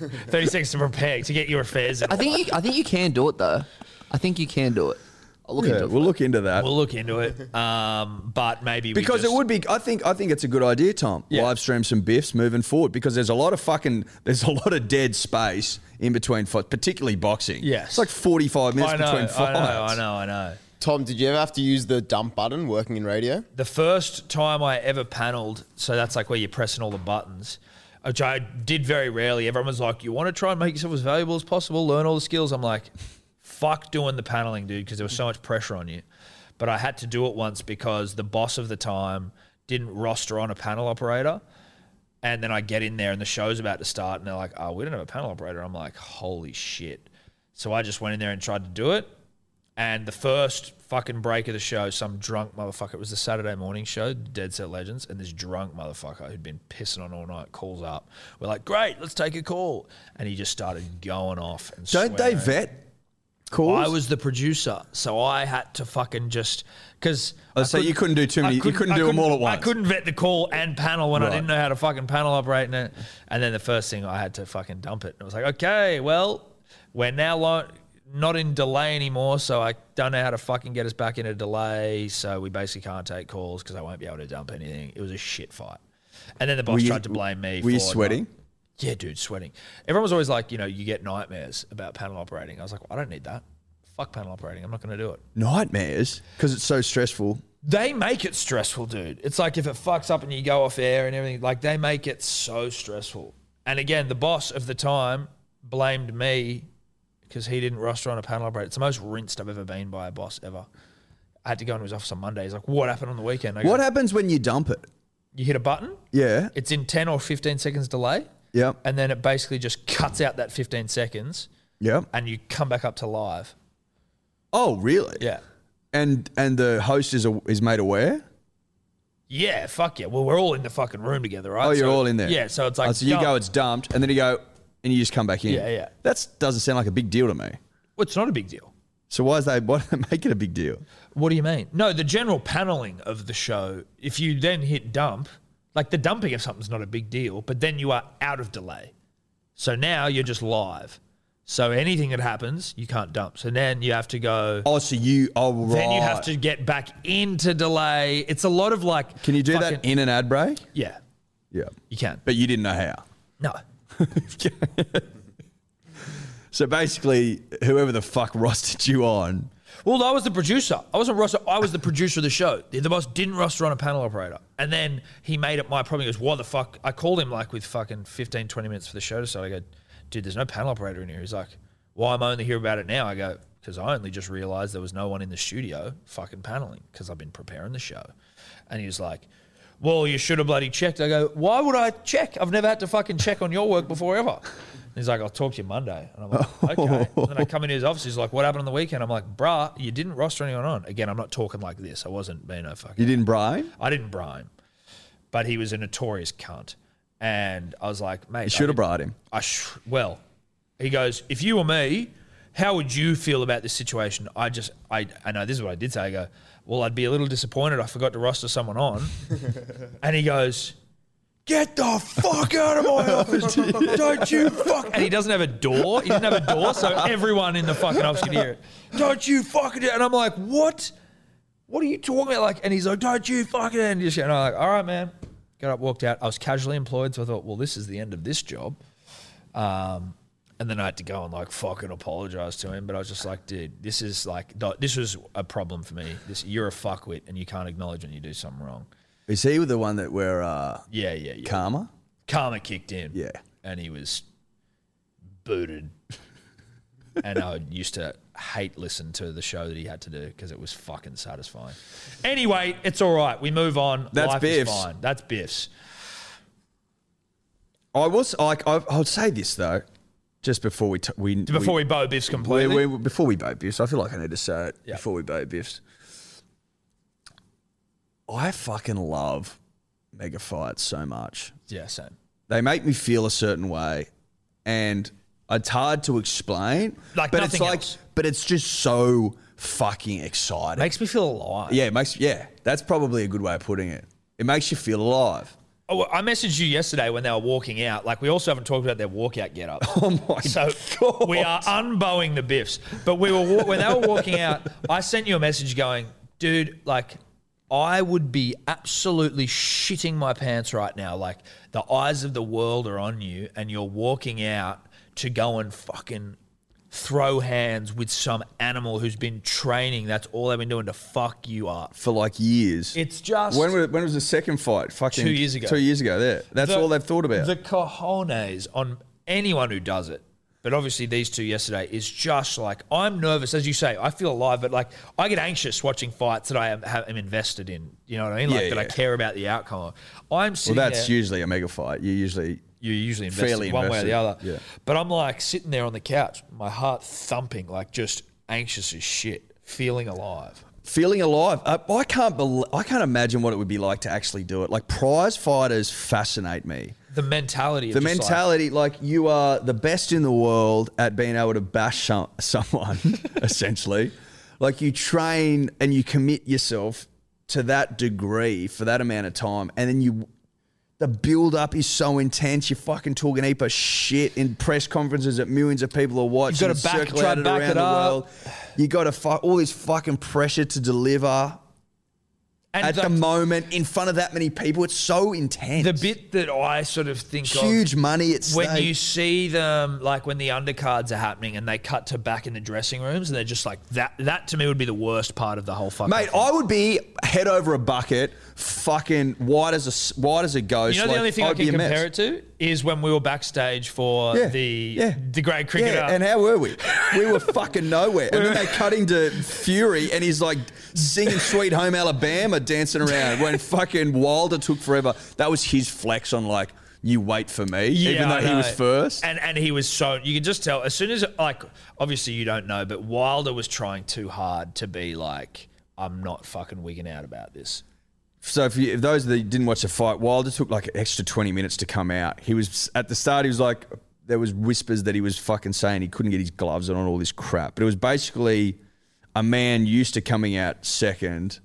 [SPEAKER 1] (laughs) thirty seconds to prepare to get your affairs. In.
[SPEAKER 6] I think you, I think you can do it though. I think you can do it. I'll look
[SPEAKER 2] Yeah,
[SPEAKER 6] into it.
[SPEAKER 2] we'll look into that
[SPEAKER 1] we'll look into it, um, but maybe
[SPEAKER 2] because
[SPEAKER 1] we just,
[SPEAKER 2] it would be. I think I think it's a good idea, Tom.
[SPEAKER 1] Yeah.
[SPEAKER 2] Live stream some biffs moving forward because there's a lot of fucking there's a lot of dead space in between fights, particularly boxing.
[SPEAKER 1] Yes.
[SPEAKER 2] it's like 45 minutes
[SPEAKER 1] I know,
[SPEAKER 2] between fights.
[SPEAKER 1] I know, I know, I know.
[SPEAKER 3] Tom, did you ever have to use the dump button working in radio?
[SPEAKER 1] the first time I ever panelled, so that's like where you're pressing all the buttons, which I did very rarely. Everyone was like, "You want to try and make yourself as valuable as possible, learn all the skills." I'm like, "Fuck doing the panelling, dude," because there was so much pressure on you. But I had to do it once because the boss of the time didn't roster on a panel operator. And then I get in there and the show's about to start and they're like, oh, we don't have a panel operator. I'm like, holy shit. So I just went in there and tried to do it. And the first fucking break of the show, some drunk motherfucker, it was the Saturday morning show, Dead Set Legends, and this drunk motherfucker who'd been pissing on all night calls up. We're like, great, let's take a call. And he just started going off. And
[SPEAKER 2] Don't they
[SPEAKER 1] swearing.
[SPEAKER 2] vet calls?
[SPEAKER 1] I was the producer, so I had to fucking just because.
[SPEAKER 2] Oh, so you couldn't do too many- you couldn't do 'em all at
[SPEAKER 1] I
[SPEAKER 2] once.
[SPEAKER 1] couldn't vet the call and panel when
[SPEAKER 2] Right.
[SPEAKER 1] I didn't know how to fucking panel operate in it. And then the first thing I had to fucking dump it. And I was like, okay, well, we're now lo- not in delay anymore, so I don't know how to fucking get us back into delay. So we basically can't take calls because I won't be able to dump anything. It was a shit fight. And then the boss
[SPEAKER 2] Were you-
[SPEAKER 1] tried to blame me.
[SPEAKER 2] Were you
[SPEAKER 1] for not-
[SPEAKER 2] sweating?
[SPEAKER 1] yeah, dude, sweating. Everyone was always like, you know, you get nightmares about panel operating. I was like, I don't need that. Fuck panel operating. I'm not going to do it.
[SPEAKER 2] Nightmares because it's so stressful.
[SPEAKER 1] They make it stressful, dude. It's like if it fucks up and you go off air and everything, like they make it so stressful. And again, the boss of the time blamed me because he didn't roster on a panel operator. It's the most rinsed I've ever been by a boss ever. I had to go into his office on Monday. He's like, what happened on the weekend? I go,
[SPEAKER 2] What happens when you dump it?
[SPEAKER 1] You hit a button,
[SPEAKER 2] Yeah,
[SPEAKER 1] it's in 10 or 15 seconds delay,
[SPEAKER 2] yeah,
[SPEAKER 1] and then it basically just cuts out that 15 seconds.
[SPEAKER 2] yeah.
[SPEAKER 1] and you come back up to live.
[SPEAKER 2] Oh, really?
[SPEAKER 1] Yeah.
[SPEAKER 2] And and the host is a, is made aware.
[SPEAKER 1] Yeah, fuck yeah. Well, we're all in the fucking room together, right?
[SPEAKER 2] Oh, you're
[SPEAKER 1] So-
[SPEAKER 2] all in there.
[SPEAKER 1] Yeah, so it's like
[SPEAKER 2] Oh, so you
[SPEAKER 1] dumb.
[SPEAKER 2] go, it's dumped, and then you go, and you just come back in.
[SPEAKER 1] Yeah, yeah.
[SPEAKER 2] That doesn't sound like a big deal to me.
[SPEAKER 1] Well, it's not a big deal.
[SPEAKER 2] So why is they (laughs) why do they make it a big deal?
[SPEAKER 1] What do you mean? No, the general paneling of the show, if you then hit dump, like the dumping of something's not a big deal, but then you are out of delay. So now you're just live. So anything that happens, you can't dump. So then you have to go.
[SPEAKER 2] Oh, so you oh right.
[SPEAKER 1] Then you have to get back into delay. It's a lot of like.
[SPEAKER 2] Can you do that
[SPEAKER 1] fucking-
[SPEAKER 2] in an ad break?
[SPEAKER 1] yeah,
[SPEAKER 2] Yeah,
[SPEAKER 1] you can.
[SPEAKER 2] but you didn't know how.
[SPEAKER 1] No.
[SPEAKER 2] So basically, whoever the fuck (laughs) rostered you on,
[SPEAKER 1] Well, I was the producer. I wasn't roster. I was the producer of the show. The, the boss didn't roster on a panel operator. And then he made it my problem. He goes, what the fuck? I called him like with fucking 15, 20 minutes for the show to start. I go, dude, there's no panel operator in here. He's like, why am I only here about it now? I go, because I only just realized there was no one in the studio fucking paneling because I've been preparing the show. And he was like, well, you should have bloody checked. I go, why would I check? I've never had to fucking check on your work before ever. And he's like, I'll talk to you Monday. And I'm like, okay. And then I come into his office. He's like, what happened on the weekend? I'm like, bruh, you didn't roster anyone on. Again, I'm not talking like this. I wasn't being a fucking.
[SPEAKER 2] you didn't bribe.
[SPEAKER 1] I didn't bribe him, but he was a notorious cunt. And I was like, mate.
[SPEAKER 2] You should have
[SPEAKER 1] I didn't-
[SPEAKER 2] bribed him.
[SPEAKER 1] I sh- well, he goes, if you were me, how would you feel about this situation? I just, I, I know this is what I did say. I go, well, I'd be a little disappointed. I forgot to roster someone on. and he goes, Get the fuck out of my office! Don't you fuck! And he doesn't have a door. He doesn't have a door, so everyone in the fucking office can hear it. Don't you fucking! do-" And I'm like, what? What are you talking about? Like, and he's like, don't you fucking! And just- and I'm like, all right, man. Got up, walked out. I was casually employed, so I thought, well, this is the end of this job. Um, and then I had to go and like fucking apologize to him. But I was just like, dude, this is like, th- this was a problem for me. This, you're a fuckwit, and you can't acknowledge when you do something wrong.
[SPEAKER 2] Is he the one that we're uh,
[SPEAKER 1] Yeah, yeah, yeah.
[SPEAKER 2] karma?
[SPEAKER 1] Karma kicked in.
[SPEAKER 2] Yeah.
[SPEAKER 1] And he was booted. and uh, I used to hate listen to the show that he had to do because it was fucking satisfying. Anyway, it's all right. We move on.
[SPEAKER 2] That's
[SPEAKER 1] Life
[SPEAKER 2] Biff's.
[SPEAKER 1] Is fine. That's Biff's.
[SPEAKER 2] I was like, I, I would say this though, just before we t- we
[SPEAKER 1] Before we, bow Biff's
[SPEAKER 2] we,
[SPEAKER 1] completely.
[SPEAKER 2] we, we- before we boat biffs. I feel like I need to say it
[SPEAKER 1] Yeah.
[SPEAKER 2] before we boat biffs. I fucking love mega fights so much.
[SPEAKER 1] yeah, same.
[SPEAKER 2] They make me feel a certain way, and it's hard to explain.
[SPEAKER 1] Like
[SPEAKER 2] but it's
[SPEAKER 1] nothing
[SPEAKER 2] like,
[SPEAKER 1] else.
[SPEAKER 2] but it's just so fucking exciting.
[SPEAKER 1] Makes me feel alive.
[SPEAKER 2] yeah, it makes yeah. That's probably a good way of putting it. It makes you feel alive.
[SPEAKER 1] Oh, well, I messaged you yesterday when they were walking out. Like, we also haven't talked about their walkout get up.
[SPEAKER 2] (laughs) Oh my
[SPEAKER 1] So we are unbowing the biffs. But we were wa- when they were walking out, I sent you a message going, dude, like I would be absolutely shitting my pants right now. Like the eyes of the world are on you and you're walking out to go and fucking throw hands with some animal who's been training. That's all they've been doing to fuck you up.
[SPEAKER 2] for like years.
[SPEAKER 1] It's just
[SPEAKER 2] when, were, when was the second fight? Fucking
[SPEAKER 1] Two years ago.
[SPEAKER 2] Two years ago. There. That's
[SPEAKER 1] the-
[SPEAKER 2] all they've thought about.
[SPEAKER 1] The cojones on anyone who does it. But obviously, these two yesterday is just like I'm nervous, as you say. I feel alive, but like I get anxious watching fights that I am, have, am invested in. You know what I mean? Like
[SPEAKER 2] Yeah,
[SPEAKER 1] that I
[SPEAKER 2] yeah.
[SPEAKER 1] care about the outcome. of. I'm
[SPEAKER 2] well,
[SPEAKER 1] sitting
[SPEAKER 2] that's
[SPEAKER 1] there,
[SPEAKER 2] usually a mega fight. You usually.
[SPEAKER 1] you're usually invested
[SPEAKER 2] fairly
[SPEAKER 1] one way or the other.
[SPEAKER 2] invested, yeah.
[SPEAKER 1] But I'm like sitting there on the couch, my heart thumping, like just anxious as shit, feeling alive.
[SPEAKER 2] Feeling alive. I, I can't. Bel I can't imagine what it would be like to actually do it. Like prize fighters fascinate me.
[SPEAKER 1] The mentality. Of
[SPEAKER 2] The
[SPEAKER 1] just, like,
[SPEAKER 2] mentality, like, you are the best in the world at being able to bash some,
[SPEAKER 1] (laughs)
[SPEAKER 2] someone, essentially. Like you train and you commit yourself to that degree for that amount of time, and then you, the build up is so intense. You're fucking talking heap of shit in press conferences that millions of people are watching.
[SPEAKER 1] gotta
[SPEAKER 2] and
[SPEAKER 1] back-
[SPEAKER 2] circulated
[SPEAKER 1] try to back
[SPEAKER 2] around
[SPEAKER 1] it
[SPEAKER 2] the
[SPEAKER 1] up.
[SPEAKER 2] world. You got to fuck all this fucking pressure to deliver
[SPEAKER 1] and
[SPEAKER 2] at the
[SPEAKER 1] like,
[SPEAKER 2] moment in front of that many people. It's so intense.
[SPEAKER 1] the bit that I sort of think of
[SPEAKER 2] huge money. It's
[SPEAKER 1] when you see them like when the undercards are happening and they cut to back in the dressing rooms and they're just like that that to me would be the worst part of the whole fucking
[SPEAKER 2] Mate,
[SPEAKER 1] thing.
[SPEAKER 2] I would be head over a bucket, fucking white as a s- white as a ghost.
[SPEAKER 1] you know the
[SPEAKER 2] like,
[SPEAKER 1] only thing
[SPEAKER 2] I'd
[SPEAKER 1] i can
[SPEAKER 2] be a mess.
[SPEAKER 1] compare it to is when we were backstage for
[SPEAKER 2] Yeah,
[SPEAKER 1] the
[SPEAKER 2] yeah.
[SPEAKER 1] the great cricketer
[SPEAKER 2] Yeah, and how were we? We
[SPEAKER 1] (laughs)
[SPEAKER 2] were fucking nowhere. And then they cut into Fury, and he's like singing "Sweet
[SPEAKER 1] (laughs)
[SPEAKER 2] Home Alabama," dancing around when fucking Wilder took forever. That was his flex on like you wait for me,
[SPEAKER 1] Yeah,
[SPEAKER 2] even though
[SPEAKER 1] I
[SPEAKER 2] he was
[SPEAKER 1] know.
[SPEAKER 2] first.
[SPEAKER 1] And and he was so you could just tell as soon as like obviously you don't know, but Wilder was trying too hard to be like, I'm not fucking wigging out about this.
[SPEAKER 2] So if, you, if those that didn't watch the fight, Wilder took like an extra twenty minutes to come out. He was at the start. He was like, there was whispers that he was fucking saying he couldn't get his gloves on and all this crap. But it was basically a man used to coming out second.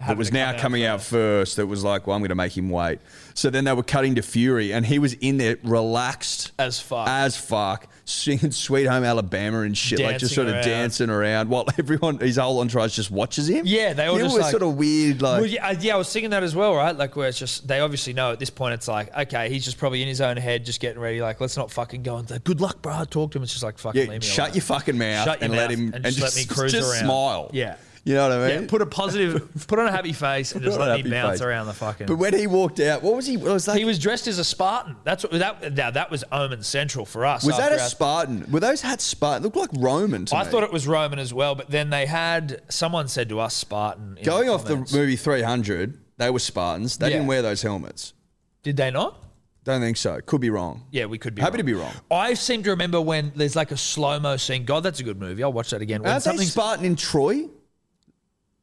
[SPEAKER 2] That was
[SPEAKER 1] to come
[SPEAKER 2] now
[SPEAKER 1] out
[SPEAKER 2] coming out first. That was like, well, I'm going to make him wait. So then they were cutting to Fury, and he was in there relaxed
[SPEAKER 1] As fuck.
[SPEAKER 2] as fuck, singing "Sweet Home Alabama" and shit, like just
[SPEAKER 1] Dancing
[SPEAKER 2] sort of
[SPEAKER 1] around.
[SPEAKER 2] dancing around while (laughs) everyone, his whole entourage, just watches him.
[SPEAKER 1] Yeah, they all
[SPEAKER 2] You know,
[SPEAKER 1] just
[SPEAKER 2] it was
[SPEAKER 1] like-
[SPEAKER 2] sort of weird, like
[SPEAKER 1] Well, yeah, I- yeah, I was thinking that as well, right? Like, where it's just they obviously know at this point it's like, okay, he's just probably in his own head, just getting ready. Like, let's not fucking go and say, good (laughs) luck, bro. Talk to him. It's just like fucking
[SPEAKER 2] Yeah,
[SPEAKER 1] leave me
[SPEAKER 2] shut
[SPEAKER 1] alone.
[SPEAKER 2] your fucking mouth
[SPEAKER 1] Shut your
[SPEAKER 2] and
[SPEAKER 1] mouth
[SPEAKER 2] let him
[SPEAKER 1] and just let me
[SPEAKER 2] (laughs)
[SPEAKER 1] cruise
[SPEAKER 2] just
[SPEAKER 1] around.
[SPEAKER 2] smile.
[SPEAKER 1] Yeah.
[SPEAKER 2] you know what I mean.
[SPEAKER 1] Yeah, put
[SPEAKER 2] (laughs)
[SPEAKER 1] a positive, put on a happy face, and just
[SPEAKER 2] Put on a
[SPEAKER 1] let
[SPEAKER 2] happy
[SPEAKER 1] me bounce
[SPEAKER 2] face.
[SPEAKER 1] around the fucking.
[SPEAKER 2] but when he walked out, what was he? What was that?
[SPEAKER 1] he was dressed as a Spartan. That's what that. Now that was Omen Central for us.
[SPEAKER 2] was that
[SPEAKER 1] after
[SPEAKER 2] a
[SPEAKER 1] our-
[SPEAKER 2] Spartan? Were those hats Spartan? Looked like Roman to
[SPEAKER 1] I
[SPEAKER 2] me.
[SPEAKER 1] thought it was Roman as well, but then they had someone said to us Spartan. in
[SPEAKER 2] Going off
[SPEAKER 1] comments.
[SPEAKER 2] the movie 300, they were Spartans. They
[SPEAKER 1] Yeah.
[SPEAKER 2] didn't wear those helmets.
[SPEAKER 1] did they not?
[SPEAKER 2] Don't think so. Could be wrong.
[SPEAKER 1] Yeah, we could be
[SPEAKER 2] Happy
[SPEAKER 1] wrong.
[SPEAKER 2] to be wrong.
[SPEAKER 1] I seem to remember when there's like a slow mo scene. God, that's a good movie. I'll watch that again. When
[SPEAKER 2] Aren't they
[SPEAKER 1] something
[SPEAKER 2] Spartan in Troy?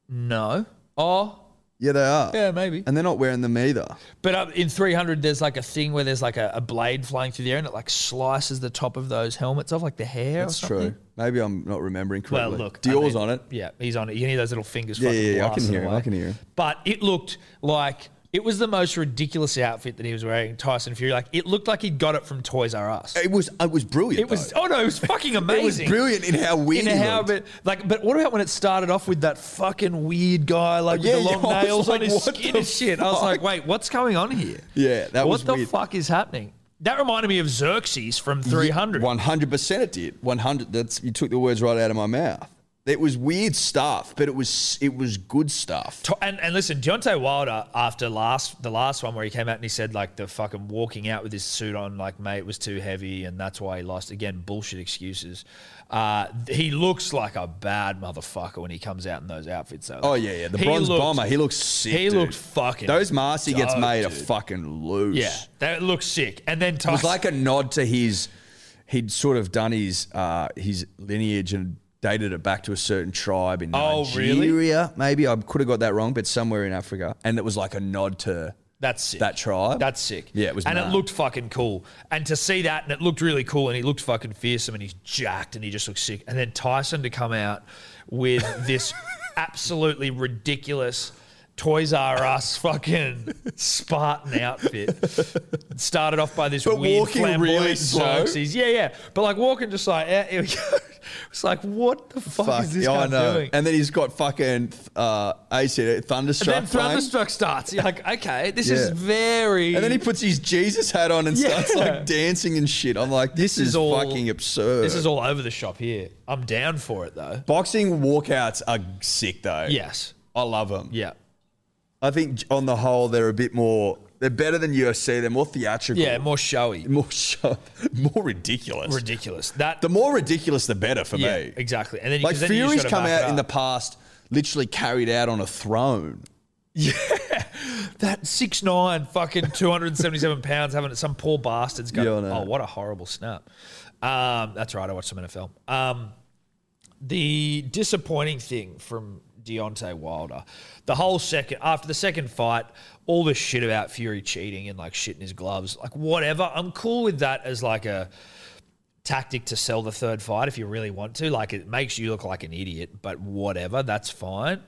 [SPEAKER 1] no, oh
[SPEAKER 2] Yeah, they are.
[SPEAKER 1] yeah, maybe.
[SPEAKER 2] And they're not wearing them either.
[SPEAKER 1] But uh, in 300, there's like a thing where there's like a, a blade flying through the air and it like slices the top of those helmets off, like the hair.
[SPEAKER 2] That's
[SPEAKER 1] or something.
[SPEAKER 2] true. Maybe I'm not remembering
[SPEAKER 1] Well,
[SPEAKER 2] correctly.
[SPEAKER 1] look, I
[SPEAKER 2] Dior's
[SPEAKER 1] mean,
[SPEAKER 2] on it.
[SPEAKER 1] Yeah, he's on it. You need those little fingers.
[SPEAKER 2] Yeah,
[SPEAKER 1] fucking
[SPEAKER 2] yeah, yeah, I can
[SPEAKER 1] blasting
[SPEAKER 2] hear him, I
[SPEAKER 1] away.
[SPEAKER 2] can hear him.
[SPEAKER 1] But it looked like it was the most ridiculous outfit that he was wearing. Tyson Fury, like it looked like he'd got it from Toys R Us.
[SPEAKER 2] It was it was brilliant.
[SPEAKER 1] It was
[SPEAKER 2] though.
[SPEAKER 1] oh no, it was
[SPEAKER 2] (laughs)
[SPEAKER 1] fucking
[SPEAKER 2] it was
[SPEAKER 1] amazing.
[SPEAKER 2] brilliant in how weird. he
[SPEAKER 1] in how
[SPEAKER 2] looked.
[SPEAKER 1] but like but what about when it started off with that fucking weird guy like
[SPEAKER 2] Yeah,
[SPEAKER 1] with the
[SPEAKER 2] yeah,
[SPEAKER 1] long
[SPEAKER 2] I was
[SPEAKER 1] nails
[SPEAKER 2] like,
[SPEAKER 1] on his
[SPEAKER 2] what
[SPEAKER 1] skin
[SPEAKER 2] the
[SPEAKER 1] and shit i was like
[SPEAKER 2] fuck?
[SPEAKER 1] wait what's going on here
[SPEAKER 2] Yeah, that
[SPEAKER 1] what
[SPEAKER 2] was
[SPEAKER 1] the
[SPEAKER 2] weird.
[SPEAKER 1] fuck is happening that reminded me of xerxes from 300
[SPEAKER 2] One hundred percent, it did. One hundred. That's you took the words right out of my mouth. It was weird stuff, but it was it was good stuff.
[SPEAKER 1] To- and, and listen, Deontay Wilder after last the last one where he came out and he said like the fucking walking out with his suit on, like mate it was too heavy and that's why he lost. Again, bullshit excuses. Uh, he looks like a bad motherfucker when he comes out in those outfits. Though.
[SPEAKER 2] Oh yeah, yeah. The
[SPEAKER 1] He
[SPEAKER 2] bronze
[SPEAKER 1] looked-
[SPEAKER 2] bomber. He looks sick.
[SPEAKER 1] He
[SPEAKER 2] dude.
[SPEAKER 1] looked fucking.
[SPEAKER 2] Those masks he gets
[SPEAKER 1] dope,
[SPEAKER 2] made are
[SPEAKER 1] dude.
[SPEAKER 2] fucking loose.
[SPEAKER 1] Yeah, that looks sick. And then
[SPEAKER 2] It
[SPEAKER 1] Tyson,
[SPEAKER 2] was like a nod to his. He'd sort of done his uh, his lineage and dated it back to a certain tribe in
[SPEAKER 1] Oh, really?
[SPEAKER 2] Nigeria. Maybe I could have got that wrong, but somewhere in Africa, and it was like a nod to
[SPEAKER 1] that's sick.
[SPEAKER 2] that tribe.
[SPEAKER 1] That's sick.
[SPEAKER 2] Yeah, it was
[SPEAKER 1] And it
[SPEAKER 2] mad.
[SPEAKER 1] looked fucking cool. And to see that, and it looked really cool, and he looked fucking fearsome, and he's jacked, and he just looks sick. And then Tyson to come out
[SPEAKER 2] (laughs)
[SPEAKER 1] with this absolutely ridiculous Toys R Us fucking Spartan outfit. Started off by this
[SPEAKER 2] But
[SPEAKER 1] weird
[SPEAKER 2] walking really
[SPEAKER 1] flamboyant
[SPEAKER 2] slow.
[SPEAKER 1] Xerxes. Yeah, yeah. But like walking just like, eh, here we go. (laughs) It's like, what the fuck,
[SPEAKER 2] Fuck,
[SPEAKER 1] is this
[SPEAKER 2] yeah, I
[SPEAKER 1] guy
[SPEAKER 2] know.
[SPEAKER 1] doing?
[SPEAKER 2] And then he's got fucking uh, AC
[SPEAKER 1] And
[SPEAKER 2] Thunderstruck.
[SPEAKER 1] then
[SPEAKER 2] Thunderstruck.
[SPEAKER 1] Thunderstruck starts. You're like, okay, this
[SPEAKER 2] Yeah.
[SPEAKER 1] is very.
[SPEAKER 2] And then he puts his Jesus hat on and
[SPEAKER 1] Yeah.
[SPEAKER 2] starts like dancing and shit. I'm like, this,
[SPEAKER 1] is
[SPEAKER 2] is,
[SPEAKER 1] all-
[SPEAKER 2] fucking absurd.
[SPEAKER 1] This is all over the shop here. I'm down for it though.
[SPEAKER 2] boxing walkouts are sick though.
[SPEAKER 1] Yes.
[SPEAKER 2] I love them.
[SPEAKER 1] Yeah.
[SPEAKER 2] I think on the whole they're a bit more. They're better than UFC. They're more theatrical.
[SPEAKER 1] Yeah. More
[SPEAKER 2] (laughs)
[SPEAKER 1] showy.
[SPEAKER 2] more show, more ridiculous.
[SPEAKER 1] Ridiculous. That.
[SPEAKER 2] the more ridiculous, the better for
[SPEAKER 1] yeah.
[SPEAKER 2] me.
[SPEAKER 1] Exactly. And then
[SPEAKER 2] Like
[SPEAKER 1] 'cause then you just
[SPEAKER 2] Fury's
[SPEAKER 1] gotta
[SPEAKER 2] come
[SPEAKER 1] back it
[SPEAKER 2] out in the
[SPEAKER 1] up.
[SPEAKER 2] past, literally carried out on a throne.
[SPEAKER 1] that six nine
[SPEAKER 2] (laughs)
[SPEAKER 1] fucking two hundred and seventy seven pounds having it. Some poor bastards going.
[SPEAKER 2] Yeah, I know.
[SPEAKER 1] oh, what a horrible snap. Um, that's right. I watched some NFL. Um, the disappointing thing from Deontay Wilder, the whole second after the second fight, all this shit about Fury cheating and like shit in his gloves, like whatever. I'm cool with that as like a tactic to sell the third fight if you really want to. Like it makes you look like an idiot, but whatever, that's fine.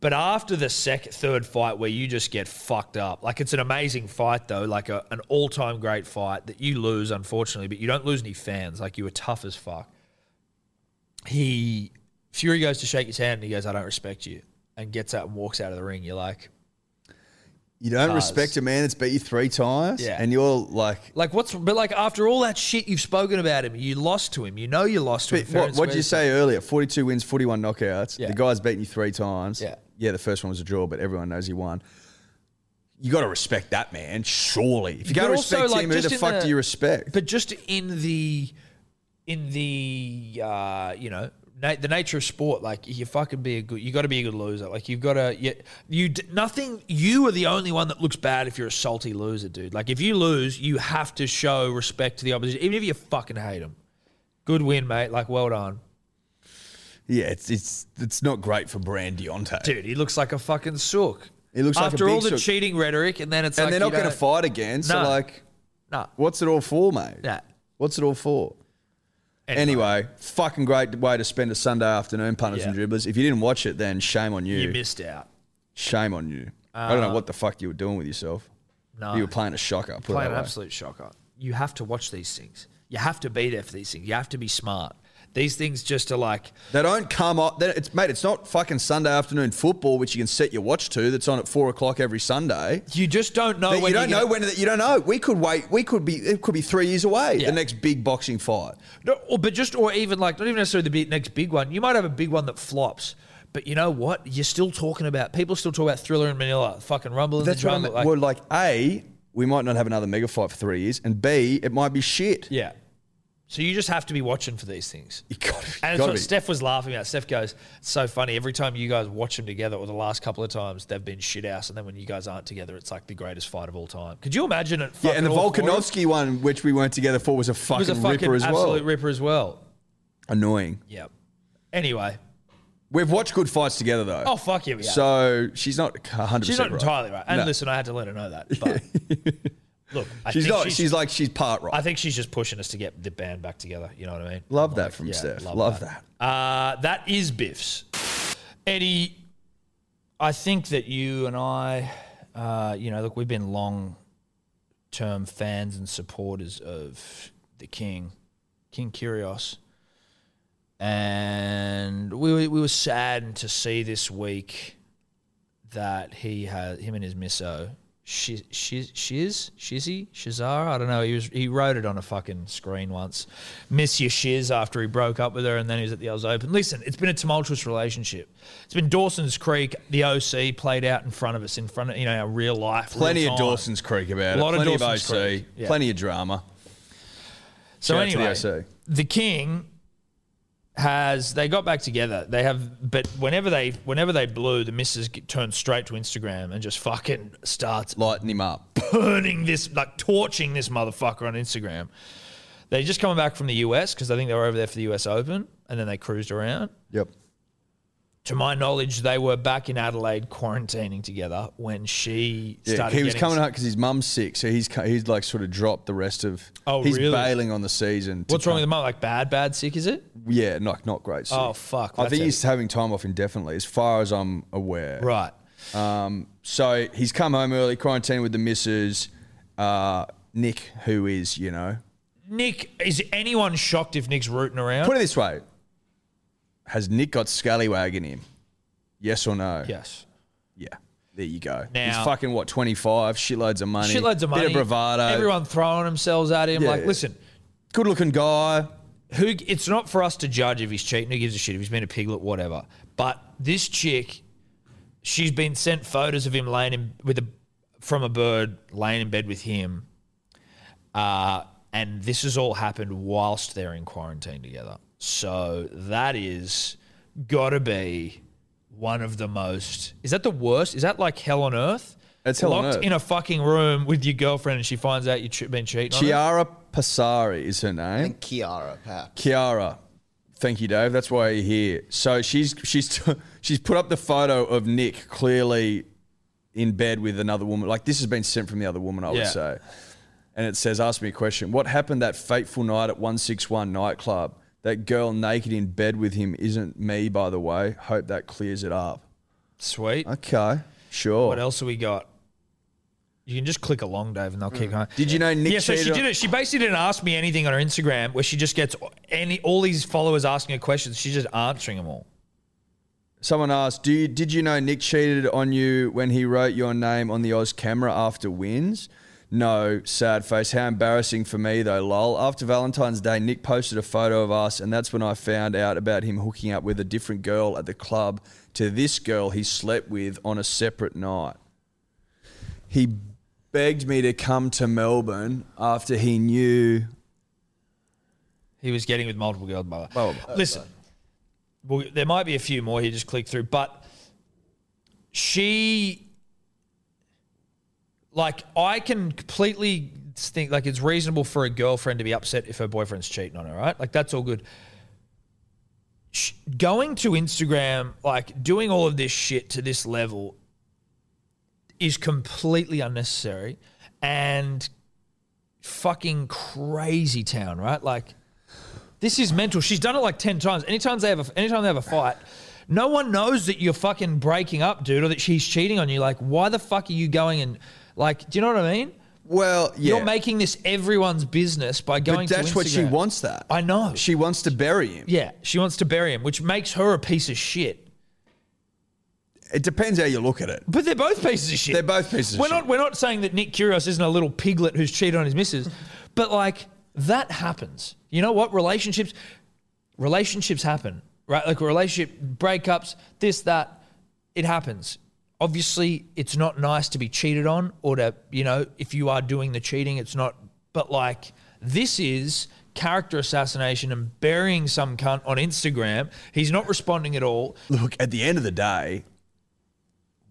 [SPEAKER 1] But after the second, third fight where you just get fucked up, like it's an amazing fight though, like a, an all time great fight that you lose unfortunately, but you don't lose any fans. Like you were tough as fuck. He Fury goes to shake his hand and he goes, "I don't respect you," and gets up and walks out of the ring. You're like,
[SPEAKER 2] You don't
[SPEAKER 1] Cars.
[SPEAKER 2] respect a man that's beat you three times,
[SPEAKER 1] Yeah.
[SPEAKER 2] and you're like,
[SPEAKER 1] like what's? But like after all that shit you've spoken about him, you lost to him. You know you lost to him.
[SPEAKER 2] but
[SPEAKER 1] fair
[SPEAKER 2] what
[SPEAKER 1] and
[SPEAKER 2] what did
[SPEAKER 1] square.
[SPEAKER 2] you say earlier? Forty-two wins, forty-one knockouts.
[SPEAKER 1] Yeah.
[SPEAKER 2] The guy's beaten you three times.
[SPEAKER 1] Yeah.
[SPEAKER 2] yeah. The first one was a draw, but everyone knows he won. You got to respect that man, surely. If you
[SPEAKER 1] But
[SPEAKER 2] don't
[SPEAKER 1] also,
[SPEAKER 2] respect
[SPEAKER 1] like,
[SPEAKER 2] him, who
[SPEAKER 1] just
[SPEAKER 2] the
[SPEAKER 1] in
[SPEAKER 2] fuck
[SPEAKER 1] the-
[SPEAKER 2] do you respect?
[SPEAKER 1] But just in the in the uh, you know na- the nature of sport, like you fucking be a good, you got to be a good loser. Like you've got to, you, you d- nothing. You are the only one that looks bad if you're a salty loser, dude. Like if you lose, you have to show respect to the opposition, even if you fucking hate them. Good win, mate. Like well done,
[SPEAKER 2] Yeah, it's it's it's not great for Brand Deontay.
[SPEAKER 1] dude. He looks like a fucking sook.
[SPEAKER 2] He looks like a
[SPEAKER 1] after
[SPEAKER 2] big
[SPEAKER 1] all the
[SPEAKER 2] sook.
[SPEAKER 1] cheating rhetoric, and then it's
[SPEAKER 2] and
[SPEAKER 1] like
[SPEAKER 2] they're
[SPEAKER 1] you
[SPEAKER 2] not going to
[SPEAKER 1] don't-
[SPEAKER 2] fight again. So
[SPEAKER 1] No.
[SPEAKER 2] like,
[SPEAKER 1] Nah.
[SPEAKER 2] what's it all for, mate?
[SPEAKER 1] Nah.
[SPEAKER 2] What's it all for?
[SPEAKER 1] Anyway.
[SPEAKER 2] Anyway, fucking great way to spend a Sunday afternoon, punters and
[SPEAKER 1] Yeah.
[SPEAKER 2] dribblers. If you didn't watch it, then shame on you.
[SPEAKER 1] You missed out.
[SPEAKER 2] shame on you. I don't know what the fuck you were doing with yourself.
[SPEAKER 1] No.
[SPEAKER 2] You were playing a shocker. Put
[SPEAKER 1] Playing
[SPEAKER 2] it
[SPEAKER 1] an
[SPEAKER 2] that way.
[SPEAKER 1] absolute shocker. You have to watch these things. You have to be there for these things. You have to be smart. These things just are like
[SPEAKER 2] They don't come up. They, it's mate. It's not fucking Sunday afternoon football, which you can set your watch to. That's on at four o'clock every Sunday.
[SPEAKER 1] you just don't know
[SPEAKER 2] That
[SPEAKER 1] when
[SPEAKER 2] you don't
[SPEAKER 1] you're
[SPEAKER 2] know
[SPEAKER 1] gonna-
[SPEAKER 2] when. You don't know. We could wait. We could be. It could be three years away.
[SPEAKER 1] Yeah.
[SPEAKER 2] The next big boxing fight.
[SPEAKER 1] No, or, but just or even like not even necessarily the big, next big one. You might have a big one that flops, but you know what? You're still talking about people still talk about Thriller and Manila, fucking Rumble in the
[SPEAKER 2] That's what I'm.
[SPEAKER 1] Jungle. Like,
[SPEAKER 2] well, like a, we might not have another mega fight for three years, and b, it might be shit.
[SPEAKER 1] yeah. So you just have to be watching for these things.
[SPEAKER 2] You got to.
[SPEAKER 1] And it's what Steph was laughing about. Steph goes, it's so funny. Every time you guys watch them together, or the last couple of times, they've been shit house. And then when you guys aren't together, it's like the greatest fight of all time. Could you imagine it?
[SPEAKER 2] Yeah, and the
[SPEAKER 1] fucking all four of us?
[SPEAKER 2] Volkanovski one, which we weren't together for, was a
[SPEAKER 1] It
[SPEAKER 2] fucking,
[SPEAKER 1] was a fucking
[SPEAKER 2] ripper as well.
[SPEAKER 1] absolute ripper as well.
[SPEAKER 2] Annoying.
[SPEAKER 1] Yep. Anyway.
[SPEAKER 2] We've watched good fights together though.
[SPEAKER 1] Oh, fuck yeah, we have.
[SPEAKER 2] So she's not 100.
[SPEAKER 1] She's not
[SPEAKER 2] right.
[SPEAKER 1] entirely right. And
[SPEAKER 2] No.
[SPEAKER 1] listen, I had to let her know that.
[SPEAKER 2] (laughs)
[SPEAKER 1] But look, I
[SPEAKER 2] She's
[SPEAKER 1] think
[SPEAKER 2] not. She's, like she's part right.
[SPEAKER 1] I think she's just pushing us to get the band back together. You know what I mean?
[SPEAKER 2] Love
[SPEAKER 1] I'm
[SPEAKER 2] that
[SPEAKER 1] like,
[SPEAKER 2] from
[SPEAKER 1] yeah,
[SPEAKER 2] Steph. Love
[SPEAKER 1] Uh, that is Biff's. Eddie, I think that you and I, uh, you know, look, we've been long term fans and supporters of the King, King Curios. And we were, we were saddened to see this week that he has him and his misso shiz shiz shiz shizzy shizar I don't know he was he wrote it on a fucking screen once miss your shiz after he broke up with her and then he was at the Oz Open listen it's been a tumultuous relationship it's been Dawson's Creek the OC played out in front of us in front of you know our real life real
[SPEAKER 2] Plenty of
[SPEAKER 1] time.
[SPEAKER 2] Dawson's Creek about
[SPEAKER 1] A lot
[SPEAKER 2] it.
[SPEAKER 1] of
[SPEAKER 2] Plenty of,
[SPEAKER 1] Dawson's
[SPEAKER 2] OC.
[SPEAKER 1] Creek. Yeah.
[SPEAKER 2] Plenty of drama.
[SPEAKER 1] So
[SPEAKER 2] Shout out to the
[SPEAKER 1] anyway,
[SPEAKER 2] OC.
[SPEAKER 1] the, king has they got back together. They have, but whenever they whenever they blew, the missus g- turned straight to Instagram and just fucking starts
[SPEAKER 2] Lighten him up.
[SPEAKER 1] burning this, like torching this motherfucker on Instagram. They just coming back from the US because I think they were over there for the US Open, and then they cruised around.
[SPEAKER 2] Yep.
[SPEAKER 1] To my knowledge, they were back in Adelaide quarantining together when she
[SPEAKER 2] Yeah,
[SPEAKER 1] started.
[SPEAKER 2] he was
[SPEAKER 1] getting-
[SPEAKER 2] coming up because his mum's sick, so he's co- he's like sort of dropped the rest of.
[SPEAKER 1] Oh,
[SPEAKER 2] he's
[SPEAKER 1] really?
[SPEAKER 2] bailing on the season. to
[SPEAKER 1] What's wrong
[SPEAKER 2] come-
[SPEAKER 1] with the mum? Like bad, bad sick? Is it?
[SPEAKER 2] Yeah, not not great. sick.
[SPEAKER 1] Oh, fuck,
[SPEAKER 2] I
[SPEAKER 1] that's
[SPEAKER 2] think
[SPEAKER 1] it.
[SPEAKER 2] he's having time off indefinitely, as far as I'm aware. Um,
[SPEAKER 1] Right.
[SPEAKER 2] So he's come home early, quarantined with the missus. Uh, Nick, who is you know,
[SPEAKER 1] Nick, is anyone shocked if Nick's rooting around?
[SPEAKER 2] put it this way, has Nick got scallywag in him? Yes or no?
[SPEAKER 1] Yes.
[SPEAKER 2] Yeah. There you go.
[SPEAKER 1] Now-
[SPEAKER 2] he's fucking what twenty five, shitloads of money,
[SPEAKER 1] Shitloads of money.
[SPEAKER 2] bit of bravado,
[SPEAKER 1] Everyone throwing themselves at him.
[SPEAKER 2] Yeah,
[SPEAKER 1] like,
[SPEAKER 2] yeah.
[SPEAKER 1] listen,
[SPEAKER 2] good looking guy.
[SPEAKER 1] who? It's not for us to judge if he's cheating. Who gives a shit if he's been a piglet, whatever. But this chick, she's been sent photos of him laying in with a from a bird laying in bed with him. Uh, and this has all happened whilst they're in quarantine together. So that is gotta be one of the most. Is that the worst? Is that like hell on earth?
[SPEAKER 2] It's hell on
[SPEAKER 1] Locked
[SPEAKER 2] earth.
[SPEAKER 1] in a fucking room with your girlfriend, and she finds out you've ch- been cheating. on her?
[SPEAKER 2] Chiara Passari is her name.
[SPEAKER 3] Kiara, perhaps.
[SPEAKER 2] Chiara. Thank you, Dave. That's why you're here. So she's she's (laughs) she's put up the photo of Nick clearly in bed with another woman. Like this has been sent from the other woman, I would
[SPEAKER 1] Yeah.
[SPEAKER 2] say. And it says, "Ask me a question. What happened that fateful night at 161 nightclub? That girl naked in bed with him isn't me, by the way. Hope that clears it up."
[SPEAKER 1] Sweet.
[SPEAKER 2] Okay, sure.
[SPEAKER 1] What else have we got? You can just click along, Dave, and they'll keep going.
[SPEAKER 2] Mm. Did you know Nick
[SPEAKER 1] yeah, so she
[SPEAKER 2] cheated on-
[SPEAKER 1] did it. She basically didn't ask me anything on her Instagram, where she just gets any all these followers asking her questions. She's just answering them all.
[SPEAKER 2] Someone asked, "Do you, did you know Nick cheated on you when he wrote your name on the Oz camera after wins?" No, sad face. How embarrassing for me though, lol. After Valentine's Day, Nick posted a photo of us, and that's when I found out about him hooking up with a different girl at the club to this girl he slept with on a separate night. He begged me to come to Melbourne after he knew
[SPEAKER 1] He was getting with multiple girls, by the way. Listen, well, there might be a few more here. Just click through, but she, like, I can completely think like it's reasonable for a girlfriend to be upset if her boyfriend's cheating on her, right? Like that's all good. Sh- Going to Instagram, like doing all of this shit to this level, is completely unnecessary and fucking crazy town, right? Like this is mental. She's done it like ten times. Anytime they have a, anytime they have a fight, no one knows that you're fucking breaking up, dude, or that she's cheating on you. Like, why the fuck are you going and like? Do you know what I mean?
[SPEAKER 2] Well, yeah.
[SPEAKER 1] You're making this everyone's business by going.
[SPEAKER 2] but that's
[SPEAKER 1] to
[SPEAKER 2] what she
[SPEAKER 1] Instagram.
[SPEAKER 2] wants. That
[SPEAKER 1] I know.
[SPEAKER 2] she wants to bury him.
[SPEAKER 1] yeah, she wants to bury him, which makes her a piece of shit.
[SPEAKER 2] It depends how you look at it.
[SPEAKER 1] But they're both pieces of shit.
[SPEAKER 2] They're both pieces of
[SPEAKER 1] we're
[SPEAKER 2] shit.
[SPEAKER 1] Not, we're not saying that Nick Kyrgios isn't a little piglet who's cheated on his missus, but like that happens. You know what? Relationships, relationships happen, right? Like relationship breakups, this, that, it happens. Obviously, it's not nice to be cheated on or to, you know, if you are doing the cheating, it's not, but like this is character assassination and burying some cunt on Instagram. He's not responding at all.
[SPEAKER 2] Look, at the end of the day,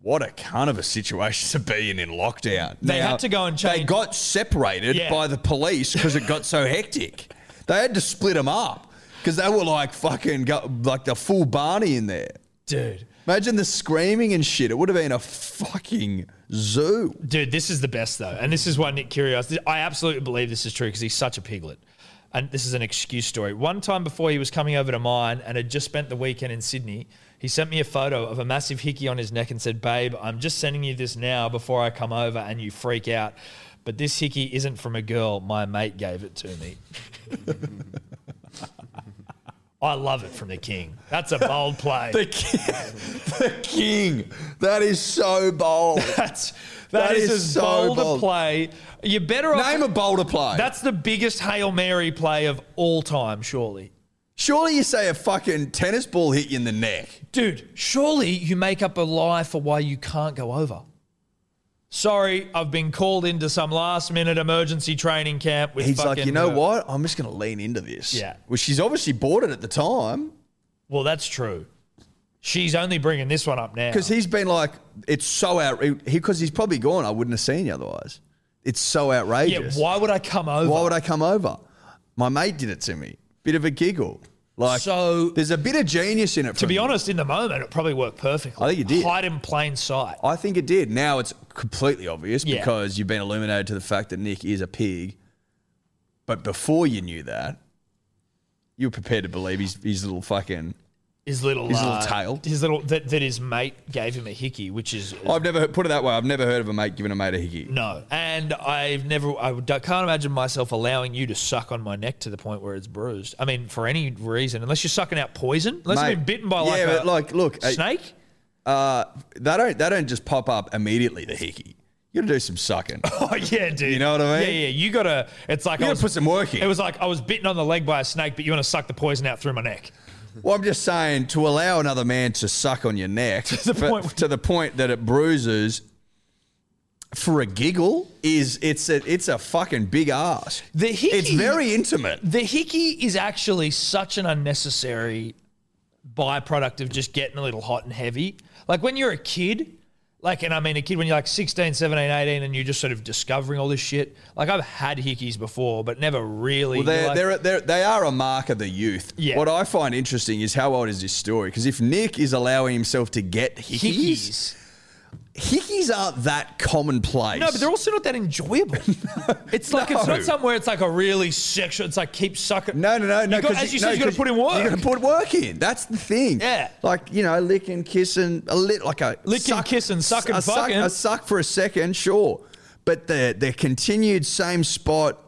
[SPEAKER 2] what a kind of a situation to be in in lockdown.
[SPEAKER 1] They had to go and
[SPEAKER 2] They
[SPEAKER 1] change-
[SPEAKER 2] got separated
[SPEAKER 1] Yeah.
[SPEAKER 2] by the police because it got
[SPEAKER 1] (laughs)
[SPEAKER 2] so hectic. They had to split them up because they were like fucking go like the full Barney in there.
[SPEAKER 1] Dude.
[SPEAKER 2] Imagine the screaming and shit. It would have been a fucking zoo.
[SPEAKER 1] Dude, this is the best though, and this is why Nick Kyrgios. I absolutely believe this is true because he's such a piglet. And this is an excuse story. One time before he was coming over to mine and had just spent the weekend in Sydney, he sent me a photo of a massive hickey on his neck and said, "Babe, I'm just sending you this now before I come over and you freak out." But this hickey isn't from a girl. My mate gave it to me. (laughs) I love it from the king. That's a bold play.
[SPEAKER 2] The king, (laughs) the king. That is so bold.
[SPEAKER 1] (laughs) That's
[SPEAKER 2] That
[SPEAKER 1] that is,
[SPEAKER 2] is
[SPEAKER 1] as
[SPEAKER 2] so
[SPEAKER 1] bold,
[SPEAKER 2] bold.
[SPEAKER 1] a play. You're better off.
[SPEAKER 2] Name a bolder play.
[SPEAKER 1] That's the biggest Hail Mary play of all time, surely.
[SPEAKER 2] Surely you say a fucking tennis ball hit you in the neck.
[SPEAKER 1] Dude, surely you make up a lie for why you can't go over. Sorry, I've been called into some last minute emergency training camp with
[SPEAKER 2] He's like,
[SPEAKER 1] fucking
[SPEAKER 2] you know
[SPEAKER 1] her."
[SPEAKER 2] what? I'm just going to lean into this.
[SPEAKER 1] Yeah.
[SPEAKER 2] Well, she's obviously bought it at the time
[SPEAKER 1] Well, that's true. She's only bringing this one up now.
[SPEAKER 2] because he's been like, it's so out. Because he's probably gone. I wouldn't have seen you otherwise. It's so
[SPEAKER 1] yeah,
[SPEAKER 2] outrageous.
[SPEAKER 1] why would I come over?
[SPEAKER 2] Why would I come over? My mate did it to me. Bit of a giggle. Like,
[SPEAKER 1] So-
[SPEAKER 2] there's a bit of genius in it.
[SPEAKER 1] to be honest, in the moment, it probably worked perfectly.
[SPEAKER 2] I think it did.
[SPEAKER 1] Hide in plain sight.
[SPEAKER 2] I think it did. Now it's completely obvious
[SPEAKER 1] Yeah.
[SPEAKER 2] because you've been illuminated to the fact that Nick is a pig. But before you knew that, you were prepared to believe he's his little fucking.
[SPEAKER 1] His little,
[SPEAKER 2] His little
[SPEAKER 1] uh,
[SPEAKER 2] tail.
[SPEAKER 1] His little that, that his mate gave him a hickey, which is
[SPEAKER 2] I've never heard, put it that way. I've never heard of a mate giving a mate a hickey.
[SPEAKER 1] No, and I've never. I would- can't imagine myself allowing you to suck on my neck to the point where it's bruised. I mean, for any reason, unless you're sucking out poison, unless
[SPEAKER 2] Mate,
[SPEAKER 1] you've been bitten by like
[SPEAKER 2] yeah,
[SPEAKER 1] a
[SPEAKER 2] but like, look, uh,
[SPEAKER 1] snake.
[SPEAKER 2] Uh, they don't they don't just pop up immediately. The hickey, you got to do some sucking.
[SPEAKER 1] (laughs) Oh (laughs) yeah, dude.
[SPEAKER 2] You know what I mean?
[SPEAKER 1] Yeah, yeah. You gotta. It's like
[SPEAKER 2] You
[SPEAKER 1] I
[SPEAKER 2] gotta
[SPEAKER 1] was,
[SPEAKER 2] put some work in.
[SPEAKER 1] It was like I was bitten on the leg by a snake, but you want to suck the poison out through my neck.
[SPEAKER 2] well, I'm just saying to allow another man to suck on your
[SPEAKER 1] (laughs)
[SPEAKER 2] neck to
[SPEAKER 1] the point-
[SPEAKER 2] to the point that it bruises for a giggle is it's a it's a fucking big ass.
[SPEAKER 1] The hickey.
[SPEAKER 2] It's very intimate.
[SPEAKER 1] The hickey is actually such an unnecessary byproduct of just getting a little hot and heavy. Like when you're a kid, like, and I mean a kid when you're like 16, 17, 18, and you're just sort of discovering all this shit. Like I've had hickeys before, but never really.
[SPEAKER 2] Well, they're,
[SPEAKER 1] like-
[SPEAKER 2] they're, they're, they are a mark of the youth.
[SPEAKER 1] Yeah.
[SPEAKER 2] What I find interesting is how old is this story? Because if Nick is allowing himself to get hickeys,
[SPEAKER 1] hickeys.
[SPEAKER 2] hickeys aren't that commonplace.
[SPEAKER 1] No, but they're also not
[SPEAKER 2] (laughs)
[SPEAKER 1] that enjoyable. it's like it's
[SPEAKER 2] No.
[SPEAKER 1] not somewhere it's like a really sexual. It's like keep sucking.
[SPEAKER 2] No, no, no, no.
[SPEAKER 1] You got,
[SPEAKER 2] 'cause
[SPEAKER 1] as you
[SPEAKER 2] no,
[SPEAKER 1] said, you got
[SPEAKER 2] 'cause
[SPEAKER 1] to put in
[SPEAKER 2] You got
[SPEAKER 1] work.
[SPEAKER 2] to put work in. That's the thing.
[SPEAKER 1] Yeah.
[SPEAKER 2] Like you know, licking, kissing, a lit like a
[SPEAKER 1] Licking, kissing, sucking,
[SPEAKER 2] a suck,
[SPEAKER 1] fucking.
[SPEAKER 2] a suck for a second, sure. But the the continued same spot,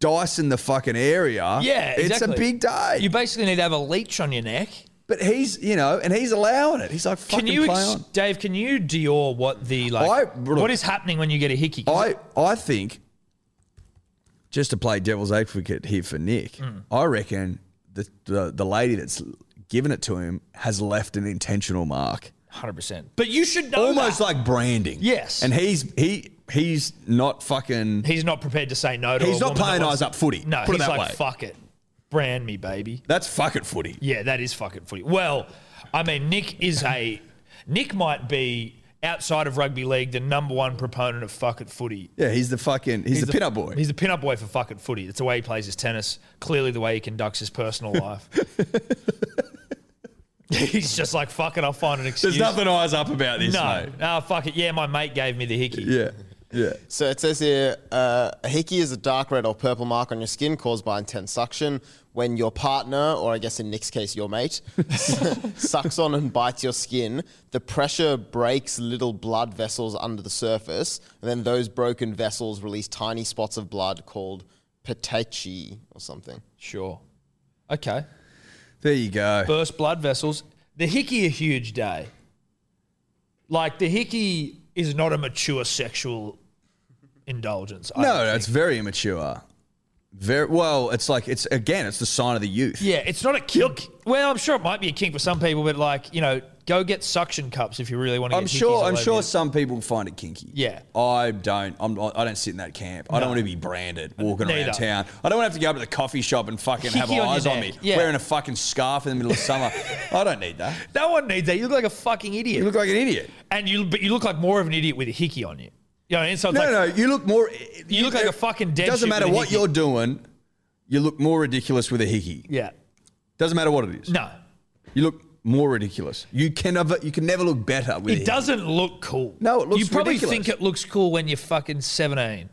[SPEAKER 2] dice in the fucking area.
[SPEAKER 1] yeah, exactly.
[SPEAKER 2] it's a big day.
[SPEAKER 1] You basically need to have a leech on your neck.
[SPEAKER 2] but he's you know, and he's allowing it. He's like fucking
[SPEAKER 1] Can you,
[SPEAKER 2] play
[SPEAKER 1] ex-
[SPEAKER 2] on.
[SPEAKER 1] Dave? Can you Dior what the like?
[SPEAKER 2] I- look-
[SPEAKER 1] what is happening when you get a hickey? 'Cause
[SPEAKER 2] I, I think, just to play devil's advocate here for Nick,
[SPEAKER 1] Mm.
[SPEAKER 2] I reckon the, the the lady that's given it to him has left an intentional mark,
[SPEAKER 1] hundred percent. But you should know
[SPEAKER 2] almost
[SPEAKER 1] that.
[SPEAKER 2] like branding.
[SPEAKER 1] Yes.
[SPEAKER 2] and he's he he's not fucking.
[SPEAKER 1] he's not prepared to say no to.
[SPEAKER 2] He's
[SPEAKER 1] a
[SPEAKER 2] not
[SPEAKER 1] woman that
[SPEAKER 2] playing
[SPEAKER 1] wants-
[SPEAKER 2] eyes up footy.
[SPEAKER 1] No,
[SPEAKER 2] put it
[SPEAKER 1] he's
[SPEAKER 2] that
[SPEAKER 1] like
[SPEAKER 2] way.
[SPEAKER 1] fuck it. Brand me, baby.
[SPEAKER 2] That's fucking footy.
[SPEAKER 1] Yeah, that is fucking footy. Well, I mean, Nick is a Nick might be outside of rugby league the number one proponent of fucking footy.
[SPEAKER 2] Yeah, he's the fucking he's, the, pin-up boy.
[SPEAKER 1] He's the pin-up boy for fucking footy. It's the way he plays his tennis. Clearly, the way he conducts his
[SPEAKER 2] (laughs)
[SPEAKER 1] personal life. (laughs) he's just like fucking. I'll find an excuse.
[SPEAKER 2] There's nothing eyes up about this,
[SPEAKER 1] No,
[SPEAKER 2] mate.
[SPEAKER 1] no, fuck it. Yeah, my mate gave me the hickey.
[SPEAKER 2] Yeah, yeah.
[SPEAKER 3] So it says here, uh, a hickey is a dark red or purple mark on your skin caused by intense suction when your partner, or I guess in Nick's case, your mate, (laughs) sucks on and bites your skin. The pressure breaks little blood vessels under the surface, and then those broken vessels release tiny spots of blood called petechiae or something.
[SPEAKER 1] Sure. Okay.
[SPEAKER 2] There you go.
[SPEAKER 1] burst blood vessels. The hickey a huge day. Like the hickey is not a mature sexual
[SPEAKER 2] (laughs)
[SPEAKER 1] indulgence. I
[SPEAKER 2] no,
[SPEAKER 1] don't
[SPEAKER 2] no, it's
[SPEAKER 1] think.
[SPEAKER 2] very immature. Very well. It's like it's again. It's the sign of the youth.
[SPEAKER 1] yeah, it's not a kink. Well, I'm sure it might be a kink for some people, but like you know, go get suction cups if you really want to.
[SPEAKER 2] I'm
[SPEAKER 1] get hickeys
[SPEAKER 2] sure.
[SPEAKER 1] all
[SPEAKER 2] I'm
[SPEAKER 1] over
[SPEAKER 2] sure
[SPEAKER 1] you.
[SPEAKER 2] some people find it kinky.
[SPEAKER 1] Yeah.
[SPEAKER 2] I don't. I'm. not- I don't sit in that camp. I don't want to be branded walking
[SPEAKER 1] Neither.
[SPEAKER 2] around town. I don't want to have to go up to the coffee shop and fucking have
[SPEAKER 1] Hickey on your
[SPEAKER 2] eyes on,
[SPEAKER 1] neck.
[SPEAKER 2] me
[SPEAKER 1] Yeah.
[SPEAKER 2] wearing a fucking scarf in the middle of
[SPEAKER 1] (laughs)
[SPEAKER 2] summer. I don't need that.
[SPEAKER 1] No one needs that. You look like a fucking idiot,
[SPEAKER 2] You look like an idiot.
[SPEAKER 1] and you but you look like more of an idiot with a hickey on you. You know, what I mean? so it's
[SPEAKER 2] No,
[SPEAKER 1] like,
[SPEAKER 2] no. You look more.
[SPEAKER 1] you look like a fucking dead.
[SPEAKER 2] Doesn't
[SPEAKER 1] shit
[SPEAKER 2] matter
[SPEAKER 1] with a
[SPEAKER 2] what
[SPEAKER 1] hickey.
[SPEAKER 2] you're doing. You look more ridiculous with a hickey.
[SPEAKER 1] Yeah.
[SPEAKER 2] Doesn't matter what it is.
[SPEAKER 1] No,
[SPEAKER 2] You look more ridiculous. You can never. You can never look better with a
[SPEAKER 1] it
[SPEAKER 2] hickey.
[SPEAKER 1] doesn't look cool.
[SPEAKER 2] No, it looks
[SPEAKER 1] You probably
[SPEAKER 2] ridiculous.
[SPEAKER 1] think it looks cool when you're fucking 17.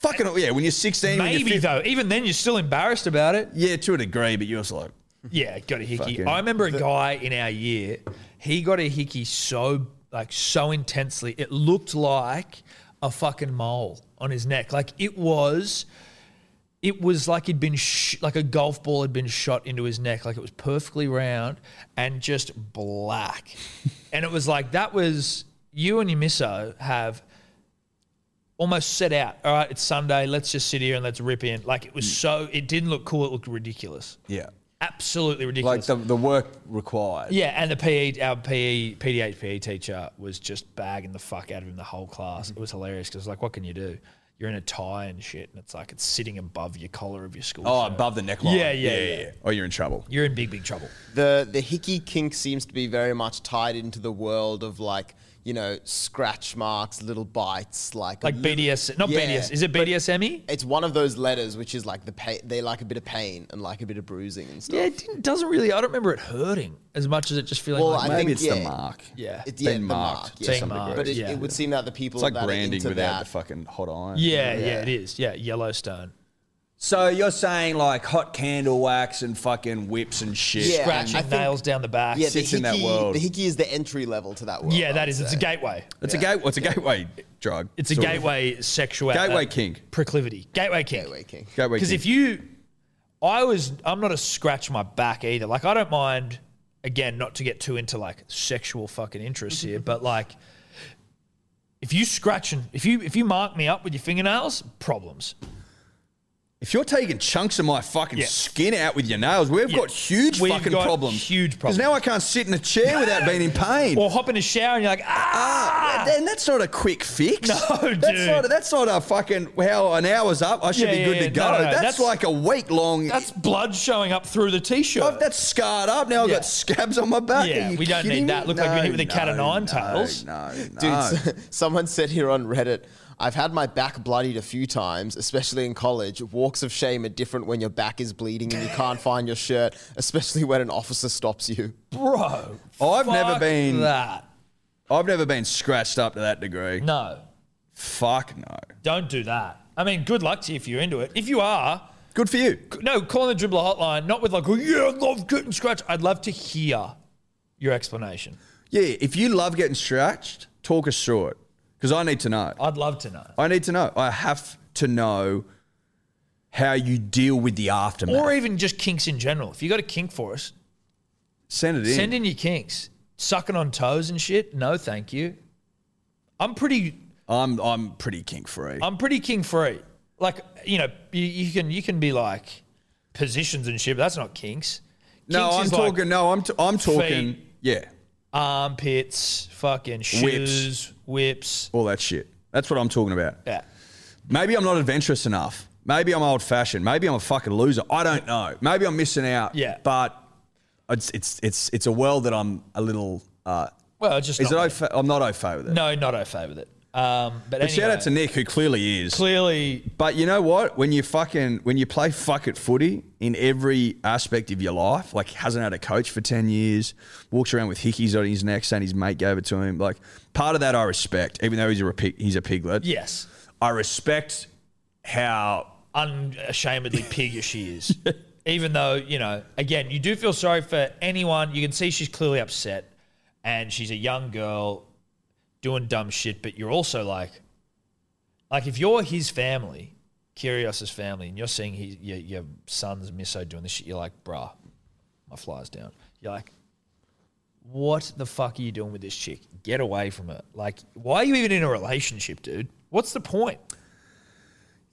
[SPEAKER 2] Fucking yeah. When you're 16, when you're
[SPEAKER 1] Maybe
[SPEAKER 2] 15,
[SPEAKER 1] though, even then you're still embarrassed about it.
[SPEAKER 2] Yeah, to a degree, but you're also like, (laughs)
[SPEAKER 1] Yeah, got a hickey.
[SPEAKER 2] Fucking-
[SPEAKER 1] I remember a guy in our year. He got a hickey so like so intensely, it looked like a fucking mole on his neck. Like it was, it was like he'd been sh- like a golf ball had been shot into his neck. Like it was perfectly round and just black. and it was like that was you and your misso have almost set out. All right, it's Sunday. Let's just sit here and let's rip in. Like it was so. It didn't look cool. It looked ridiculous.
[SPEAKER 2] yeah,
[SPEAKER 1] Absolutely
[SPEAKER 2] like
[SPEAKER 1] ridiculous.
[SPEAKER 2] the, the work required.
[SPEAKER 1] yeah, and the PE, our E, PE, PDH PE teacher was just bagging the fuck out of him the whole class.
[SPEAKER 2] Mm-hmm.
[SPEAKER 1] It was hilarious because like, what can you do? You're in a tie and shit, and it's like it's sitting above your collar of your school.
[SPEAKER 2] Oh,
[SPEAKER 1] shirt.
[SPEAKER 2] above the neckline.
[SPEAKER 1] Yeah, yeah, yeah.
[SPEAKER 2] Oh, you're in trouble.
[SPEAKER 1] You're in big, big trouble.
[SPEAKER 3] the the hickey kink seems to be very much tied into the world of like you know scratch marks, little bites, like
[SPEAKER 1] Like
[SPEAKER 3] little-
[SPEAKER 1] BDS, not
[SPEAKER 3] Yeah.
[SPEAKER 1] BDS. Is it BDSME?
[SPEAKER 3] It's one of those letters which is like the pain. They like a bit of pain and like a bit of bruising and stuff.
[SPEAKER 1] Yeah, it didn't, doesn't really. I don't remember it hurting as much as it just feeling
[SPEAKER 3] Well,
[SPEAKER 1] like.
[SPEAKER 3] I
[SPEAKER 2] Maybe
[SPEAKER 3] think
[SPEAKER 2] it's
[SPEAKER 3] yeah,
[SPEAKER 2] the mark.
[SPEAKER 1] yeah,
[SPEAKER 3] It's
[SPEAKER 2] Been
[SPEAKER 3] yeah, the
[SPEAKER 2] marked
[SPEAKER 3] mark.
[SPEAKER 2] to
[SPEAKER 3] Yeah,
[SPEAKER 1] some degree.
[SPEAKER 3] But it,
[SPEAKER 1] Yeah.
[SPEAKER 3] it would seem that the people
[SPEAKER 2] It's like
[SPEAKER 3] that are
[SPEAKER 2] branding
[SPEAKER 3] into
[SPEAKER 2] without
[SPEAKER 3] that,
[SPEAKER 2] the fucking hot iron.
[SPEAKER 1] yeah, yeah, it is. Yeah, Yellowstone.
[SPEAKER 2] So you're saying like hot candle wax and fucking whips and shit.
[SPEAKER 3] Yeah.
[SPEAKER 1] Scratching
[SPEAKER 3] I think-
[SPEAKER 1] nails down the back.
[SPEAKER 3] yeah,
[SPEAKER 1] Yeah,
[SPEAKER 3] the
[SPEAKER 2] sits
[SPEAKER 3] hickey,
[SPEAKER 2] in that world.
[SPEAKER 3] The hickey is the entry level to that world. I
[SPEAKER 1] that
[SPEAKER 3] would
[SPEAKER 1] is. It's
[SPEAKER 3] say.
[SPEAKER 1] a gateway.
[SPEAKER 2] It's a gate. It's a gateway drug.
[SPEAKER 1] It's a
[SPEAKER 2] sort of.
[SPEAKER 1] gateway sexual
[SPEAKER 2] Gateway kink.
[SPEAKER 1] proclivity. Gateway kink.
[SPEAKER 3] Gateway kink.
[SPEAKER 2] Gateway.
[SPEAKER 1] Because
[SPEAKER 2] kink.
[SPEAKER 1] if you, I was, I'm not a scratch my back either. Like I don't mind. Again, not to get too into like sexual fucking interests here, but like, if you scratch and if you if you mark me up with your fingernails, problems.
[SPEAKER 2] If you're taking chunks of my fucking
[SPEAKER 1] Yeah.
[SPEAKER 2] skin out with your nails, we've
[SPEAKER 1] Yeah.
[SPEAKER 2] got huge
[SPEAKER 1] We've
[SPEAKER 2] fucking
[SPEAKER 1] got
[SPEAKER 2] problems.
[SPEAKER 1] huge
[SPEAKER 2] Because now I can't sit in a chair without being in pain.
[SPEAKER 1] Or hop in a shower and you're like, ah,
[SPEAKER 2] Ah, then that's not a quick fix.
[SPEAKER 1] No,
[SPEAKER 2] that's
[SPEAKER 1] dude.
[SPEAKER 2] Not, that's not a fucking how an hour's up. I should
[SPEAKER 1] Yeah,
[SPEAKER 2] be
[SPEAKER 1] yeah,
[SPEAKER 2] good
[SPEAKER 1] yeah.
[SPEAKER 2] to go.
[SPEAKER 1] No, no, no.
[SPEAKER 2] That's,
[SPEAKER 1] That's-
[SPEAKER 2] like a week long.
[SPEAKER 1] that's
[SPEAKER 2] That's,
[SPEAKER 1] blood showing up through the t-shirt.
[SPEAKER 2] that's scarred up. Now I've
[SPEAKER 1] Yeah.
[SPEAKER 2] got scabs on my back.
[SPEAKER 1] Yeah,
[SPEAKER 2] Are you
[SPEAKER 1] we don't
[SPEAKER 2] kidding
[SPEAKER 1] need that.
[SPEAKER 2] me?
[SPEAKER 1] Look like we hit with a cat of nine
[SPEAKER 2] no,
[SPEAKER 1] tails.
[SPEAKER 2] No, no,
[SPEAKER 3] Dude, s- (laughs) someone said here on Reddit, I've had my back bloodied a few times, especially in college. Walks of shame are different when your back is bleeding and you
[SPEAKER 2] (laughs)
[SPEAKER 3] can't find your shirt, especially when an officer stops you.
[SPEAKER 1] (laughs) bro.
[SPEAKER 2] I've never
[SPEAKER 1] fuck
[SPEAKER 2] been-
[SPEAKER 1] that.
[SPEAKER 2] I've never been scratched up to that degree.
[SPEAKER 1] No,
[SPEAKER 2] Fuck no.
[SPEAKER 1] don't do that. I mean, good luck to you if you're into it. If you are,
[SPEAKER 2] Good for you.
[SPEAKER 1] no, calling the dribbler hotline, not with like, oh, yeah, I love getting scratched. I'd love to hear your explanation.
[SPEAKER 2] Yeah, if you love getting scratched, talk us through it because I need to know.
[SPEAKER 1] I'd love to know.
[SPEAKER 2] I need to know. I have to know how you deal with the aftermath.
[SPEAKER 1] Or even just kinks in general. If you got a kink for us,
[SPEAKER 2] send it in.
[SPEAKER 1] send in your kinks. Sucking on toes and shit. No, thank you. I'm pretty
[SPEAKER 2] I'm I'm pretty kink free.
[SPEAKER 1] I'm pretty king free. Like you know, you, you can you can be like positions and shit. But that's not kinks.
[SPEAKER 2] No,
[SPEAKER 1] Kinks
[SPEAKER 2] I'm
[SPEAKER 1] is
[SPEAKER 2] talking.
[SPEAKER 1] like
[SPEAKER 2] no, I'm t- I'm talking.
[SPEAKER 1] feet.
[SPEAKER 2] Yeah,
[SPEAKER 1] armpits, fucking shoes, whips.
[SPEAKER 2] all that shit. That's what I'm talking about.
[SPEAKER 1] Yeah.
[SPEAKER 2] Maybe I'm not adventurous enough. Maybe I'm old fashioned. Maybe I'm a fucking loser. I don't know. Maybe I'm missing out.
[SPEAKER 1] Yeah.
[SPEAKER 2] But it's it's it's it's a world that I'm a little. Uh,
[SPEAKER 1] Well, it's just
[SPEAKER 2] is it?
[SPEAKER 1] not-
[SPEAKER 2] Au fa- I'm not au fait with it.
[SPEAKER 1] No, not au fait with it. Um, but
[SPEAKER 2] But shout
[SPEAKER 1] anyway,
[SPEAKER 2] out to Nick, who clearly is.
[SPEAKER 1] clearly
[SPEAKER 2] But you know what? When you fucking when you play fuck it footy in every aspect of your life, like hasn't had a coach for ten years, walks around with hickeys on his neck saying his mate gave it to him. Like part of that I respect, even though he's a pig, he's a piglet.
[SPEAKER 1] yes,
[SPEAKER 2] I respect how
[SPEAKER 1] unashamedly piggish she
[SPEAKER 2] (laughs)
[SPEAKER 1] is. Even though you know, again, you do feel sorry for anyone. You can see she's clearly upset, and she's a young girl doing dumb shit. But you're also like, like if you're his family, Kyrgios's family, and you're seeing his, your, your son's miso doing this shit, you're like, bruh, my fly's down. You're like, what the fuck are you doing with this chick? Get away from her. Like, why are you even in a relationship, dude? What's the point?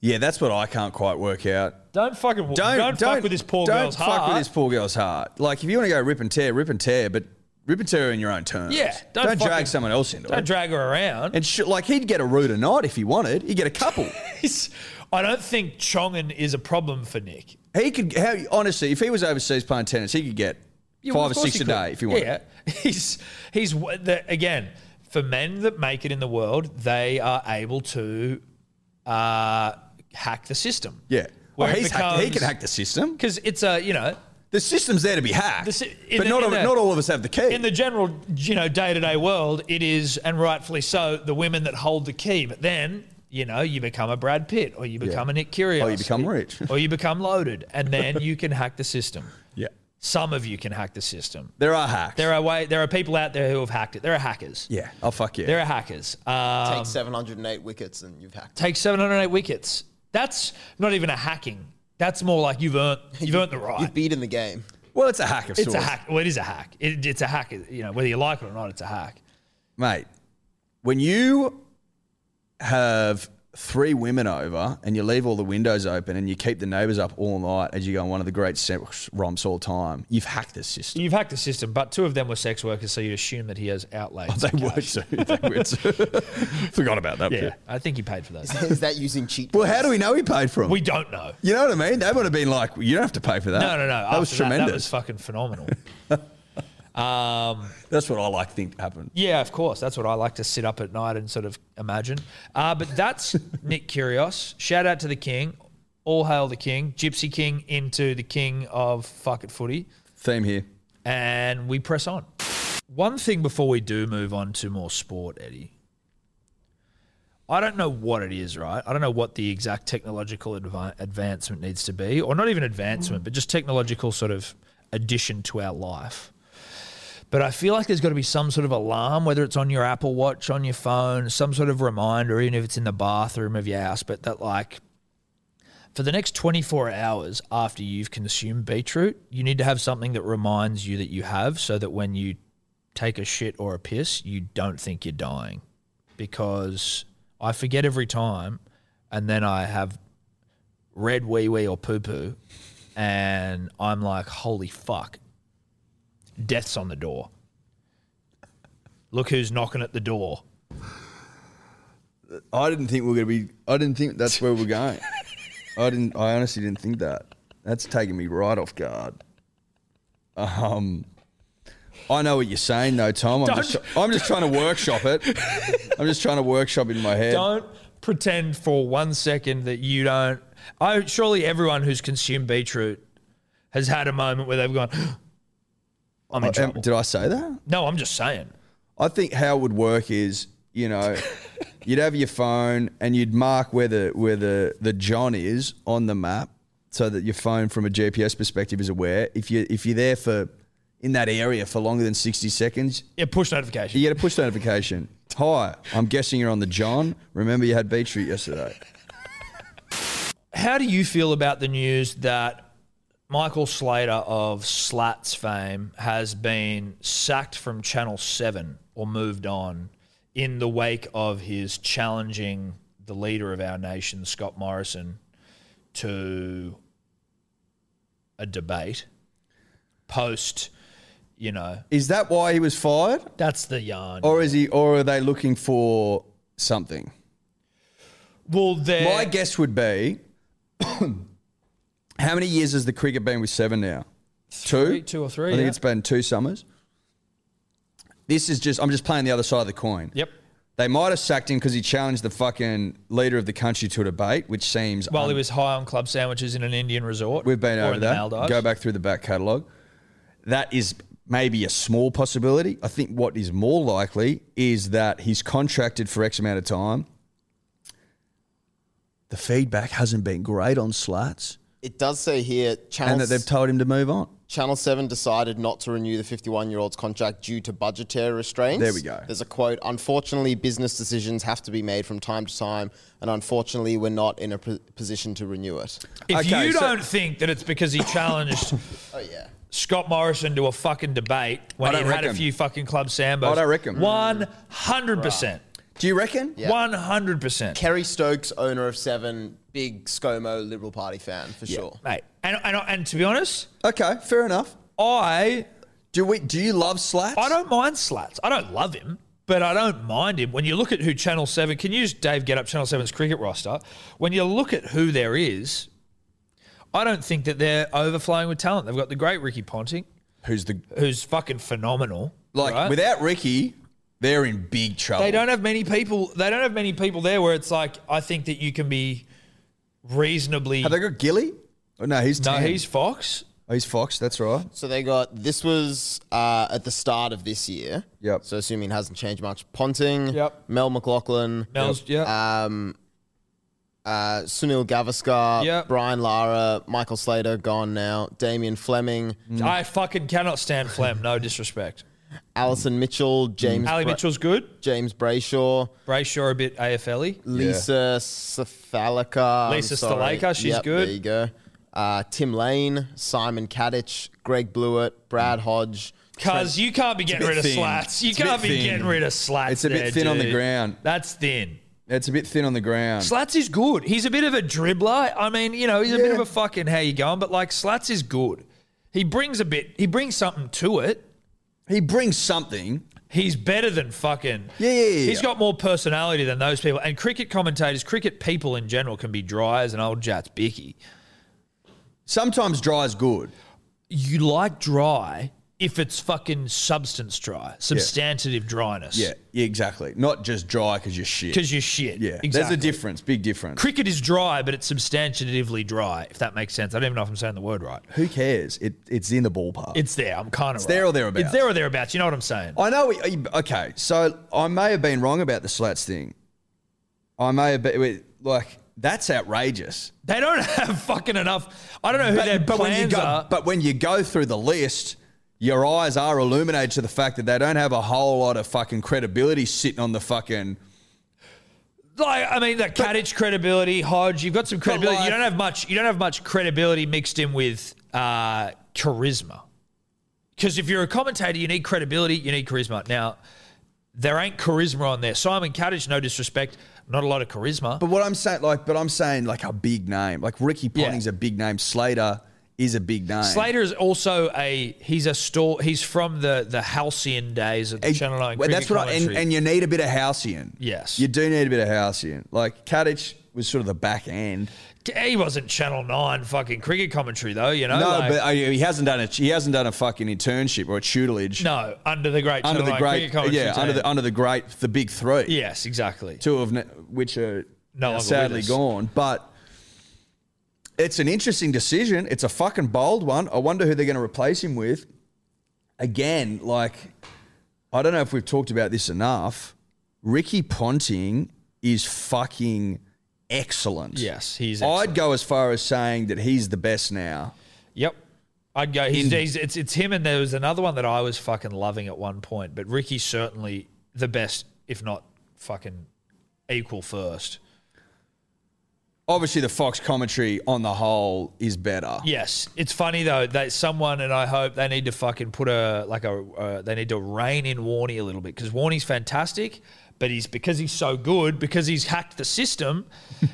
[SPEAKER 2] yeah, that's what I can't quite work out.
[SPEAKER 1] Don't fucking don't,
[SPEAKER 2] Don't
[SPEAKER 1] don't, fuck with this poor
[SPEAKER 2] don't
[SPEAKER 1] girl's
[SPEAKER 2] fuck
[SPEAKER 1] heart.
[SPEAKER 2] with this poor girl's heart. Like if you want to go rip and tear, rip and tear, but rip and tear in your own terms.
[SPEAKER 1] Yeah,
[SPEAKER 2] don't,
[SPEAKER 1] don't
[SPEAKER 2] drag
[SPEAKER 1] fucking-
[SPEAKER 2] someone else into
[SPEAKER 1] don't
[SPEAKER 2] it.
[SPEAKER 1] drag her around.
[SPEAKER 2] and sh- like he'd get a root or not if he wanted. He'd get a
[SPEAKER 1] (laughs)
[SPEAKER 2] couple.
[SPEAKER 1] I don't think Chongan is a problem for Nick.
[SPEAKER 2] He could how honestly, if he was overseas playing tennis, he could get
[SPEAKER 1] Yeah, well,
[SPEAKER 2] five or
[SPEAKER 1] of course
[SPEAKER 2] six
[SPEAKER 1] he
[SPEAKER 2] a
[SPEAKER 1] could.
[SPEAKER 2] day if he wanted.
[SPEAKER 1] Yeah, (laughs) he's he's w- the, again for men that make it in the world, they are able to uh, hack the system.
[SPEAKER 2] Yeah.
[SPEAKER 1] Where
[SPEAKER 2] Well,
[SPEAKER 1] it
[SPEAKER 2] he's hacked, he
[SPEAKER 1] becomes-
[SPEAKER 2] can hack the system.
[SPEAKER 1] because it's a you know
[SPEAKER 2] The system's there to be hacked,
[SPEAKER 1] The si- in
[SPEAKER 2] but
[SPEAKER 1] the-
[SPEAKER 2] not
[SPEAKER 1] in
[SPEAKER 2] of,
[SPEAKER 1] the-
[SPEAKER 2] not all of us have the key.
[SPEAKER 1] in the general you know day to day world, it is and rightfully so the women that hold the key. But then you know you become a Brad Pitt or you become a Nick Kyrgios
[SPEAKER 2] oh, you become rich.
[SPEAKER 1] or you become loaded, and then you can hack the system.
[SPEAKER 2] (laughs) yeah,
[SPEAKER 1] Some of you can hack the system.
[SPEAKER 2] there are hacks.
[SPEAKER 1] There are way there are people out there who have hacked it. There are hackers.
[SPEAKER 2] yeah. Oh fuck yeah.
[SPEAKER 1] There are hackers. Uh,
[SPEAKER 3] Take 708 wickets and you've hacked.
[SPEAKER 1] take 708 wickets. That's not even a hacking. That's more like you've earned you've earned the right.
[SPEAKER 3] You've beaten the game.
[SPEAKER 2] well, it's a hack of
[SPEAKER 1] It's
[SPEAKER 2] sorts,
[SPEAKER 1] a hack. Well, it is a hack. It, it's a hack. You know, whether you like it or not, it's a hack.
[SPEAKER 2] mate. When you have three women over and you leave all the windows open and you keep the neighbours up all night as you go on one of the great sex romps all time, you've hacked the system.
[SPEAKER 1] You've hacked the system, but two of them were sex workers, so you assume that he has outlaid.
[SPEAKER 2] Oh, They
[SPEAKER 1] some
[SPEAKER 2] were
[SPEAKER 1] cash.
[SPEAKER 2] too. They were too. (laughs) Forgot about that.
[SPEAKER 1] Yeah,
[SPEAKER 2] bit.
[SPEAKER 1] I think he paid for those.
[SPEAKER 3] Is that using cheat?
[SPEAKER 2] Well, how do we know he (laughs) paid for them?
[SPEAKER 1] we don't know.
[SPEAKER 2] you know what I mean? They would have been like, you don't have to pay for that.
[SPEAKER 1] No, no, no.
[SPEAKER 2] That
[SPEAKER 1] After
[SPEAKER 2] was
[SPEAKER 1] That was
[SPEAKER 2] tremendous.
[SPEAKER 1] fucking phenomenal. um,
[SPEAKER 2] That's what I like to think happened.
[SPEAKER 1] Yeah, of course. That's what I like to sit up at night and sort of imagine. Uh, but that's Nick Kyrgios. Shout out to the king. All hail the king. Gypsy King into the king of fuck it footy.
[SPEAKER 2] Theme here.
[SPEAKER 1] And we press on. One thing before we do move on to more sport, Eddie. I don't know what it is, right? I don't know what the exact technological adva- advancement needs to be, or not even advancement, but just technological sort of addition to our life. But I feel like there's got to be some sort of alarm, whether it's on your Apple Watch, on your phone, some sort of reminder, even if it's in the bathroom of your house, but that like for the next 24 hours after you've consumed beetroot, you need to have something that reminds you that you have so that when you take a shit or a piss, you don't think you're dying. Because I forget every time and then I have red wee wee or poo poo and I'm like, holy fuck, death's on the door. Look who's knocking at the door.
[SPEAKER 2] I didn't think we were going to be, I didn't think that's where we're going.
[SPEAKER 1] (laughs)
[SPEAKER 2] I didn't, I honestly didn't think that. That's taking me right off guard. Um, I know what you're saying though, Tom. I'm, just, I'm just trying to workshop
[SPEAKER 1] (laughs)
[SPEAKER 2] it. I'm just trying to workshop it in my head.
[SPEAKER 1] don't pretend for one second that you don't. I surely everyone who's consumed beetroot has had a moment where they've gone, (gasps) "I'm in
[SPEAKER 2] Uh, um,
[SPEAKER 1] trouble."
[SPEAKER 2] did I say that?
[SPEAKER 1] No, I'm just saying.
[SPEAKER 2] I think how it would work is, you
[SPEAKER 1] (laughs)
[SPEAKER 2] know, you'd have your phone and you'd mark where the where the, the John is on the map so that your phone from a GPS perspective is aware. If you if you're there for in that area for longer than sixty seconds,
[SPEAKER 1] Yeah, push notification.
[SPEAKER 2] you get a push notification. Hi, I'm guessing you're on the John. Remember you had beetroot yesterday.
[SPEAKER 1] How do you feel about the news that Michael Slater of Slats fame has been sacked from Channel Seven or moved on in the wake of his challenging the leader of our nation, Scott Morrison, to a debate post, you know,
[SPEAKER 2] Is that why he was fired?
[SPEAKER 1] that's the yarn.
[SPEAKER 2] Or is he or are they looking for something?
[SPEAKER 1] well, there,
[SPEAKER 2] My guess would be (coughs) How many years has the cricket been with Seven now? Two,
[SPEAKER 1] Three- two or three,
[SPEAKER 2] I think
[SPEAKER 1] yeah.
[SPEAKER 2] it's been two summers. This is just. I'm just playing the other side of the coin.
[SPEAKER 1] Yep.
[SPEAKER 2] They might have sacked him because he challenged the fucking leader of the country to a debate, which seems
[SPEAKER 1] While he was high on club sandwiches in an Indian resort.
[SPEAKER 2] um, We've been
[SPEAKER 1] or
[SPEAKER 2] over
[SPEAKER 1] in the
[SPEAKER 2] that.
[SPEAKER 1] Maldives.
[SPEAKER 2] Go back through the back catalogue. That is maybe a small possibility. I think what is more likely is that he's contracted for X amount of time. The feedback hasn't been great on slats,
[SPEAKER 3] It does say here channel,
[SPEAKER 2] and that they've told him to move on.
[SPEAKER 3] channel 7 decided not to renew the 51 year old's contract due to budgetary restraints.
[SPEAKER 2] There we go.
[SPEAKER 3] There's a quote Unfortunately, business decisions have to be made from time to time, and unfortunately, we're not in a p- position to renew it.
[SPEAKER 1] If
[SPEAKER 2] Okay,
[SPEAKER 1] you
[SPEAKER 2] so-
[SPEAKER 1] don't think that it's because he
[SPEAKER 2] (coughs)
[SPEAKER 1] challenged
[SPEAKER 3] Oh, yeah.
[SPEAKER 1] Scott Morrison to a fucking debate when
[SPEAKER 2] I
[SPEAKER 1] he
[SPEAKER 2] don't
[SPEAKER 1] had a
[SPEAKER 2] reckon.
[SPEAKER 1] few fucking club sambos.
[SPEAKER 2] I don't reckon.
[SPEAKER 1] One hundred percent.
[SPEAKER 2] Do you reckon?
[SPEAKER 3] Yeah.
[SPEAKER 1] One hundred percent.
[SPEAKER 3] Kerry Stokes, owner of Seven, big ScoMo Liberal Party fan for sure.
[SPEAKER 1] Mate. And, and and to be honest,
[SPEAKER 2] Okay, fair enough.
[SPEAKER 1] I
[SPEAKER 2] Do we? Do you love slats?
[SPEAKER 1] I don't mind Slats. I don't love him, but I don't mind him. When you look at who Channel 7, can you just, Dave, get up Channel 7's cricket roster? When you look at who there is, I don't think that they're overflowing with talent. They've got the great Ricky Ponting,
[SPEAKER 2] Who's the
[SPEAKER 1] who's fucking phenomenal.
[SPEAKER 2] like?
[SPEAKER 1] right?
[SPEAKER 2] Without Ricky, they're in big trouble.
[SPEAKER 1] they don't have many people. They don't have many people there where it's like, I think that you can be reasonably.
[SPEAKER 2] Have they got Gilly? Oh, no, he's
[SPEAKER 1] no,
[SPEAKER 2] 10.
[SPEAKER 1] he's Fox.
[SPEAKER 2] Oh, he's Fox. That's right.
[SPEAKER 3] So they got this was uh, at the start of this year.
[SPEAKER 2] Yep.
[SPEAKER 3] So assuming it hasn't changed much, Ponting,
[SPEAKER 1] Yep.
[SPEAKER 3] Mel McLaughlin,
[SPEAKER 1] Mel's, yeah.
[SPEAKER 3] um, uh, Sunil Gavaskar,
[SPEAKER 1] Yep.
[SPEAKER 3] Brian Lara, Michael Slater gone now, Damian Fleming,
[SPEAKER 1] I fucking cannot stand Flem. No disrespect.
[SPEAKER 3] Alison Mitchell,
[SPEAKER 1] Mm-hmm.
[SPEAKER 3] James
[SPEAKER 1] Ali
[SPEAKER 3] Bra-
[SPEAKER 1] Mitchell's good.
[SPEAKER 3] James Brayshaw,
[SPEAKER 1] Brayshaw a bit AFL y.
[SPEAKER 3] Lisa yeah. Safalika,
[SPEAKER 1] Lisa Stalaika, she's good.
[SPEAKER 3] There you go. Uh, Tim Lane, Simon Kadich, Greg Blewett, Brad
[SPEAKER 1] Mm.
[SPEAKER 3] Hodge.
[SPEAKER 1] Cuz you can't be getting
[SPEAKER 2] bit
[SPEAKER 1] rid of
[SPEAKER 2] thin.
[SPEAKER 1] slats. You
[SPEAKER 2] It's a
[SPEAKER 1] can't
[SPEAKER 2] bit
[SPEAKER 1] be
[SPEAKER 2] thin.
[SPEAKER 1] getting rid of slats.
[SPEAKER 2] It's a bit
[SPEAKER 1] there,
[SPEAKER 2] thin on the
[SPEAKER 1] dude.
[SPEAKER 2] ground.
[SPEAKER 1] That's thin.
[SPEAKER 2] It's a bit thin on the ground.
[SPEAKER 1] Slats is good. He's a bit of a dribbler. I mean, you know, he's a bit of a fucking how you going, but like Slats is good. He brings a bit. He brings something to it.
[SPEAKER 2] he brings something.
[SPEAKER 1] He's better than fucking.
[SPEAKER 2] Yeah, yeah, yeah,
[SPEAKER 1] He's
[SPEAKER 2] yeah.
[SPEAKER 1] got more personality than those people. And cricket commentators, cricket people in general, can be dry as an old Jats bicky.
[SPEAKER 2] Sometimes dry is good.
[SPEAKER 1] You like dry if it's fucking substance dry, substantive dryness.
[SPEAKER 2] Yeah, yeah, exactly. Not just dry because you're shit.
[SPEAKER 1] because you're shit.
[SPEAKER 2] yeah,
[SPEAKER 1] exactly.
[SPEAKER 2] there's a difference, big difference.
[SPEAKER 1] Cricket is dry, but it's substantively dry. If that makes sense, I don't even know if I'm saying the word right.
[SPEAKER 2] Who cares? It, it's in the ballpark.
[SPEAKER 1] It's there. I'm kind of. It's
[SPEAKER 2] there or thereabouts.
[SPEAKER 1] It's there or thereabouts. You know what I'm saying?
[SPEAKER 2] I know. we- Okay, so I may have been wrong about the slats thing. I may have been like that's outrageous.
[SPEAKER 1] They don't (laughs) have fucking enough. I don't know who their
[SPEAKER 2] when you
[SPEAKER 1] plans
[SPEAKER 2] go,
[SPEAKER 1] are.
[SPEAKER 2] but when you go through the list, your eyes are illuminated to the fact that they don't have a whole lot of fucking credibility sitting on the fucking.
[SPEAKER 1] Like I mean, that Kadich credibility, Hodge. You've got some credibility.
[SPEAKER 2] like-
[SPEAKER 1] you don't have much. You don't have much credibility mixed in with uh, charisma. Because if you're a commentator, you need credibility. You need charisma. Now, there ain't charisma on there. Simon Kadich, no disrespect, not a lot of charisma.
[SPEAKER 2] But what I'm saying, like, but I'm saying like a big name, like Ricky Ponting's a big name. Slater is a big name.
[SPEAKER 1] Slater is also a he's a store he's from the the halcyon days of the
[SPEAKER 2] And-
[SPEAKER 1] Channel Nine.
[SPEAKER 2] well,
[SPEAKER 1] cricket
[SPEAKER 2] that's what I, and,
[SPEAKER 1] commentary.
[SPEAKER 2] and you need a bit of halcyon.
[SPEAKER 1] Yes.
[SPEAKER 2] you do need a bit of halcyon. Like Kadich was sort of the back end.
[SPEAKER 1] he wasn't Channel Nine fucking cricket commentary though, you know.
[SPEAKER 2] No,
[SPEAKER 1] like-
[SPEAKER 2] but uh, he hasn't done a he hasn't done a fucking internship or a tutelage
[SPEAKER 1] no under the great
[SPEAKER 2] under
[SPEAKER 1] Channel
[SPEAKER 2] the
[SPEAKER 1] Nine
[SPEAKER 2] great
[SPEAKER 1] cricket commentary.
[SPEAKER 2] yeah under
[SPEAKER 1] team.
[SPEAKER 2] the under the great the big three.
[SPEAKER 1] yes exactly.
[SPEAKER 2] two of n- which are
[SPEAKER 1] No
[SPEAKER 2] now
[SPEAKER 1] longer
[SPEAKER 2] sadly
[SPEAKER 1] with us.
[SPEAKER 2] gone. But it's an interesting decision. It's a fucking bold one. I wonder who they're going to replace him with. Again, like I don't know if we've talked about this enough. Ricky Ponting is fucking excellent.
[SPEAKER 1] Yes, he's
[SPEAKER 2] I'd go as far as saying that he's the best now.
[SPEAKER 1] Yep. I'd go. He's,
[SPEAKER 2] In-
[SPEAKER 1] he's, it's it's him, and there was another one that I was fucking loving at one point. But Ricky's certainly the best, if not fucking equal first.
[SPEAKER 2] Obviously, the Fox commentary on the whole is better.
[SPEAKER 1] Yes, it's funny though that someone and I hope they need to fucking put a like a uh, they need to rein in Warney a little bit because Warney's fantastic, but he's because he's so good because he's hacked
[SPEAKER 2] (laughs)
[SPEAKER 1] the system,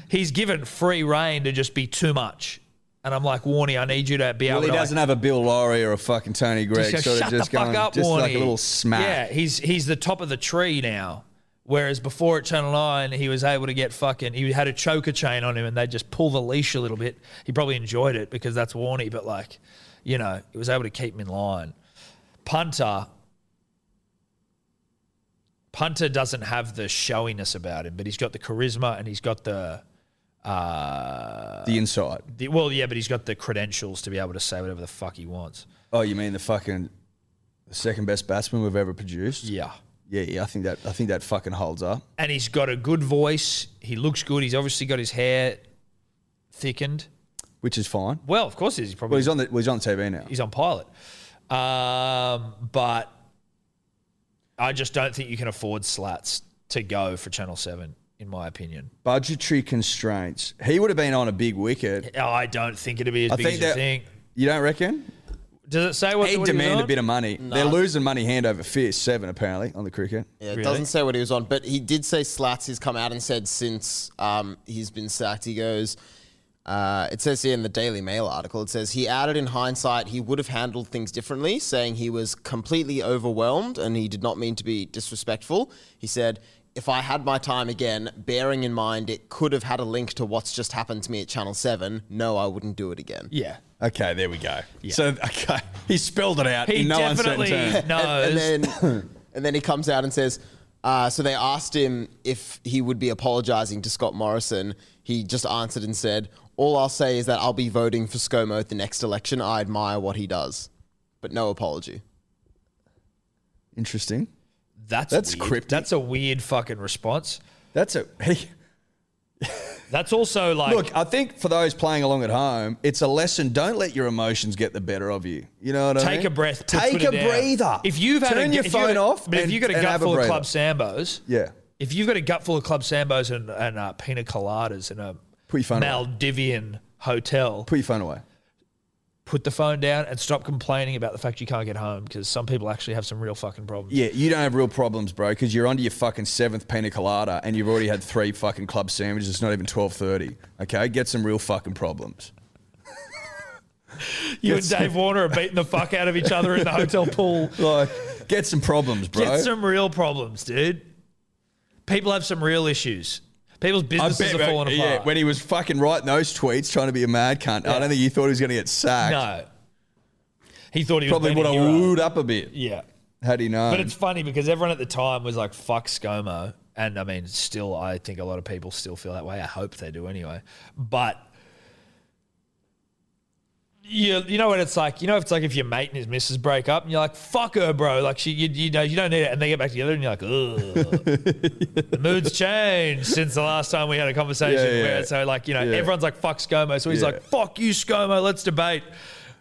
[SPEAKER 1] he's given free rein to just be too much, and I'm like Warney, I need you to be
[SPEAKER 2] Well,
[SPEAKER 1] able
[SPEAKER 2] he
[SPEAKER 1] to. like,
[SPEAKER 2] doesn't have a Bill Laurie or a fucking Tony Gregg.
[SPEAKER 1] just go,
[SPEAKER 2] sort of
[SPEAKER 1] shut
[SPEAKER 2] just
[SPEAKER 1] the fuck
[SPEAKER 2] going,
[SPEAKER 1] up,
[SPEAKER 2] just
[SPEAKER 1] Warney.
[SPEAKER 2] like a little smack.
[SPEAKER 1] Yeah, he's he's the top of the tree now. Whereas before at Channel 9, he was able to get fucking, he had a choker chain on him and they'd just pull the leash a little bit. He probably enjoyed it because that's Warney, but like, you know, he was able to keep him in line. Punter, Punter doesn't have the showiness about him, but he's got the charisma and he's got the, uh,
[SPEAKER 2] the inside.
[SPEAKER 1] the well, yeah, but he's got the credentials to be able to say whatever the fuck he wants.
[SPEAKER 2] Oh, you mean the fucking the second best batsman we've ever produced?
[SPEAKER 1] Yeah.
[SPEAKER 2] yeah, yeah. I think that I think that fucking holds up.
[SPEAKER 1] and he's got a good voice. He looks good. He's obviously got his hair thickened.
[SPEAKER 2] which is fine.
[SPEAKER 1] Well, of course, he's probably
[SPEAKER 2] Well, he's on the well, he's on TV now.
[SPEAKER 1] he's on pilot. Um, but I just don't think you can afford slats to go for Channel Seven, in my opinion.
[SPEAKER 2] Budgetary constraints. He would have been on a big wicket.
[SPEAKER 1] I don't think it'd be as
[SPEAKER 2] I
[SPEAKER 1] big
[SPEAKER 2] think
[SPEAKER 1] as you
[SPEAKER 2] that-
[SPEAKER 1] think.
[SPEAKER 2] You don't reckon?
[SPEAKER 1] Does it say what
[SPEAKER 2] He
[SPEAKER 1] what
[SPEAKER 2] demand
[SPEAKER 1] was
[SPEAKER 2] a bit of money. They're losing money hand over fist. Seven apparently on the cricket.
[SPEAKER 3] Yeah, it
[SPEAKER 1] Really?
[SPEAKER 3] doesn't say what he was on, but he did say Slats. He's come out and said since um, he's been sacked, he goes. Uh, it says here in the Daily Mail article, it says he added in hindsight he would have handled things differently, saying he was completely overwhelmed and he did not mean to be disrespectful. He said, if I had my time again, bearing in mind it could have had a link to what's just happened to me at Channel 7, no, I wouldn't do it again.
[SPEAKER 1] Yeah,
[SPEAKER 2] Okay, there we go. So (laughs) okay, he spelled it out
[SPEAKER 1] he
[SPEAKER 2] in no
[SPEAKER 1] definitely
[SPEAKER 2] uncertain terms.
[SPEAKER 1] (laughs) knows.
[SPEAKER 3] and then (coughs) and then he comes out and says, uh, so they asked him if he would be apologizing to Scott Morrison. He just answered and said, "All I'll say is that I'll be voting for ScoMo at the next election. I admire what he does, but no apology."
[SPEAKER 2] Interesting.
[SPEAKER 1] that's
[SPEAKER 2] That's
[SPEAKER 1] weird.
[SPEAKER 2] cryptic.
[SPEAKER 1] That's a weird fucking response.
[SPEAKER 2] That's a he,
[SPEAKER 1] That's also like
[SPEAKER 2] look. I think for those playing along at home, it's a lesson. Don't let your emotions get the better of you. You know what I mean?
[SPEAKER 1] Take a breath. put-
[SPEAKER 2] Take
[SPEAKER 1] put
[SPEAKER 2] a
[SPEAKER 1] it down.
[SPEAKER 2] breather.
[SPEAKER 1] If you've had
[SPEAKER 2] turn
[SPEAKER 1] a,
[SPEAKER 2] your
[SPEAKER 1] if you
[SPEAKER 2] phone
[SPEAKER 1] had a-
[SPEAKER 2] off,
[SPEAKER 1] but
[SPEAKER 2] and-
[SPEAKER 1] if you've got a
[SPEAKER 2] and
[SPEAKER 1] gut
[SPEAKER 2] have
[SPEAKER 1] full of
[SPEAKER 2] breather.
[SPEAKER 1] club sambos,
[SPEAKER 2] yeah.
[SPEAKER 1] if you've got a gut full of club sambos and, and uh, pina coladas in a
[SPEAKER 2] Put your phone away.
[SPEAKER 1] Maldivian hotel, put,
[SPEAKER 2] Put your phone away.
[SPEAKER 1] the phone down and stop complaining about the fact you can't get home because some people actually have some real fucking problems.
[SPEAKER 2] Yeah, you don't have real problems, bro, because you're onto your fucking seventh pina colada and you've already had three fucking club sandwiches. It's not even twelve thirty. Okay, get some real fucking problems.
[SPEAKER 1] you and Dave Warner are beating the fuck out of each other
[SPEAKER 2] (laughs)
[SPEAKER 1] in the hotel pool.
[SPEAKER 2] Like, get some problems, bro.
[SPEAKER 1] Get some real problems, dude. People have some real issues. People's
[SPEAKER 2] I
[SPEAKER 1] businesses
[SPEAKER 2] bet,
[SPEAKER 1] are falling apart.
[SPEAKER 2] yeah, when he was fucking writing those tweets, trying to be a mad cunt, I don't think he thought he was going to get sacked.
[SPEAKER 1] no, he thought he
[SPEAKER 2] Probably
[SPEAKER 1] was
[SPEAKER 2] would
[SPEAKER 1] being a
[SPEAKER 2] have
[SPEAKER 1] hero.
[SPEAKER 2] wooed up a bit.
[SPEAKER 1] Yeah.
[SPEAKER 2] Had he known?
[SPEAKER 1] But it's funny because everyone at the time was like, fuck ScoMo. And I mean, still, I think a lot of people still feel that way. I hope they do anyway. But you, you know what it's like? You know, it's like if your mate and his missus break up and you're like, fuck her, bro. Like, she, you, you know, you don't need it. And they get back together and you're
[SPEAKER 2] (laughs)
[SPEAKER 1] like, ugh. the mood's changed since the last time we had a conversation.
[SPEAKER 2] Yeah, yeah.
[SPEAKER 1] Where, so, like, you know,
[SPEAKER 2] Yeah.
[SPEAKER 1] everyone's like, fuck ScoMo. So he's
[SPEAKER 2] Yeah.
[SPEAKER 1] like, fuck you, ScoMo. Let's debate.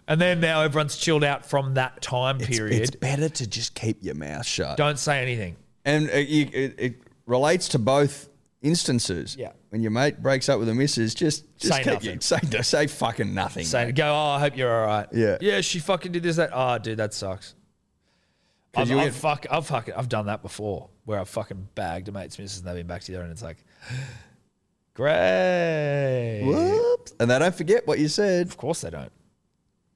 [SPEAKER 1] And then now everyone's chilled out from that time
[SPEAKER 2] It's-
[SPEAKER 1] period.
[SPEAKER 2] It's better to just keep your mouth shut.
[SPEAKER 1] Don't say anything.
[SPEAKER 2] And it, you- it, it relates to both instances.
[SPEAKER 1] Yeah.
[SPEAKER 2] When your mate breaks up with a missus, just, just
[SPEAKER 1] Say
[SPEAKER 2] keep-
[SPEAKER 1] nothing.
[SPEAKER 2] Say, no- say fucking nothing.
[SPEAKER 1] Say, go, oh, I hope you're all right.
[SPEAKER 2] Yeah.
[SPEAKER 1] Yeah, she fucking did this, that. Oh, dude, that sucks.
[SPEAKER 2] 'Cause
[SPEAKER 1] I've,
[SPEAKER 2] you
[SPEAKER 1] I've,
[SPEAKER 2] get-
[SPEAKER 1] fuck, I've, fucking, I've done that before where I've fucking bagged a mate's missus and they've been back together and it's like, great.
[SPEAKER 2] Whoops. And they don't forget what you said.
[SPEAKER 1] Of course they don't.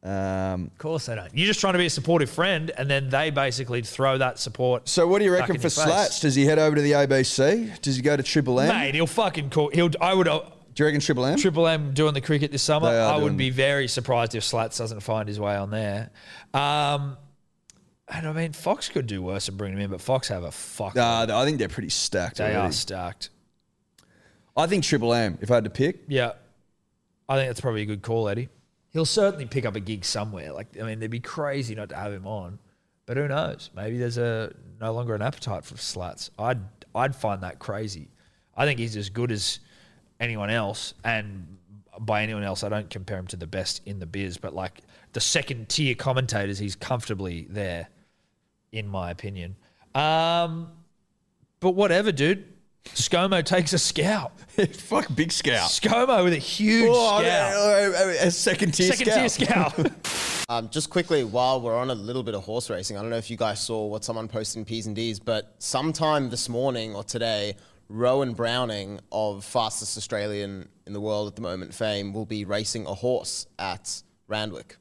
[SPEAKER 2] Um,
[SPEAKER 1] Of course they don't. You're just trying to be a supportive friend and then they basically throw that support.
[SPEAKER 2] so what do you
[SPEAKER 1] Back
[SPEAKER 2] reckon
[SPEAKER 1] in
[SPEAKER 2] for
[SPEAKER 1] your face.
[SPEAKER 2] Slats? Does he head over to the ABC? Does he go to Triple M?
[SPEAKER 1] Mate, he'll fucking call. He'll, I would, uh,
[SPEAKER 2] Do you reckon Triple M?
[SPEAKER 1] Triple M doing the cricket this summer.
[SPEAKER 2] They are
[SPEAKER 1] I
[SPEAKER 2] doing-
[SPEAKER 1] would be very surprised if Slats doesn't find his way on there. Um, and I mean, Fox could do worse than bringing him in, but Fox have a fuck.
[SPEAKER 2] Nah, I think they're pretty stacked.
[SPEAKER 1] they are
[SPEAKER 2] already.
[SPEAKER 1] stacked.
[SPEAKER 2] I think Triple M. If I had to pick,
[SPEAKER 1] Yeah, I think that's probably a good call, Eddie. He'll certainly pick up a gig somewhere. Like, I mean, they'd be crazy not to have him on. But who knows? Maybe there's a no longer an appetite for Slats. I'd I'd find that crazy. I think he's as good as anyone else, and by anyone else, I don't compare him to the best in the biz. But like the second tier commentators, he's comfortably there, in my opinion. Um, but whatever, dude. Scomo takes a scout.
[SPEAKER 2] fuck Big Scout.
[SPEAKER 1] ScoMo with a huge
[SPEAKER 2] Oh,
[SPEAKER 1] scout.
[SPEAKER 2] a- a- a second tier
[SPEAKER 1] Second
[SPEAKER 2] (laughs)
[SPEAKER 1] tier scout.
[SPEAKER 3] Um, just quickly, while we're on a little bit of horse racing, I don't know if you guys saw what someone posted in P's and D's, but sometime this morning or today, Rowan Browning of fastest Australian in the world at the moment fame will be racing a horse at Randwick.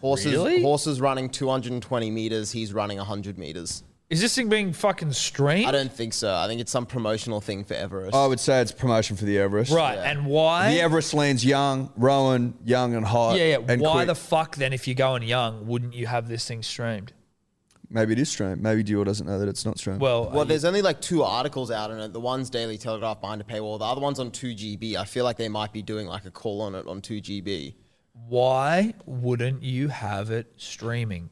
[SPEAKER 3] Horses, horses running 220 meters. He's running 100 meters.
[SPEAKER 1] Is this thing being fucking streamed?
[SPEAKER 3] I don't think so. I think it's some promotional thing for Everest.
[SPEAKER 2] I would say it's promotion for the Everest.
[SPEAKER 1] right, and why?
[SPEAKER 2] The Everest lands young, Rowan, young and hot.
[SPEAKER 1] yeah, yeah.
[SPEAKER 2] And
[SPEAKER 1] Why
[SPEAKER 2] quick.
[SPEAKER 1] the fuck then, if you're going young, wouldn't you have this thing streamed?
[SPEAKER 2] Maybe it is streamed. Maybe Dior doesn't know that it's not streamed.
[SPEAKER 1] Well,
[SPEAKER 3] well, there's only like two articles out on it. The one's Daily Telegraph behind a paywall. The other one's on 2GB. I feel like they might be doing like a call on it on 2GB.
[SPEAKER 1] why wouldn't you have it streaming?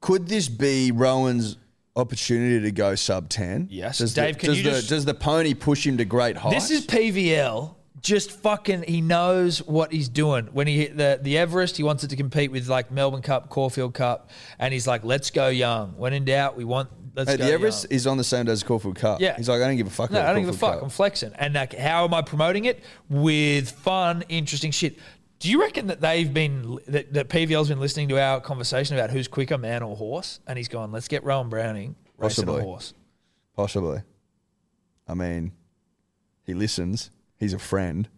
[SPEAKER 2] could this be Rowan's opportunity to go sub ten?
[SPEAKER 1] Yes.
[SPEAKER 2] Does
[SPEAKER 1] Dave,
[SPEAKER 2] the,
[SPEAKER 1] can
[SPEAKER 2] does
[SPEAKER 1] you
[SPEAKER 2] the,
[SPEAKER 1] just-
[SPEAKER 2] does the pony push him to great heights?
[SPEAKER 1] This is PVL. Just fucking, he knows what he's doing. When he hit the, the Everest, he wants it to compete with like Melbourne Cup, Caulfield Cup, and he's like, "Let's go young." When in doubt, we want let's
[SPEAKER 2] Hey,
[SPEAKER 1] go
[SPEAKER 2] the Everest
[SPEAKER 1] young.
[SPEAKER 2] is on the same day as Caulfield Cup.
[SPEAKER 1] Yeah.
[SPEAKER 2] He's like, I don't give a fuck.
[SPEAKER 1] No,
[SPEAKER 2] about
[SPEAKER 1] I don't give a
[SPEAKER 2] Caulfield
[SPEAKER 1] fuck. I'm flexing. And like, how am I promoting it? With fun, interesting shit. Do you reckon that they've been that, that PVL's been listening to our conversation about who's quicker, man or horse? And he's gone, let's get Rowan Browning racing
[SPEAKER 2] Possibly.
[SPEAKER 1] a horse.
[SPEAKER 2] Possibly. I mean, he listens. He's a friend.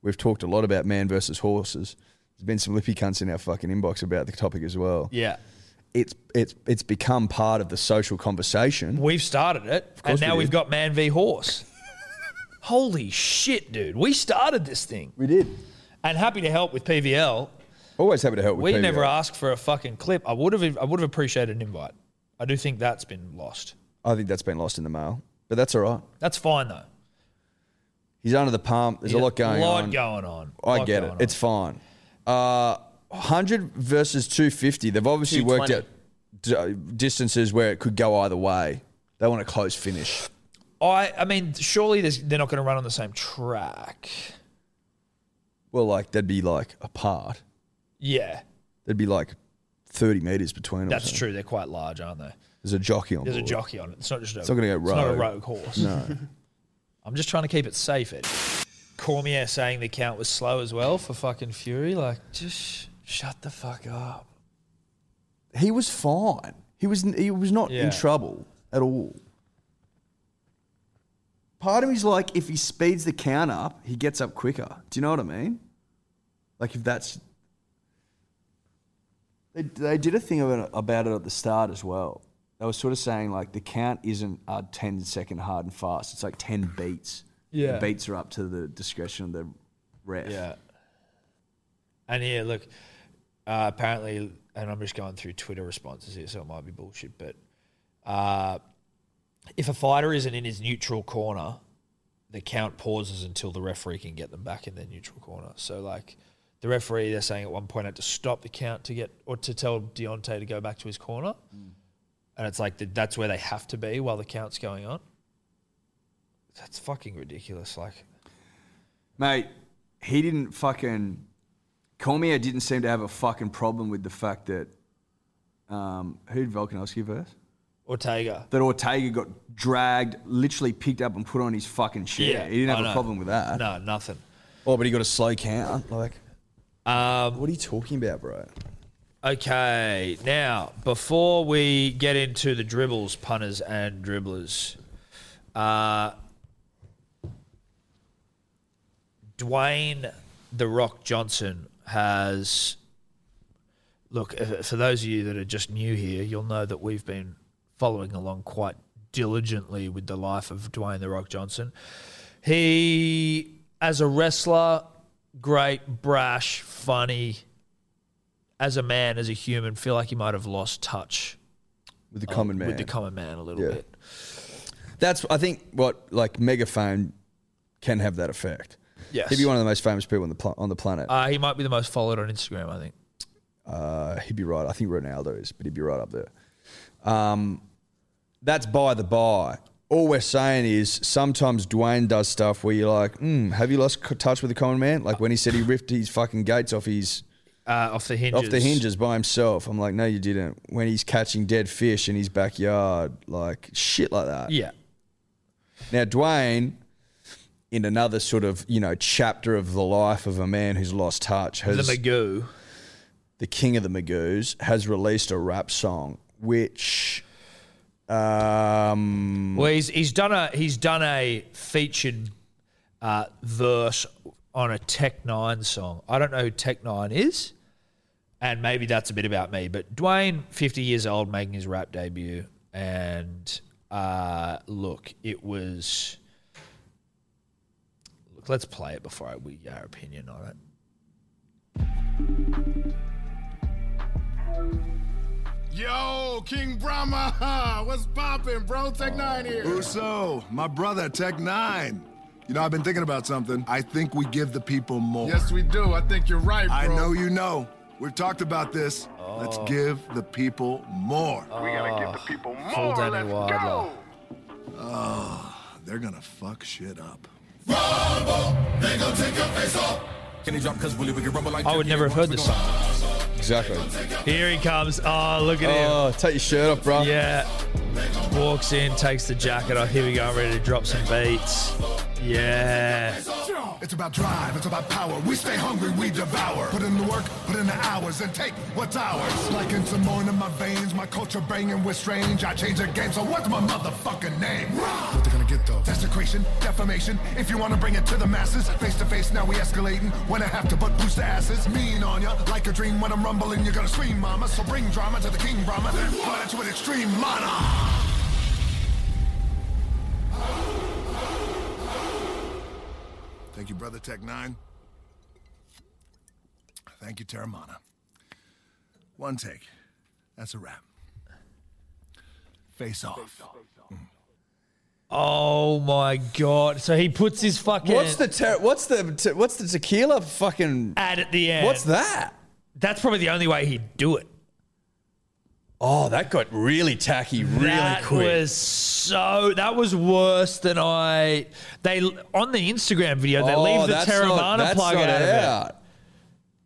[SPEAKER 2] We've talked a lot about man versus horses. There's been some lippy cunts in our fucking inbox about the topic as well.
[SPEAKER 1] Yeah,
[SPEAKER 2] It's it's it's become part of the social conversation.
[SPEAKER 1] we've started it, and
[SPEAKER 2] course we
[SPEAKER 1] now
[SPEAKER 2] did.
[SPEAKER 1] we've got man
[SPEAKER 2] (laughs)
[SPEAKER 1] v horse. Holy shit, dude! We started this thing,
[SPEAKER 2] We did.
[SPEAKER 1] and happy to help with PVL.
[SPEAKER 2] Always happy to help. With
[SPEAKER 1] We
[SPEAKER 2] PVL.
[SPEAKER 1] never asked for a fucking clip. I would have, I would have appreciated an invite. I do think that's been lost.
[SPEAKER 2] I think that's been lost in the mail, but that's all right.
[SPEAKER 1] That's fine though.
[SPEAKER 2] He's under the pump. There's a lot going
[SPEAKER 1] lot
[SPEAKER 2] on.
[SPEAKER 1] going on.
[SPEAKER 2] I
[SPEAKER 1] Lot
[SPEAKER 2] get it.
[SPEAKER 1] going on.
[SPEAKER 2] It's fine. Uh, 100 versus 250. They've obviously worked out
[SPEAKER 3] 220.
[SPEAKER 2] d- uh, distances where it could go either way. They want a close finish.
[SPEAKER 1] I. I mean, surely there's, they're not going to run on the same track.
[SPEAKER 2] Well, like they'd be like apart.
[SPEAKER 1] Yeah,
[SPEAKER 2] There'd be like 30 meters between. or
[SPEAKER 1] that's
[SPEAKER 2] something.
[SPEAKER 1] true. They're quite large, aren't they?
[SPEAKER 2] There's a jockey on.
[SPEAKER 1] There's a
[SPEAKER 2] board.
[SPEAKER 1] jockey on it. It's not just a. It's
[SPEAKER 2] not gonna go
[SPEAKER 1] It's not a
[SPEAKER 2] rogue.
[SPEAKER 1] rogue horse. No. (laughs) I'm just trying to keep it safe. Ed. Cormier saying the count was slow as well for fucking Fury. Like, just shut the fuck up.
[SPEAKER 2] He was fine. He was he was not
[SPEAKER 1] Yeah.
[SPEAKER 2] in trouble at all. Part of me's like, if he speeds the count up, he gets up quicker. Do you know what I mean? Like if that's they, they did a thing about it, about it at the start as well. They were sort of saying like the count isn't a 10 second hard and fast. It's like ten beats.
[SPEAKER 1] Yeah.
[SPEAKER 2] the beats are up to the discretion of the ref.
[SPEAKER 1] Yeah. And here, look, uh, apparently, and I'm just going through Twitter responses here, so it might be bullshit, but uh, if a fighter isn't in his neutral corner, the count pauses until the referee can get them back in their neutral corner. So, like, the referee, they're saying at one point had to stop the count to get, or to tell Deontay to go back to his corner. And it's like, that- that's where they have to be while the count's going on. That's fucking ridiculous. Like,
[SPEAKER 2] Mate, he didn't fucking. Cormier didn't seem to have a fucking problem with the fact that. Um, who did Volkanovski verse?
[SPEAKER 1] Ortega.
[SPEAKER 2] That Ortega got dragged, literally picked up and put on his fucking chair.
[SPEAKER 1] Yeah,
[SPEAKER 2] he didn't
[SPEAKER 1] I
[SPEAKER 2] have a
[SPEAKER 1] know.
[SPEAKER 2] problem with that.
[SPEAKER 1] No, nothing.
[SPEAKER 2] Oh, but he got a slow count. Like,
[SPEAKER 1] Um,
[SPEAKER 2] what are you talking about, bro?
[SPEAKER 1] okay, now before we get into the dribbles, punters and dribblers, uh, Dwayne the Rock Johnson has. Look, uh, for those of you that are just new here, you'll know that we've been following along quite diligently with the life of Dwayne the Rock Johnson. He, as a wrestler, great, brash, funny, as a man, as a human, feel like he might have lost touch
[SPEAKER 2] With the common man.
[SPEAKER 1] Uh, with the common man a little
[SPEAKER 2] Yeah.
[SPEAKER 1] bit.
[SPEAKER 2] That's, I think, what, like, megaphone can have that effect.
[SPEAKER 1] Yes.
[SPEAKER 2] He'd be one of the most famous people on the, pl- on the planet.
[SPEAKER 1] Uh, he might be the most followed on Instagram, I think.
[SPEAKER 2] Uh, he'd be right. I think Ronaldo is, but he'd be right up there. Um, that's by the by. All we're saying is sometimes Dwayne does stuff where you're like, mm, have you lost c- touch with the common man? Like when he said he ripped his fucking gates off his
[SPEAKER 1] Uh, off the hinges.
[SPEAKER 2] off the hinges by himself. I'm like, no, you didn't. When he's catching dead fish in his backyard, like shit like that.
[SPEAKER 1] Yeah.
[SPEAKER 2] Now, Dwayne, in another sort of you know chapter of the life of a man who's lost touch,
[SPEAKER 1] The
[SPEAKER 2] has
[SPEAKER 1] Magoo.
[SPEAKER 2] the king of the Magoos, has released a rap song, which um,
[SPEAKER 1] Well, he's, he's done a he's done a featured uh, verse on a Tech Nine song. I don't know who Tech Nine is, and maybe that's a bit about me. But Dwayne, fifty years old, making his rap debut. and uh, look, it was. Look, let's play it before I, we get our opinion on it.
[SPEAKER 7] Yo, King Brahma, what's poppin', bro? Tech Nine here. Uso, my brother, Tech Nine. You know, I've been thinking about something. I think we give the people more. Yes, we do. I think you're right, bro. I know you know. We've talked about this. Let's give the people more.
[SPEAKER 8] We gotta give the people more.
[SPEAKER 1] Full Danny Wilder.
[SPEAKER 7] Oh, They're gonna fuck shit up.
[SPEAKER 1] I would never have heard this song.
[SPEAKER 2] Exactly.
[SPEAKER 1] Here he comes. Oh, look at him.
[SPEAKER 2] Oh, take your shirt off, bro.
[SPEAKER 1] Yeah. Walks in, takes the jacket off. Here we go. I'm ready to drop some beats. Yeah.
[SPEAKER 7] It's about drive, it's about power. We stay hungry, we devour. Put in the work, put in the hours, and take what's ours. Like in some more in my veins, my culture banging with strange. I change the game, so what's my motherfucking name? What they gonna get though? Desecration, defamation. If you wanna bring it to the masses, face to face, now we escalating. When I have to but boost the asses, mean on ya. Like a dream when I'm rumbling, you're gonna scream, mama. So bring drama to the king, Brahma. Punch with extreme mana. Thank you, Brother Tech Nine. Thank you, Terramana. One take. That's a wrap. Face off.
[SPEAKER 1] Oh my god. So he puts his fucking
[SPEAKER 2] What's the ter- what's the te- what's the tequila fucking?
[SPEAKER 1] ad at the end.
[SPEAKER 2] What's that?
[SPEAKER 1] That's probably the only way he'd do it.
[SPEAKER 2] Oh, that got really tacky, really
[SPEAKER 1] that
[SPEAKER 2] quick.
[SPEAKER 1] was so. That was worse than I. They on the Instagram video they
[SPEAKER 2] Oh,
[SPEAKER 1] leave the
[SPEAKER 2] that's not-
[SPEAKER 1] Terramana
[SPEAKER 2] that's
[SPEAKER 1] plug
[SPEAKER 2] not
[SPEAKER 1] out of it,
[SPEAKER 2] out.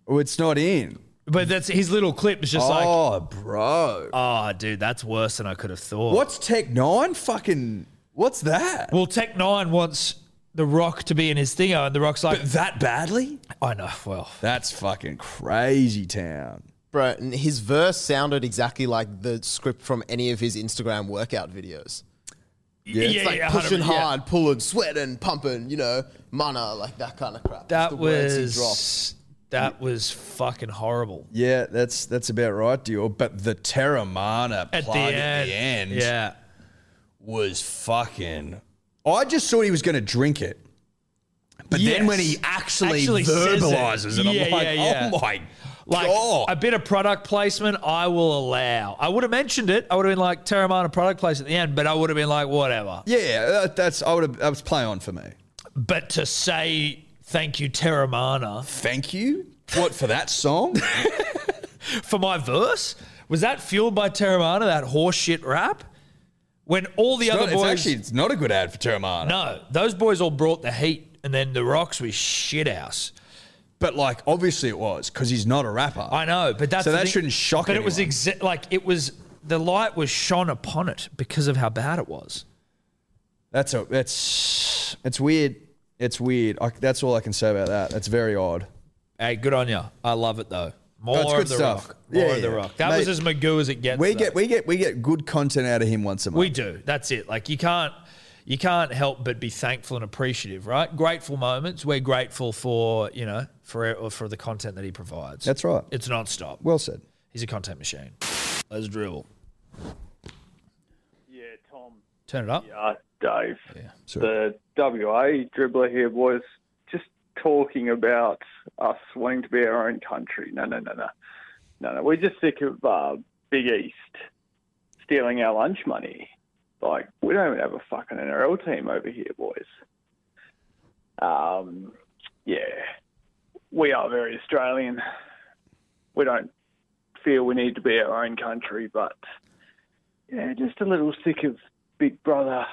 [SPEAKER 2] Oh, it's not in.
[SPEAKER 1] but that's his little clip is just like,
[SPEAKER 2] oh, bro.
[SPEAKER 1] oh, dude, that's worse than I could have thought.
[SPEAKER 2] What's Tech Nine? Fucking. What's that?
[SPEAKER 1] Well, Tech Nine wants The Rock to be in his thingo, and The Rock's like,
[SPEAKER 2] that badly?
[SPEAKER 1] I know. Well,
[SPEAKER 2] That's fucking crazy town.
[SPEAKER 3] Bro, and his verse sounded exactly like the script from any of his Instagram workout videos.
[SPEAKER 1] yeah, yeah,
[SPEAKER 3] It's like
[SPEAKER 1] yeah,
[SPEAKER 3] pushing
[SPEAKER 1] 100%, yeah.
[SPEAKER 3] hard, pulling, sweating, pumping, you know, mana, like that kind of crap. That's the
[SPEAKER 1] That
[SPEAKER 3] words he dropped.
[SPEAKER 1] was that was fucking horrible.
[SPEAKER 2] Yeah, that's that's about right, Dior. But the Terramana
[SPEAKER 1] At
[SPEAKER 2] plug
[SPEAKER 1] the end,
[SPEAKER 2] at the end
[SPEAKER 1] yeah.
[SPEAKER 2] was fucking. I just thought he was going to drink it, but then
[SPEAKER 1] Yes.
[SPEAKER 2] when he actually,
[SPEAKER 1] Actually says it.
[SPEAKER 2] verbalizes it,
[SPEAKER 1] Yeah,
[SPEAKER 2] I'm like,
[SPEAKER 1] yeah, yeah.
[SPEAKER 2] oh my
[SPEAKER 1] Like
[SPEAKER 2] god!
[SPEAKER 1] a bit of product placement, I will allow. I would have mentioned it. I would have been like Terramana product place at the end, but I would have been like whatever.
[SPEAKER 2] yeah, that, that's I would have. That was play on for me.
[SPEAKER 1] But to say thank you Terramana
[SPEAKER 2] Thank you. What for that song?
[SPEAKER 1] (laughs) for my verse was that fueled by Terramana that horse shit rap when all the
[SPEAKER 2] It's
[SPEAKER 1] other
[SPEAKER 2] not-
[SPEAKER 1] boys
[SPEAKER 2] it's actually it's not a good ad for Terramana.
[SPEAKER 1] no those boys all brought the heat and then the rocks was shit house.
[SPEAKER 2] But like, obviously it was because he's not a rapper.
[SPEAKER 1] I know, but that's
[SPEAKER 2] So
[SPEAKER 1] the
[SPEAKER 2] that
[SPEAKER 1] thing.
[SPEAKER 2] shouldn't shock
[SPEAKER 1] But it was
[SPEAKER 2] anyone.
[SPEAKER 1] exa- like it was the light was shone upon it because of how bad it was.
[SPEAKER 2] That's a that's it's weird. It's weird. I, that's all I can say about that. That's very odd.
[SPEAKER 1] Hey, good on you. I love it though. More
[SPEAKER 2] That's
[SPEAKER 1] of
[SPEAKER 2] good
[SPEAKER 1] the
[SPEAKER 2] stuff.
[SPEAKER 1] rock. More
[SPEAKER 2] Yeah,
[SPEAKER 1] of the
[SPEAKER 2] yeah.
[SPEAKER 1] rock. That was
[SPEAKER 2] Mate,
[SPEAKER 1] as Magoo as it gets.
[SPEAKER 2] We
[SPEAKER 1] though.
[SPEAKER 2] get we get we get good content out of him once a month.
[SPEAKER 1] we do. That's it. Like you can't you can't help but be thankful and appreciative, right? Grateful moments. We're grateful for you know for e, or for the content that he provides.
[SPEAKER 2] that's right.
[SPEAKER 1] it's nonstop.
[SPEAKER 2] well said.
[SPEAKER 1] He's a content machine. Let's dribble.
[SPEAKER 9] Yeah, Tom.
[SPEAKER 1] Turn it up.
[SPEAKER 9] Uh, Dave.
[SPEAKER 2] Sorry.
[SPEAKER 9] The WA dribbler here was just talking about us wanting to be our own country. No, no, no, no. No, no. We're just sick of uh, Big East stealing our lunch money. Like, we don't even have a fucking NRL team over here, boys. Um, yeah. We are very Australian. We don't feel we need to be our own country, but yeah, just a little sick of Big Brother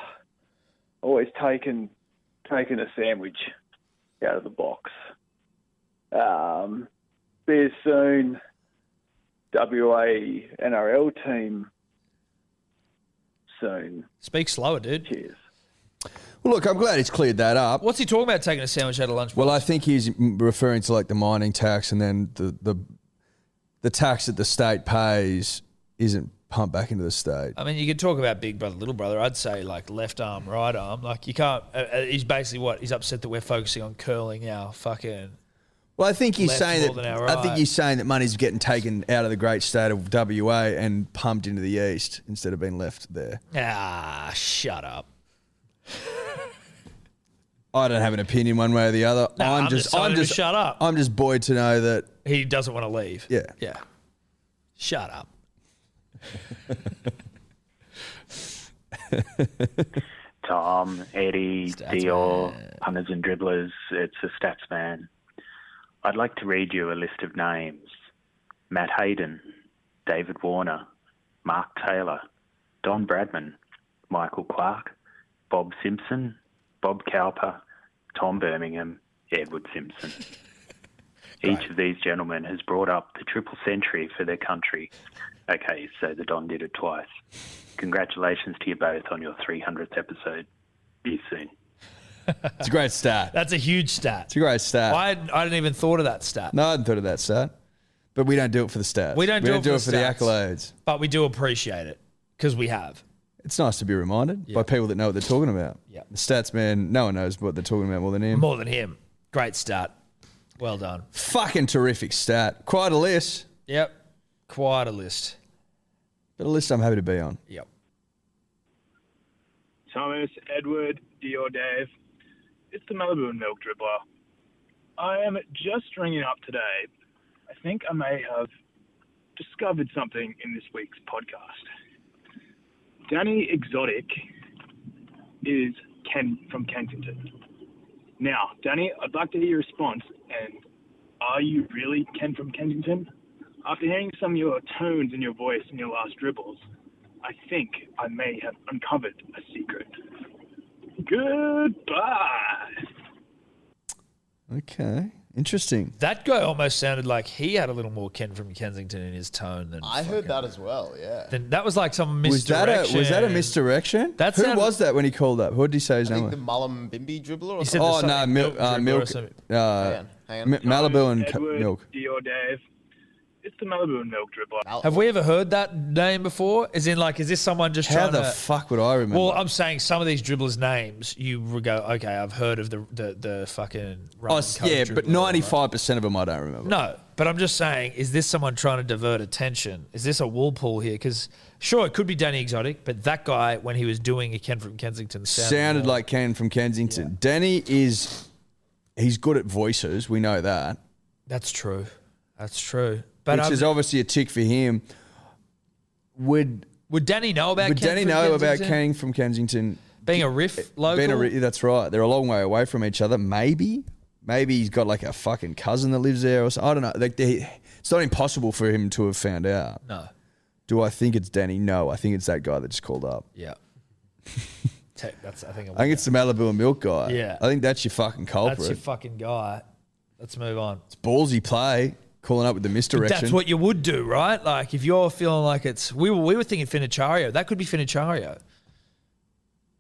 [SPEAKER 9] always taking taking a sandwich out of the box. Um, there's soon WA NRL team soon.
[SPEAKER 1] Speak slower, dude.
[SPEAKER 9] Cheers.
[SPEAKER 2] Well, look, I'm glad he's cleared that up.
[SPEAKER 1] What's he talking about? Taking a sandwich out of lunch.
[SPEAKER 2] Well, I think he's m- referring to like the mining tax and then the the the tax that the state pays isn't pumped back into the state.
[SPEAKER 1] I mean, you could talk about big brother, little brother. I'd say like left arm, right arm. Like you can't. Uh, uh, he's basically what he's upset that we're focusing on curling our fucking
[SPEAKER 2] Well, I think he's
[SPEAKER 1] Left
[SPEAKER 2] saying
[SPEAKER 1] more
[SPEAKER 2] that.
[SPEAKER 1] than our
[SPEAKER 2] I think
[SPEAKER 1] right.
[SPEAKER 2] he's saying that money's getting taken out of the great state of WA and pumped into the east instead of being left there.
[SPEAKER 1] Ah, shut up.
[SPEAKER 2] I don't have an opinion one way or the other.
[SPEAKER 1] Nah,
[SPEAKER 2] I'm,
[SPEAKER 1] I'm
[SPEAKER 2] just,
[SPEAKER 1] just telling
[SPEAKER 2] I'm
[SPEAKER 1] him to
[SPEAKER 2] just,
[SPEAKER 1] shut up.
[SPEAKER 2] I'm just buoyed to know that.
[SPEAKER 1] He doesn't want to leave.
[SPEAKER 2] Yeah,
[SPEAKER 1] Yeah. Shut up.
[SPEAKER 8] Tom, Eddie, Dior, punters and dribblers. It's a stats man. I'd like to read you a list of names: Matt Hayden, David Warner, Mark Taylor, Don Bradman, Michael Clark, Bob Simpson, Bob Cowper, Tom Birmingham, Edward Simpson. Each of these gentlemen has brought up the triple century for their country. Okay, so the Don did it twice. Congratulations to you both on your 300th episode. See you soon.
[SPEAKER 2] it's a great start.
[SPEAKER 1] (laughs) That's a huge stat.
[SPEAKER 2] It's a great start.
[SPEAKER 1] I hadn't, I hadn't even thought of that stat.
[SPEAKER 2] No, I hadn't thought of that stat. But we don't do it for the stats.
[SPEAKER 1] We don't do it for the
[SPEAKER 2] the,
[SPEAKER 1] stats.
[SPEAKER 2] accolades.
[SPEAKER 1] But we do appreciate it because we have.
[SPEAKER 2] It's nice to be reminded by people that know what they're talking about.
[SPEAKER 1] Yeah.
[SPEAKER 2] The stats man, no one knows what they're talking about more than him.
[SPEAKER 1] More than him. Great start. Well done.
[SPEAKER 2] Fucking terrific stat. Quite a list,
[SPEAKER 1] Yep. Quite a list.
[SPEAKER 2] but a list I'm happy to be on.
[SPEAKER 1] Yep.
[SPEAKER 10] Thomas, Edward, Dior, Dave. It's the Malibu Milk Dribbler. I am just ringing up today. I think I may have discovered something in this week's podcast. Danny Exotic is Ken from Kensington. Now, Danny, I'd like to hear your response. And are you really Ken from Kensington? After hearing some of your tones in your voice in your last dribbles, I think I may have uncovered a secret. Goodbye.
[SPEAKER 2] Okay. Interesting.
[SPEAKER 1] That guy almost sounded like he had a little more Ken from Kensington in his tone than
[SPEAKER 3] I heard that as well. Yeah.
[SPEAKER 1] Then that was like some
[SPEAKER 2] Was that
[SPEAKER 1] misdirection.
[SPEAKER 2] a was that a misdirection?
[SPEAKER 1] That
[SPEAKER 2] Who
[SPEAKER 1] sounded-
[SPEAKER 2] was that when he called up? Who did he say his
[SPEAKER 3] I
[SPEAKER 2] name was?
[SPEAKER 3] think the Mullum Bimby dribbler or
[SPEAKER 1] He said
[SPEAKER 3] something.
[SPEAKER 1] the
[SPEAKER 2] Oh
[SPEAKER 1] something
[SPEAKER 2] no, milk,
[SPEAKER 1] dribbler
[SPEAKER 2] uh,
[SPEAKER 1] or
[SPEAKER 2] milk,
[SPEAKER 1] something.
[SPEAKER 2] uh,
[SPEAKER 3] on, hang on.
[SPEAKER 2] M- Malibu and
[SPEAKER 10] Edward,
[SPEAKER 2] cu- milk.
[SPEAKER 10] Dior, Dave. It's the Malibu milk dribbler.
[SPEAKER 1] Have we ever heard that name before? Is in like, is this someone just
[SPEAKER 2] How
[SPEAKER 1] trying
[SPEAKER 2] the
[SPEAKER 1] to?
[SPEAKER 2] fuck would I remember?
[SPEAKER 1] well, I'm saying some of these dribblers' names, you would go, okay, I've heard of the the, the fucking.
[SPEAKER 2] Oh,
[SPEAKER 1] Roman
[SPEAKER 2] s-
[SPEAKER 1] Coke
[SPEAKER 2] yeah,
[SPEAKER 1] dribbler,
[SPEAKER 2] but
[SPEAKER 1] right?
[SPEAKER 2] ninety five percent of them I don't remember.
[SPEAKER 1] No, but I'm just saying, is this someone trying to divert attention? Is this a wool pull here? Because sure, it could be Danny Exotic, but that guy when he was doing a Ken from Kensington sounded,
[SPEAKER 2] sounded
[SPEAKER 1] more-
[SPEAKER 2] like Ken from Kensington. Danny is he's good at voices, we know that,
[SPEAKER 1] that's true, that's true. But
[SPEAKER 2] which
[SPEAKER 1] um,
[SPEAKER 2] is obviously a tick for him. Would
[SPEAKER 1] would Danny know about?
[SPEAKER 2] would
[SPEAKER 1] Ken
[SPEAKER 2] Danny
[SPEAKER 1] from
[SPEAKER 2] know about
[SPEAKER 1] Kensington?
[SPEAKER 2] Ken from Kensington?
[SPEAKER 1] being a riff local?
[SPEAKER 2] Being a re- that's right. They're a long way away from each other. Maybe, maybe he's got like a fucking cousin that lives there, or so. I don't know. Like they, it's not impossible for him to have found out.
[SPEAKER 1] no,
[SPEAKER 2] Do I think it's Danny? No, I think it's that guy that just called up. (laughs)
[SPEAKER 1] yeah. Tech, that's I think.
[SPEAKER 2] I think it's the Malibu and Milk guy.
[SPEAKER 1] Yeah.
[SPEAKER 2] I think that's your fucking culprit.
[SPEAKER 1] That's your fucking guy. Let's move on.
[SPEAKER 2] Ballsy play, calling up with the misdirection.
[SPEAKER 1] That's what you would do, right? Like if you're feeling like it's we were we were thinking Finichario. That could be Finichario.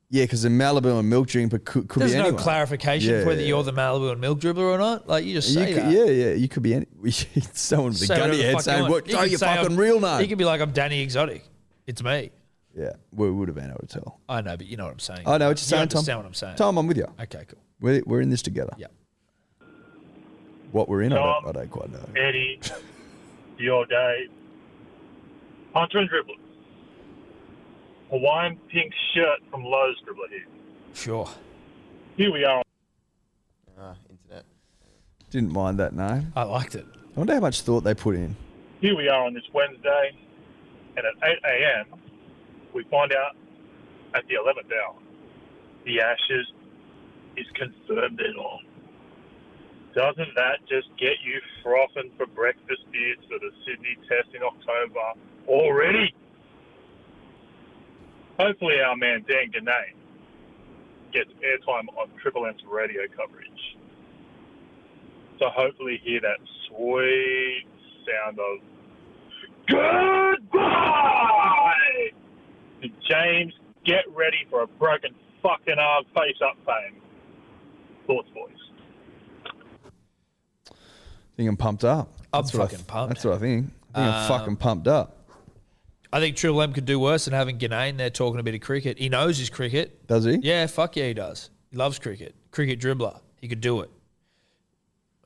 [SPEAKER 2] Yeah, because the Malibu and milk drink but could, could
[SPEAKER 1] There's
[SPEAKER 2] be
[SPEAKER 1] no
[SPEAKER 2] anyone.
[SPEAKER 1] clarification
[SPEAKER 2] Yeah,
[SPEAKER 1] whether
[SPEAKER 2] yeah.
[SPEAKER 1] you're the Malibu and milk dribbler or not. Like you just
[SPEAKER 2] You
[SPEAKER 1] say
[SPEAKER 2] could,
[SPEAKER 1] that.
[SPEAKER 2] yeah, yeah, you could be any. (laughs) Someone with a
[SPEAKER 1] Say
[SPEAKER 2] gun
[SPEAKER 1] whatever
[SPEAKER 2] to
[SPEAKER 1] the
[SPEAKER 2] your head
[SPEAKER 1] fuck you
[SPEAKER 2] saying,
[SPEAKER 1] want.
[SPEAKER 2] "What?
[SPEAKER 1] You
[SPEAKER 2] are
[SPEAKER 1] could
[SPEAKER 2] your
[SPEAKER 1] say
[SPEAKER 2] fucking
[SPEAKER 1] I'm-
[SPEAKER 2] real name?"
[SPEAKER 1] You could be like, I'm Danny Exotic. It's me.
[SPEAKER 2] yeah, we would have been able to tell.
[SPEAKER 1] I know, but you know what I'm saying.
[SPEAKER 2] I know what you're saying,
[SPEAKER 1] you understand
[SPEAKER 2] Tom.
[SPEAKER 1] what I'm saying.
[SPEAKER 2] Tom, I'm with you.
[SPEAKER 1] Okay, cool.
[SPEAKER 2] We're, we're in this together.
[SPEAKER 1] Yep.
[SPEAKER 2] What we're in, I don't,
[SPEAKER 10] Tom.
[SPEAKER 2] I don't quite know.
[SPEAKER 10] Eddie, your day. Punter and dribbler. Hawaiian pink shirt from Lowe's dribbler here.
[SPEAKER 1] Sure.
[SPEAKER 10] Here we are.
[SPEAKER 3] Ah, internet.
[SPEAKER 2] Didn't mind that name.
[SPEAKER 1] I liked it.
[SPEAKER 2] I wonder how much thought they put in.
[SPEAKER 10] Here we are on this Wednesday, and at 8 a.m. we find out at the 11th hour the Ashes is confirmed at all. Doesn't that just get you frothing for breakfast beers for the Sydney Test in October already? Hopefully, our man Dan Ganay gets airtime on Triple M's radio coverage. So hopefully, hear that sweet sound of goodbye. And James, get ready for a broken fucking arm, face up fame. Thoughts, boys.
[SPEAKER 2] think I'm pumped up.
[SPEAKER 1] I'm
[SPEAKER 2] what I
[SPEAKER 1] fucking pumped. Um,
[SPEAKER 2] That's what I think. I think I'm fucking pumped up.
[SPEAKER 1] I think Triple M could do worse than having Ganane there talking a bit of cricket. He knows his cricket.
[SPEAKER 2] Does he?
[SPEAKER 1] Yeah, fuck yeah, he does. He loves cricket. Cricket dribbler. He could do it.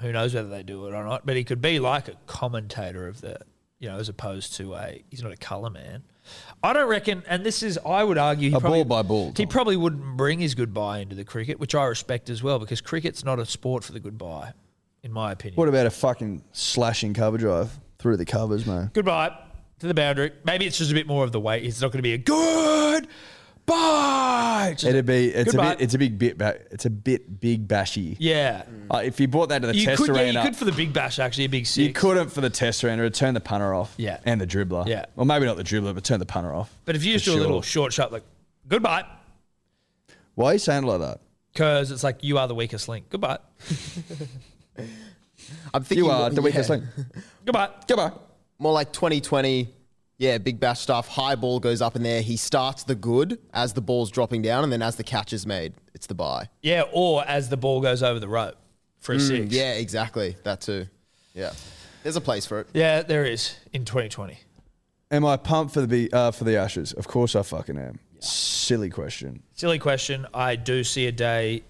[SPEAKER 1] Who knows whether they do it or not? But he could be like a commentator of the, you know, as opposed to a. He's not a color man. I don't reckon, and this is I would argue he
[SPEAKER 2] A
[SPEAKER 1] probably,
[SPEAKER 2] ball by ball,
[SPEAKER 1] He
[SPEAKER 2] Tom.
[SPEAKER 1] probably wouldn't bring his goodbye into the cricket, which I respect as well, because cricket's not a sport for the goodbye, in my opinion.
[SPEAKER 2] What about a fucking slashing cover drive through the covers, man?
[SPEAKER 1] goodbye to the boundary. Maybe it's just a bit more of the weight. It's not going to be a good bye. Ah, Just
[SPEAKER 2] It'd be it's
[SPEAKER 1] goodbye.
[SPEAKER 2] a bit it's a big bit ba- it's a bit big bashy.
[SPEAKER 1] yeah.
[SPEAKER 2] Uh, if you brought that to the
[SPEAKER 1] You
[SPEAKER 2] test
[SPEAKER 1] could, yeah,
[SPEAKER 2] arena,
[SPEAKER 1] you could for the big bash actually a big six.
[SPEAKER 2] you couldn't for the test arena. It'd turn the punter off.
[SPEAKER 1] Yeah.
[SPEAKER 2] and the dribbler.
[SPEAKER 1] Yeah.
[SPEAKER 2] well maybe not the dribbler, but turn the punter off.
[SPEAKER 1] But if you just
[SPEAKER 2] For
[SPEAKER 1] do a little
[SPEAKER 2] sure.
[SPEAKER 1] short shot like goodbye,
[SPEAKER 2] Why are you saying it like that?
[SPEAKER 1] because it's like you are the weakest link. Goodbye,
[SPEAKER 3] (laughs) I'm thinking
[SPEAKER 2] You are the weakest
[SPEAKER 3] yeah, (laughs)
[SPEAKER 2] link.
[SPEAKER 1] goodbye.
[SPEAKER 2] Goodbye.
[SPEAKER 3] More like 2020. Yeah, big bash stuff. High ball goes up in there. He starts the good as the ball's dropping down, and then as the catch is made, it's the bye.
[SPEAKER 1] Yeah, or as the ball goes over the rope for
[SPEAKER 2] Mm,
[SPEAKER 1] a six.
[SPEAKER 3] Yeah, exactly. That too. Yeah. There's a place for it.
[SPEAKER 1] yeah, there is in 2020.
[SPEAKER 2] Am I pumped for the B, uh, for the Ashes? Of course I fucking am. Silly question.
[SPEAKER 1] Silly question. I do see a day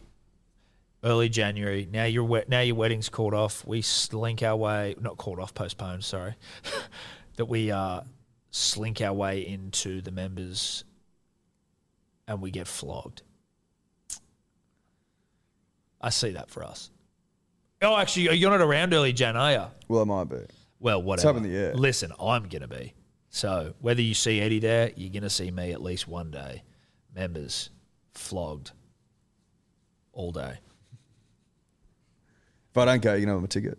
[SPEAKER 1] early January. Now your we- now your wedding's called off. We slink our way, not called off, postponed. Sorry, (laughs) that we uh, slink our way into the members, and we get flogged. I see that for us. Oh, actually, you're not around early Jan, are you?
[SPEAKER 2] Well, it might be.
[SPEAKER 1] Well, whatever.
[SPEAKER 2] up in the air.
[SPEAKER 1] Listen, I'm going to be. So whether you see Eddie there, you're going to see me at least one day. Members flogged all day.
[SPEAKER 2] If I don't go, you know I'm a ticket.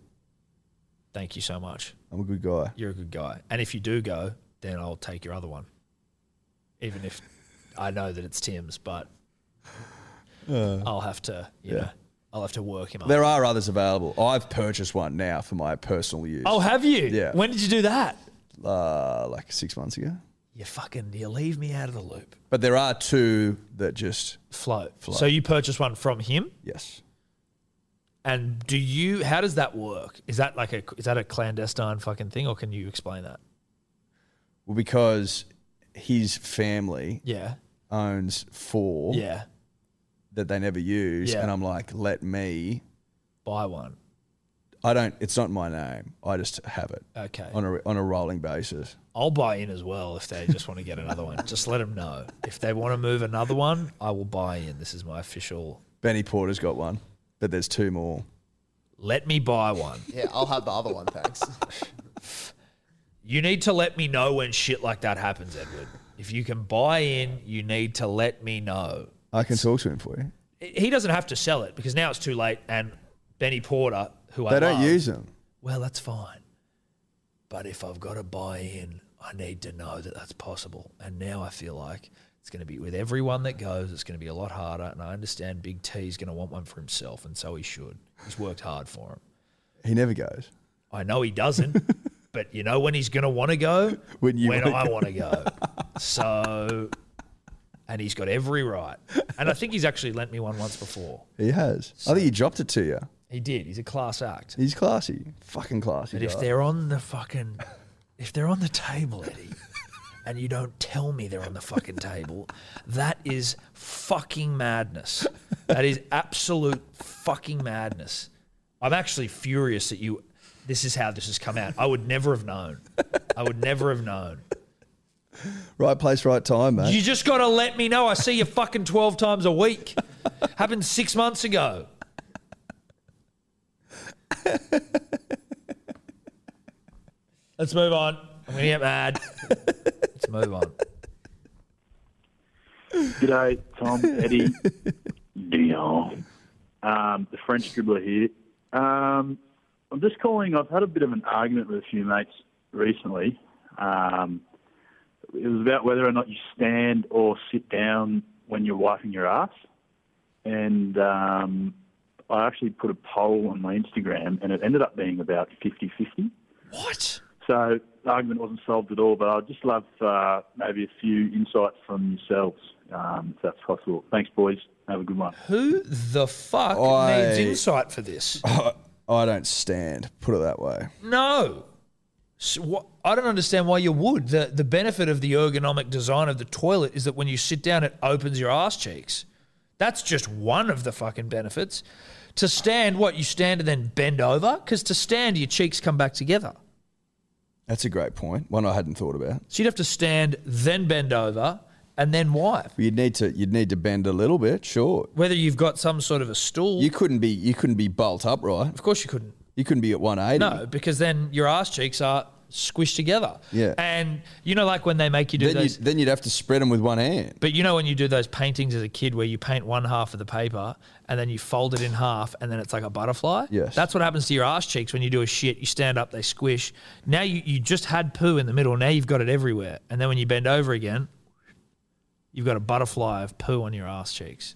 [SPEAKER 1] Thank you so much.
[SPEAKER 2] I'm a good guy.
[SPEAKER 1] You're a good guy. And if you do go, then I'll take your other one. Even if I know that it's Tim's, but I'll have to, you know, I'll have to work him up.
[SPEAKER 2] There are others available. I've purchased one now for my personal use.
[SPEAKER 1] oh, have you?
[SPEAKER 2] Yeah.
[SPEAKER 1] When did you do that?
[SPEAKER 2] uh, like six months ago.
[SPEAKER 1] You fucking, you leave me out of the loop.
[SPEAKER 2] But there are two that just
[SPEAKER 1] Float. So you purchased one from him?
[SPEAKER 2] yes.
[SPEAKER 1] And do you? How does that work? Is that like a is that a clandestine fucking thing, or can you explain that?
[SPEAKER 2] Well, because his family
[SPEAKER 1] Yeah,
[SPEAKER 2] owns four
[SPEAKER 1] yeah.
[SPEAKER 2] that they never use,
[SPEAKER 1] Yeah.
[SPEAKER 2] and I'm like, let me.
[SPEAKER 1] Buy one.
[SPEAKER 2] I don't. It's not my name. I just have it
[SPEAKER 1] Okay,
[SPEAKER 2] on a on a rolling basis.
[SPEAKER 1] I'll buy in as well if they just want to get another one. Just let them know if they want to move another one. I will buy in. This is my official.
[SPEAKER 2] Benny Porter's got one, but there's two more.
[SPEAKER 1] Let me buy one.
[SPEAKER 3] Yeah, I'll have the other one,
[SPEAKER 2] (laughs)
[SPEAKER 3] thanks.
[SPEAKER 1] You need to let me know when shit like that happens, Edward. If you can buy in, you need to let me know.
[SPEAKER 2] I can talk to him for you.
[SPEAKER 1] He doesn't have to sell it because now it's too late. And Benny Porter, who I
[SPEAKER 2] They don't
[SPEAKER 1] love,
[SPEAKER 2] use them.
[SPEAKER 1] Well, that's fine. But if I've got to buy in, I need to know that that's possible. And now I feel like it's going to be with everyone that goes, it's going to be a lot harder. And I understand Big T's going to want one for himself, and so he should. He's worked hard for him.
[SPEAKER 2] He never goes.
[SPEAKER 1] I know
[SPEAKER 2] (laughs)
[SPEAKER 1] he doesn't, but you know when he's going to want to go?
[SPEAKER 2] When you wanna
[SPEAKER 1] I want
[SPEAKER 2] (laughs)
[SPEAKER 1] to go. So, and he's got every right. And I think he's actually lent me one once before.
[SPEAKER 2] He has. I think he dropped it to you.
[SPEAKER 1] He did. He's a class act.
[SPEAKER 2] He's classy. Fucking classy.
[SPEAKER 1] But if
[SPEAKER 2] guy.
[SPEAKER 1] they're on the fucking, if they're on the table, Eddie, and you don't tell me they're on the fucking table, that is fucking madness. That is absolute fucking madness. I'm actually furious that you. This is how this has come out. I would never have known. I would never have known.
[SPEAKER 2] right place, right time, mate.
[SPEAKER 1] You just got to let me know. I see you fucking 12 times a week. Happened six months ago. Let's move on. I'm going to get mad. Let's move on.
[SPEAKER 8] G'day,
[SPEAKER 11] (laughs)
[SPEAKER 8] Tom, (laughs) Eddie, Dion. Um, the French dribbler here. Um, I'm just calling. I've had a bit of an argument with a few mates recently. Um, it was about whether or not you stand or sit down when you're wiping your ass. And um, I actually put a poll on my Instagram, and it ended up being about 50 50.
[SPEAKER 1] What?
[SPEAKER 8] So the argument wasn't solved at all, but I'd just love uh, maybe a few insights from yourselves, um, if that's possible. Thanks, boys. Have a good one.
[SPEAKER 1] Who the fuck
[SPEAKER 2] I-
[SPEAKER 1] needs insight for this?
[SPEAKER 2] I don't stand. Put it that way.
[SPEAKER 1] No. So what, I don't understand why you would. The, the benefit of the ergonomic design of the toilet is that when you sit down, it opens your ass cheeks. That's just one of the fucking benefits. To stand, what you stand and then bend over, because to stand, your cheeks come back together.
[SPEAKER 2] That's a great point. One I hadn't thought about.
[SPEAKER 1] So you'd have to stand, then bend over, and then wipe.
[SPEAKER 2] You'd need to you'd need to bend a little bit, sure.
[SPEAKER 1] Whether you've got some sort of a stool,
[SPEAKER 2] You couldn't be you couldn't be bolt upright. Of
[SPEAKER 1] course you couldn't.
[SPEAKER 2] You couldn't be at 180.
[SPEAKER 1] no, because then your ass cheeks are squished together.
[SPEAKER 2] Yeah.
[SPEAKER 1] and you know, like when they make you do
[SPEAKER 2] Then
[SPEAKER 1] those.
[SPEAKER 2] you'd, then you'd have to spread them with one hand.
[SPEAKER 1] But you know when you do those paintings as a kid where you paint one half of the paper and then you fold it in half and then it's like a butterfly?
[SPEAKER 2] Yes.
[SPEAKER 1] That's what happens to your ass cheeks when you do a shit. You stand up, they squish. Now you, you just had poo in the middle. Now you've got it everywhere. And then when you bend over again, you've got a butterfly of poo on your ass cheeks.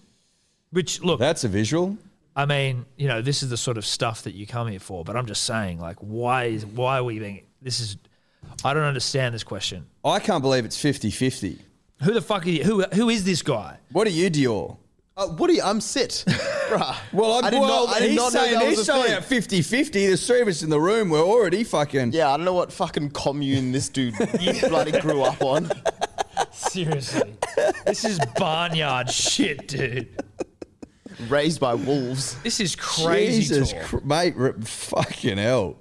[SPEAKER 1] Which, look.
[SPEAKER 2] That's a visual.
[SPEAKER 1] I mean, you know, this is the sort of stuff that you come here for. But I'm just saying, like, why is why are we being. This is. I don't understand this question.
[SPEAKER 2] I can't believe it's 50-50.
[SPEAKER 1] Who the fuck are you? Who, who is this guy?
[SPEAKER 2] What are you, Dior?
[SPEAKER 3] Uh, Woody, I'm sit. (laughs) Bruh.
[SPEAKER 2] Well, I'm,
[SPEAKER 3] I did
[SPEAKER 2] well,
[SPEAKER 3] not, I did
[SPEAKER 2] he's
[SPEAKER 3] not know
[SPEAKER 2] saying
[SPEAKER 3] that
[SPEAKER 2] he's
[SPEAKER 3] was a
[SPEAKER 2] throwing
[SPEAKER 3] thing.
[SPEAKER 2] out 50-50. There's three of us in the room. We're already fucking.
[SPEAKER 3] Yeah, I don't know what fucking commune this dude bloody grew up on.
[SPEAKER 1] (laughs) Seriously. this is barnyard shit, dude.
[SPEAKER 3] Raised by wolves.
[SPEAKER 1] This is crazy
[SPEAKER 2] Jesus,
[SPEAKER 1] talk.
[SPEAKER 2] Cr- mate, r- fucking hell.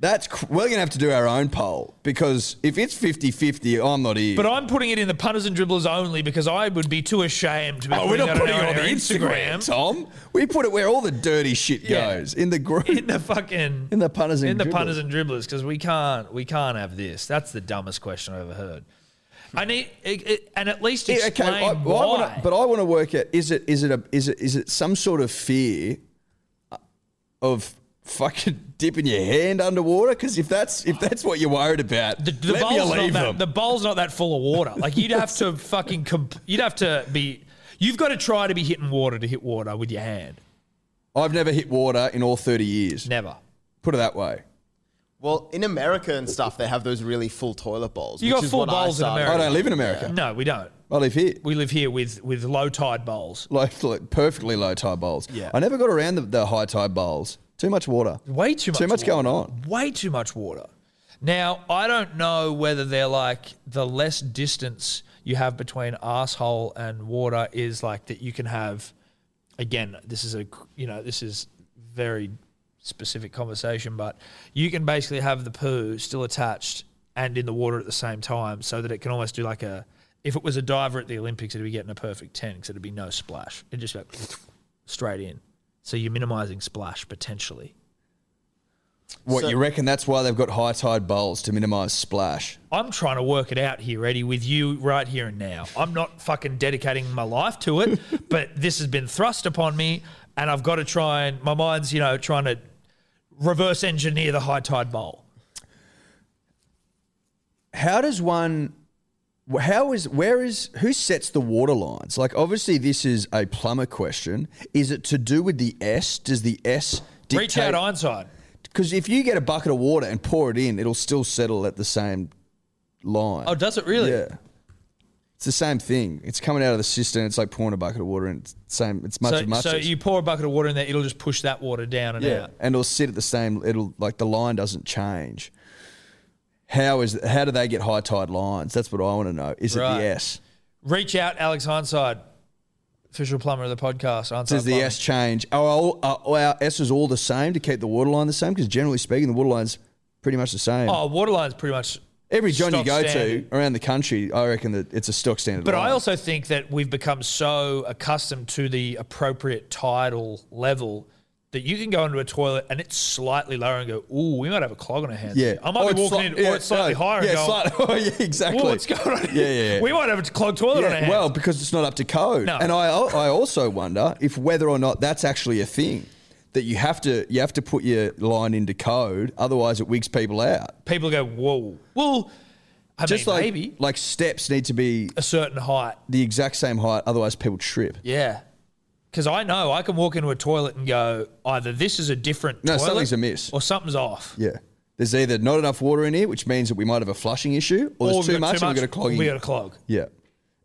[SPEAKER 2] That's cr- we're gonna have to do our own poll because if it's 50-50, I'm not here.
[SPEAKER 1] But I'm putting it in the punters and dribblers only because I would be too ashamed to be
[SPEAKER 2] Oh,
[SPEAKER 1] putting
[SPEAKER 2] we're not
[SPEAKER 1] that
[SPEAKER 2] putting it
[SPEAKER 1] on,
[SPEAKER 2] on
[SPEAKER 1] our
[SPEAKER 2] Instagram, Tom. We put it where all the dirty shit
[SPEAKER 1] Yeah.
[SPEAKER 2] goes in the group,
[SPEAKER 1] in the fucking
[SPEAKER 2] in the punters and
[SPEAKER 1] in the punters
[SPEAKER 2] dribblers.
[SPEAKER 1] and dribblers because we can't we can't have this. That's the dumbest question I ever heard. I need it, it- and at least
[SPEAKER 2] Yeah,
[SPEAKER 1] explain
[SPEAKER 2] I, well, I
[SPEAKER 1] why.
[SPEAKER 2] wanna, but I want to work out is it is it a is it is it some sort of fear uh, of fucking dipping your hand underwater? Because if that's if that's what you're worried about,
[SPEAKER 1] the, the
[SPEAKER 2] let me
[SPEAKER 1] bowl's not
[SPEAKER 2] leave them.
[SPEAKER 1] that, the bowl's not that full of water. Like you'd have to (laughs) fucking comp- you'd have to be you've got to try to be hitting water to hit water with your hand.
[SPEAKER 2] I've never hit water in all 30 years. (laughs)
[SPEAKER 1] Never.
[SPEAKER 2] Put it that way.
[SPEAKER 3] Well, in America and stuff, they have those really full toilet bowls.
[SPEAKER 1] You
[SPEAKER 3] which
[SPEAKER 1] got
[SPEAKER 3] is
[SPEAKER 1] full
[SPEAKER 3] what I
[SPEAKER 1] bowls in
[SPEAKER 3] started
[SPEAKER 1] America.
[SPEAKER 2] I don't Oh, live in America.
[SPEAKER 1] No, we don't.
[SPEAKER 2] I live here.
[SPEAKER 1] We live here with with low tide bowls.
[SPEAKER 2] Like, like perfectly low tide bowls.
[SPEAKER 1] Yeah.
[SPEAKER 2] I never got around the, the high tide bowls. Too much water.
[SPEAKER 1] Way too much.
[SPEAKER 2] Too much
[SPEAKER 1] water.
[SPEAKER 2] going on.
[SPEAKER 1] Way too much water. Now I don't know whether they're like the less distance you have between asshole and water is like that you can have. Again, this is a you know this is very specific conversation, but you can basically have the poo still attached and in the water at the same time, so that it can almost do like a. If it was a diver at the Olympics, it'd be getting a perfect ten because it'd be no splash. It'd just be like (sniffs) straight in. So you're minimizing splash potentially.
[SPEAKER 2] What,
[SPEAKER 3] So-
[SPEAKER 2] you reckon that's why they've got high tide bowls to minimize splash?
[SPEAKER 1] I'm trying to work it out here, Eddie, with you right here and now. I'm not fucking dedicating my life
[SPEAKER 2] (laughs)
[SPEAKER 1] to it, but this has been thrust upon me, and I've got to try and my mind's, you know, trying to reverse engineer the high tide bowl.
[SPEAKER 2] How does one. wh- How is. Where is. Who sets the water lines? Like, obviously, this is a plumber question. Is it to do with the S? Does the S.
[SPEAKER 1] Reach out Ironside.
[SPEAKER 2] Because if you get a bucket of water and pour it in, it'll still settle at the same line.
[SPEAKER 1] Oh, does it really?
[SPEAKER 2] Yeah. It's the same thing. It's coming out of the cistern. It's like pouring a bucket of water in. It's the same. It's much
[SPEAKER 1] So,
[SPEAKER 2] of much.
[SPEAKER 1] so you pour a bucket of water in there, it'll just push that water down and
[SPEAKER 2] yeah,
[SPEAKER 1] out.
[SPEAKER 2] and it'll sit at the same. It'll like the line doesn't change. How is how do they get high tide lines? That's what I want to know. Is it
[SPEAKER 1] Right.
[SPEAKER 2] the S?
[SPEAKER 1] Reach out Alex Ironside, official plumber of the podcast. Ironside
[SPEAKER 2] Does the
[SPEAKER 1] Plumbing.
[SPEAKER 2] S change? Are all are, our S's all the same to keep the water line the same? Because generally speaking, the water line's pretty much the same.
[SPEAKER 1] Oh, water line's pretty much
[SPEAKER 2] Every John you
[SPEAKER 1] stock
[SPEAKER 2] go
[SPEAKER 1] standard.
[SPEAKER 2] to around the country, I reckon that it's a stock standard.
[SPEAKER 1] But
[SPEAKER 2] line.
[SPEAKER 1] I also think that we've become so accustomed to the appropriate tidal level that you can go into a toilet and it's slightly lower and go, ooh, we might have a clog on our hands.
[SPEAKER 2] Yeah,
[SPEAKER 1] I might
[SPEAKER 2] Or
[SPEAKER 1] be
[SPEAKER 2] it's
[SPEAKER 1] walking
[SPEAKER 2] sli-
[SPEAKER 1] in,
[SPEAKER 2] yeah,
[SPEAKER 1] or it's slightly
[SPEAKER 2] no,
[SPEAKER 1] higher and
[SPEAKER 2] Yeah,
[SPEAKER 1] going,
[SPEAKER 2] slightly. (laughs) oh, yeah, exactly.
[SPEAKER 1] "Whoa, what's going on here?
[SPEAKER 2] Yeah, yeah, yeah.
[SPEAKER 1] We might have a clogged toilet on our
[SPEAKER 2] Yeah,
[SPEAKER 1] hands.
[SPEAKER 2] well, because it's not up to code.
[SPEAKER 1] No.
[SPEAKER 2] And I, I also wonder if whether or not that's actually a thing that you have to you have to put your line into code, otherwise it wigs people out.
[SPEAKER 1] People go, whoa. Well, I
[SPEAKER 2] Just
[SPEAKER 1] mean,
[SPEAKER 2] like
[SPEAKER 1] maybe
[SPEAKER 2] like steps need to be
[SPEAKER 1] a certain height.
[SPEAKER 2] the exact same height, otherwise people trip.
[SPEAKER 1] Yeah. Because I know I can walk into a toilet and go, either this is a different
[SPEAKER 2] No,
[SPEAKER 1] toilet
[SPEAKER 2] something's amiss.
[SPEAKER 1] or something's off.
[SPEAKER 2] Yeah. There's either not enough water in here, which means that we might have a flushing issue, or,
[SPEAKER 1] we've
[SPEAKER 2] there's too
[SPEAKER 1] got
[SPEAKER 2] much, and we've got a clogging.
[SPEAKER 1] We got a clog.
[SPEAKER 2] yeah.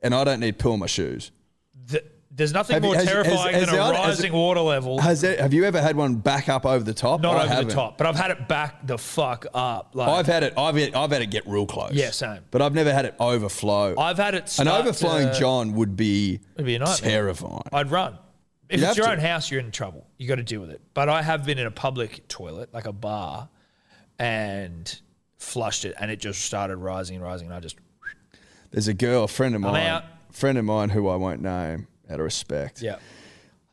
[SPEAKER 2] And I don't need poo in my shoes.
[SPEAKER 1] Th- there's nothing
[SPEAKER 2] Have you-
[SPEAKER 1] more
[SPEAKER 2] has- has-
[SPEAKER 1] terrifying
[SPEAKER 2] has
[SPEAKER 1] than a
[SPEAKER 2] the- has-
[SPEAKER 1] rising water level.
[SPEAKER 2] Has there, have you ever had one back up over the top?
[SPEAKER 1] not
[SPEAKER 2] I
[SPEAKER 1] over
[SPEAKER 2] haven't.
[SPEAKER 1] the top, but I've had it back the fuck up. Like
[SPEAKER 2] I've had it. I've had, I've had it get real close.
[SPEAKER 1] Yeah, same.
[SPEAKER 2] But I've never had it overflow.
[SPEAKER 1] I've had it.
[SPEAKER 2] An
[SPEAKER 1] start
[SPEAKER 2] overflowing
[SPEAKER 1] to-
[SPEAKER 2] John would be,
[SPEAKER 1] It'd be a nightmare.
[SPEAKER 2] terrifying.
[SPEAKER 1] I'd run. If
[SPEAKER 2] You have
[SPEAKER 1] it's your
[SPEAKER 2] to.
[SPEAKER 1] own house, you're in trouble. You got to deal with it. But I have been in a public toilet, like a bar, and flushed it, and it just started rising and rising, and I just
[SPEAKER 2] There's a girl, a friend of
[SPEAKER 1] I'm
[SPEAKER 2] mine,
[SPEAKER 1] out.
[SPEAKER 2] friend of mine who I won't name out of respect.
[SPEAKER 1] yeah.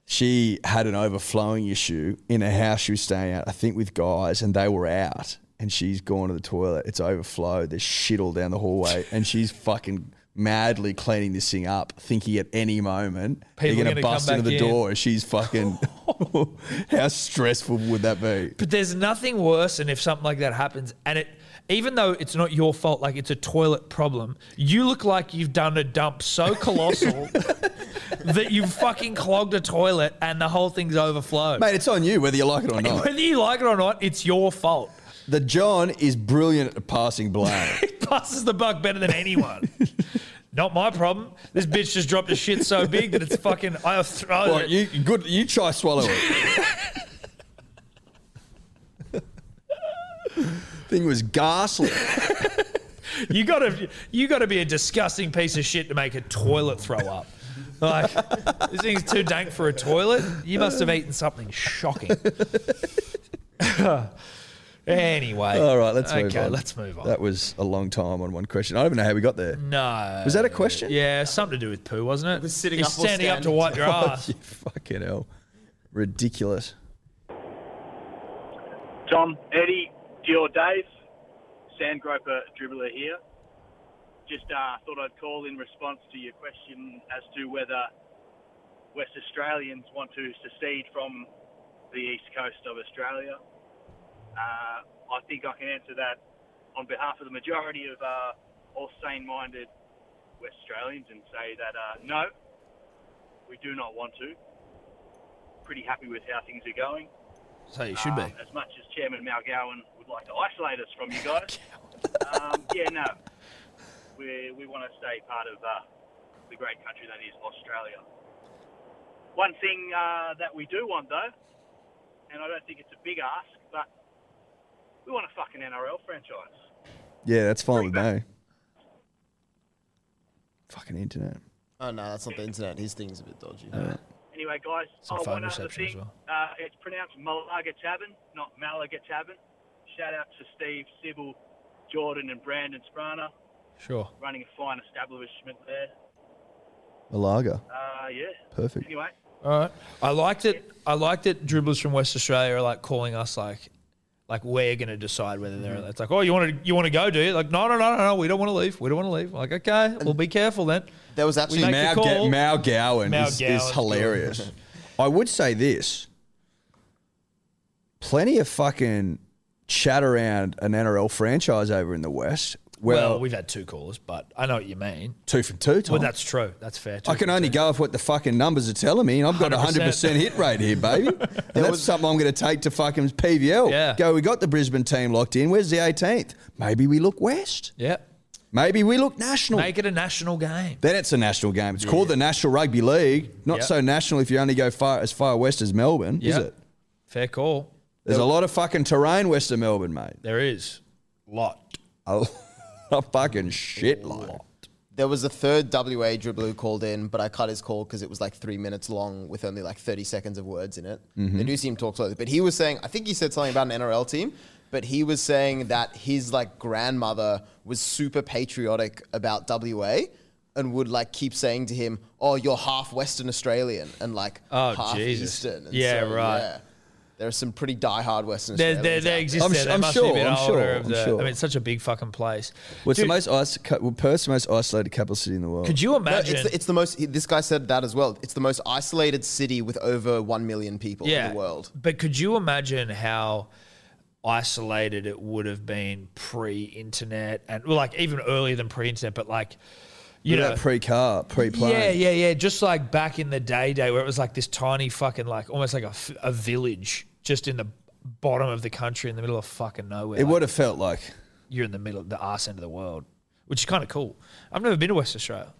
[SPEAKER 2] She had an overflowing issue in a house she was staying at, I think with guys, and they were out. And she's gone to the toilet. It's overflowed. There's shit all down the hallway, and she's fucking madly cleaning this thing up, thinking at any moment
[SPEAKER 1] People are
[SPEAKER 2] they're gonna,
[SPEAKER 1] gonna
[SPEAKER 2] bust
[SPEAKER 1] come
[SPEAKER 2] into the
[SPEAKER 1] back in.
[SPEAKER 2] door. She's
[SPEAKER 1] (laughs)
[SPEAKER 2] fucking. how stressful would that be?
[SPEAKER 1] But there's nothing worse than if something like that happens, and it, even though it's not your fault, like it's a toilet problem, you look like you've done a dump
[SPEAKER 2] (laughs)
[SPEAKER 1] so colossal that you've fucking clogged a toilet and the whole thing's overflowed.
[SPEAKER 2] Mate, it's on you whether you like it or not.
[SPEAKER 1] (laughs) Whether you like it or not, it's your fault.
[SPEAKER 2] The John is brilliant at passing blame.
[SPEAKER 1] (laughs) Passes the buck better than
[SPEAKER 2] (laughs)
[SPEAKER 1] anyone. Not my problem. This bitch just dropped a shit so big that it's fucking. I throw
[SPEAKER 2] Well, you good. You try swallow it.
[SPEAKER 1] (laughs)
[SPEAKER 2] Thing was ghastly.
[SPEAKER 1] (laughs) You gotta you gotta be a disgusting piece of shit to make a toilet throw up. Like this thing's too dank for a toilet. You must have eaten something shocking. (laughs) anyway.
[SPEAKER 2] All right, let's move
[SPEAKER 1] Okay,
[SPEAKER 2] on.
[SPEAKER 1] let's move on.
[SPEAKER 2] That was a long time on one question. I don't even know how we got there.
[SPEAKER 1] no.
[SPEAKER 2] Was that a question?
[SPEAKER 1] Yeah, something to do with poo, wasn't it?
[SPEAKER 3] was sitting
[SPEAKER 1] You're
[SPEAKER 3] up or
[SPEAKER 1] standing up to
[SPEAKER 3] standing.
[SPEAKER 1] wipe your
[SPEAKER 2] (laughs) Oh,
[SPEAKER 1] ass.
[SPEAKER 2] you fucking hell. Ridiculous.
[SPEAKER 10] Tom, Eddie, Dior, Dave, Sandgroper dribbler here. Just uh, thought I'd call in response to your question as to whether West Australians want to secede from the east coast of Australia. Uh, I think I can answer that on behalf of the majority of uh, all sane-minded West Australians and say that uh, no, we do not want to. Pretty happy with how things are going.
[SPEAKER 1] So you should
[SPEAKER 10] Um,
[SPEAKER 1] be.
[SPEAKER 10] As much as Chairman Malgowan would like to isolate us from you guys, um, yeah, no, we we want to stay part of uh, the great country that is Australia. One thing uh, that we do want, though, and I don't think it's a big ask, but we want a fucking NRL franchise.
[SPEAKER 2] Yeah, that's fine with me. Fucking internet.
[SPEAKER 3] Oh no, that's not the internet. His thing's a bit dodgy.
[SPEAKER 10] Anyway, guys,
[SPEAKER 1] Some
[SPEAKER 10] oh,
[SPEAKER 1] phone
[SPEAKER 10] one other
[SPEAKER 1] reception as
[SPEAKER 10] thing.
[SPEAKER 1] well.
[SPEAKER 10] Uh, it's pronounced Malaga Tavern, not Malaga Tavern. Shout out to Steve, Sybil, Jordan, and Brandon Sprana,
[SPEAKER 1] Sure.
[SPEAKER 10] running a fine establishment there.
[SPEAKER 2] Malaga.
[SPEAKER 10] Uh, yeah.
[SPEAKER 2] Perfect.
[SPEAKER 10] Anyway,
[SPEAKER 1] All right. I liked it. I liked it. Dribblers from West Australia are like calling us like, like we're gonna decide whether they're.
[SPEAKER 2] Mm-hmm.
[SPEAKER 1] It's like, oh, you want to, you want to go, do you? Like, no, no, no, no, no. We don't want to leave. We don't want to leave. like, okay, well, be careful then.
[SPEAKER 3] There was actually
[SPEAKER 2] Mao,
[SPEAKER 1] make- the
[SPEAKER 2] Ga-
[SPEAKER 1] call.
[SPEAKER 2] Mao Gowan
[SPEAKER 1] Mao
[SPEAKER 2] is,
[SPEAKER 1] Gowan's
[SPEAKER 2] is
[SPEAKER 1] (laughs)
[SPEAKER 2] hilarious. (laughs) I would say this: plenty of fucking chat around an NRL franchise over in the West.
[SPEAKER 1] Well,
[SPEAKER 2] Well,
[SPEAKER 1] we've had two callers, but I know what you mean.
[SPEAKER 2] two from two. Tom.
[SPEAKER 1] Well, that's true. That's fair. Two
[SPEAKER 2] I can
[SPEAKER 1] from
[SPEAKER 2] only
[SPEAKER 1] two.
[SPEAKER 2] go off what the fucking numbers are telling me, and I've got a hundred
[SPEAKER 1] 100%.
[SPEAKER 2] percent hit rate here,
[SPEAKER 1] (laughs)
[SPEAKER 2] baby. And that's something I'm going to take to fucking PVL.
[SPEAKER 1] Yeah.
[SPEAKER 2] Go. We got the Brisbane team locked in. Where's the 18th? Maybe we look west.
[SPEAKER 1] Yeah.
[SPEAKER 2] Maybe we look national.
[SPEAKER 1] Make it a national game.
[SPEAKER 2] Then it's a national game. It's called the National Rugby League. Not
[SPEAKER 1] Yep.
[SPEAKER 2] so national if you only go far as far west as Melbourne,
[SPEAKER 1] Yeah.
[SPEAKER 2] is it?
[SPEAKER 1] Fair call.
[SPEAKER 2] There's a lot of fucking terrain west of Melbourne, mate.
[SPEAKER 1] There is lot.
[SPEAKER 2] A, a fucking shit lot.
[SPEAKER 3] there was a third WA dribbler who called in, but I cut his call because it was like three minutes long with only like thirty seconds of words in it.
[SPEAKER 1] Mm-hmm.
[SPEAKER 3] They do seem to talk slowly, but he was saying, I think he said something about an NRL team, but he was saying that his like grandmother was super patriotic about WA. And would like keep saying to him, "Oh, you're half Western Australian and like
[SPEAKER 1] Oh,
[SPEAKER 3] half
[SPEAKER 1] Jesus.
[SPEAKER 3] Eastern." And
[SPEAKER 1] Yeah, right.
[SPEAKER 3] There are some pretty diehard Western
[SPEAKER 1] There,
[SPEAKER 3] Australians.
[SPEAKER 1] there, there
[SPEAKER 3] out
[SPEAKER 1] exists.
[SPEAKER 2] I'm
[SPEAKER 1] there.
[SPEAKER 2] su-
[SPEAKER 1] They
[SPEAKER 2] I'm
[SPEAKER 1] must
[SPEAKER 2] sure,
[SPEAKER 1] Be a bit
[SPEAKER 2] I'm
[SPEAKER 1] older
[SPEAKER 2] sure,
[SPEAKER 1] Of
[SPEAKER 2] I'm
[SPEAKER 1] the,
[SPEAKER 2] sure.
[SPEAKER 1] I mean, it's such a big fucking place.
[SPEAKER 2] What's
[SPEAKER 1] Dude,
[SPEAKER 2] the most iso- well, Perth's the most isolated capital city in the world?
[SPEAKER 1] Could you
[SPEAKER 3] No,
[SPEAKER 1] imagine?
[SPEAKER 3] it's the, it's the most. he- This guy said that as well. It's the most isolated city with over one million people in the world.
[SPEAKER 1] But could you imagine how isolated it would have been pre-internet and well, like even earlier than pre-internet, but like you
[SPEAKER 2] Look at
[SPEAKER 1] know.
[SPEAKER 2] that pre-car, pre-plane?
[SPEAKER 1] yeah, yeah, yeah. Just like back in the day, day where it was like this tiny fucking, like almost like a, f- a village, just in the bottom of the country, in the middle of fucking nowhere.
[SPEAKER 2] It
[SPEAKER 1] Like,
[SPEAKER 2] would have felt like.
[SPEAKER 1] you're in the middle, of the arse end of the world, which is kind of cool. I've never been to West Australia.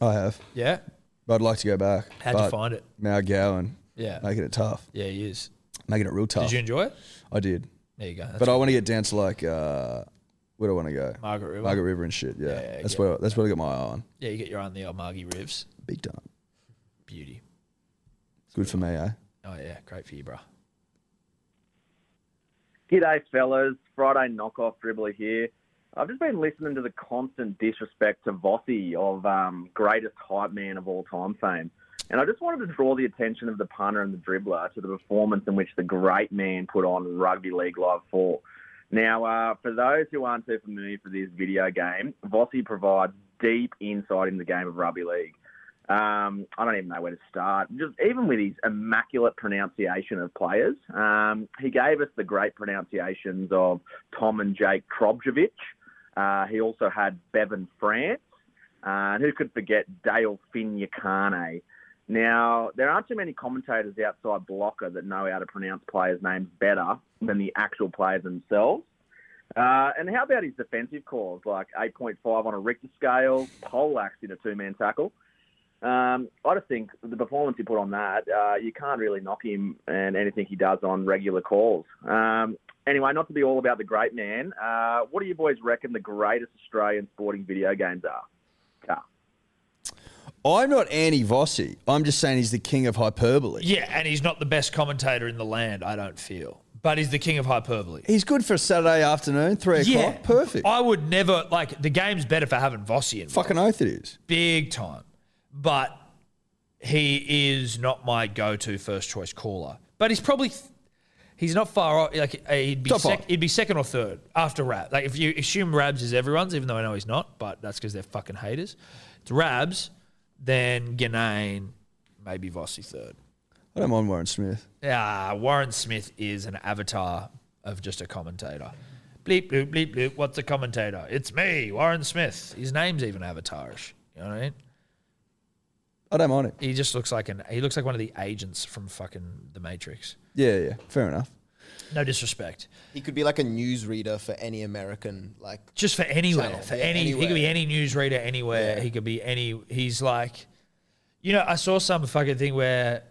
[SPEAKER 2] I have.
[SPEAKER 1] Yeah,
[SPEAKER 2] But I'd like to go back.
[SPEAKER 1] how'd you
[SPEAKER 2] But
[SPEAKER 1] find it?
[SPEAKER 2] Mao Gowan.
[SPEAKER 1] Yeah.
[SPEAKER 2] Making it tough.
[SPEAKER 1] Yeah, it is.
[SPEAKER 2] Making it real tough.
[SPEAKER 1] Did you enjoy it?
[SPEAKER 2] I did.
[SPEAKER 1] There you go. That's
[SPEAKER 2] but I want to get down to like uh, where do I want to go?
[SPEAKER 1] Margaret River.
[SPEAKER 2] Margaret River and shit. Yeah,
[SPEAKER 1] yeah,
[SPEAKER 2] that's
[SPEAKER 1] yeah.
[SPEAKER 2] where that's what I got my eye on.
[SPEAKER 1] Yeah, you get your eye on the old Margie Rivers.
[SPEAKER 2] Big time.
[SPEAKER 1] Beauty.
[SPEAKER 5] Good for me, eh?
[SPEAKER 1] Oh yeah, great for you, bro.
[SPEAKER 12] G'day, fellas. Friday knockoff dribbler here. I've just been listening to the constant disrespect to Vossi of um, greatest hype man of all time fame. And I just wanted to draw the attention of the punter and the dribbler to the performance in which the great man put on in Rugby League Live 4. Now, uh, for those who aren't too familiar for this video game, Vossi provides deep insight in the game of Rugby League. Um, I don't even know where to start. Just even with his immaculate pronunciation of players, um, he gave us the great pronunciations of Tom and Jake Krobjevic. Uh, he also had Bevan France, uh, and who could forget Dale Finucane. Now there aren't too many commentators outside Blocker that know how to pronounce players' names better than the actual players themselves. Uh, and how about his defensive calls, like 8.5 on a Richter scale, poleaxe in a two-man tackle? Um, I just think the performance he put on that, uh, you can't really knock him and anything he does on regular calls. Um, anyway, not to be all about the great man, uh, what do you boys reckon the greatest Australian sporting video games are? Ta.
[SPEAKER 2] I'm not anti Vossi. I'm just saying he's the king of hyperbole.
[SPEAKER 1] Yeah, and he's not the best commentator in the land. I don't feel, but he's the king of hyperbole.
[SPEAKER 2] He's good for a Saturday afternoon, three o'clock. Perfect.
[SPEAKER 1] I would never like the game's better for having Vossi in.
[SPEAKER 2] Fucking oath it is.
[SPEAKER 1] big time. But he is not my go-to first choice caller. But he's probably he's not far off. Like uh, he'd be
[SPEAKER 2] Top
[SPEAKER 1] sec-
[SPEAKER 2] five.
[SPEAKER 1] he'd be second or third after Rab. Like if you assume Rabs is everyone's, even though I know he's not, but that's because they're fucking haters. It's Rabs, then Ganane, maybe Vossi third.
[SPEAKER 2] I don't mind Warren Smith.
[SPEAKER 1] Ah, Warren Smith is an avatar of just a commentator. Bleep bloop bleep bloop. What's a commentator? It's me, Warren Smith. His name's even avatarish. You know what I mean?
[SPEAKER 2] I don't mind it.
[SPEAKER 1] He just looks like an he looks like one of the agents from fucking The Matrix.
[SPEAKER 2] Yeah, yeah. Fair enough.
[SPEAKER 1] No disrespect.
[SPEAKER 3] He could be like a newsreader for any American, like
[SPEAKER 1] Just for anywhere,
[SPEAKER 3] Channel,
[SPEAKER 1] for
[SPEAKER 3] yeah,
[SPEAKER 1] any he
[SPEAKER 3] anywhere.
[SPEAKER 1] could be any newsreader anywhere. He could be any. He's like, you know, I saw some fucking thing where,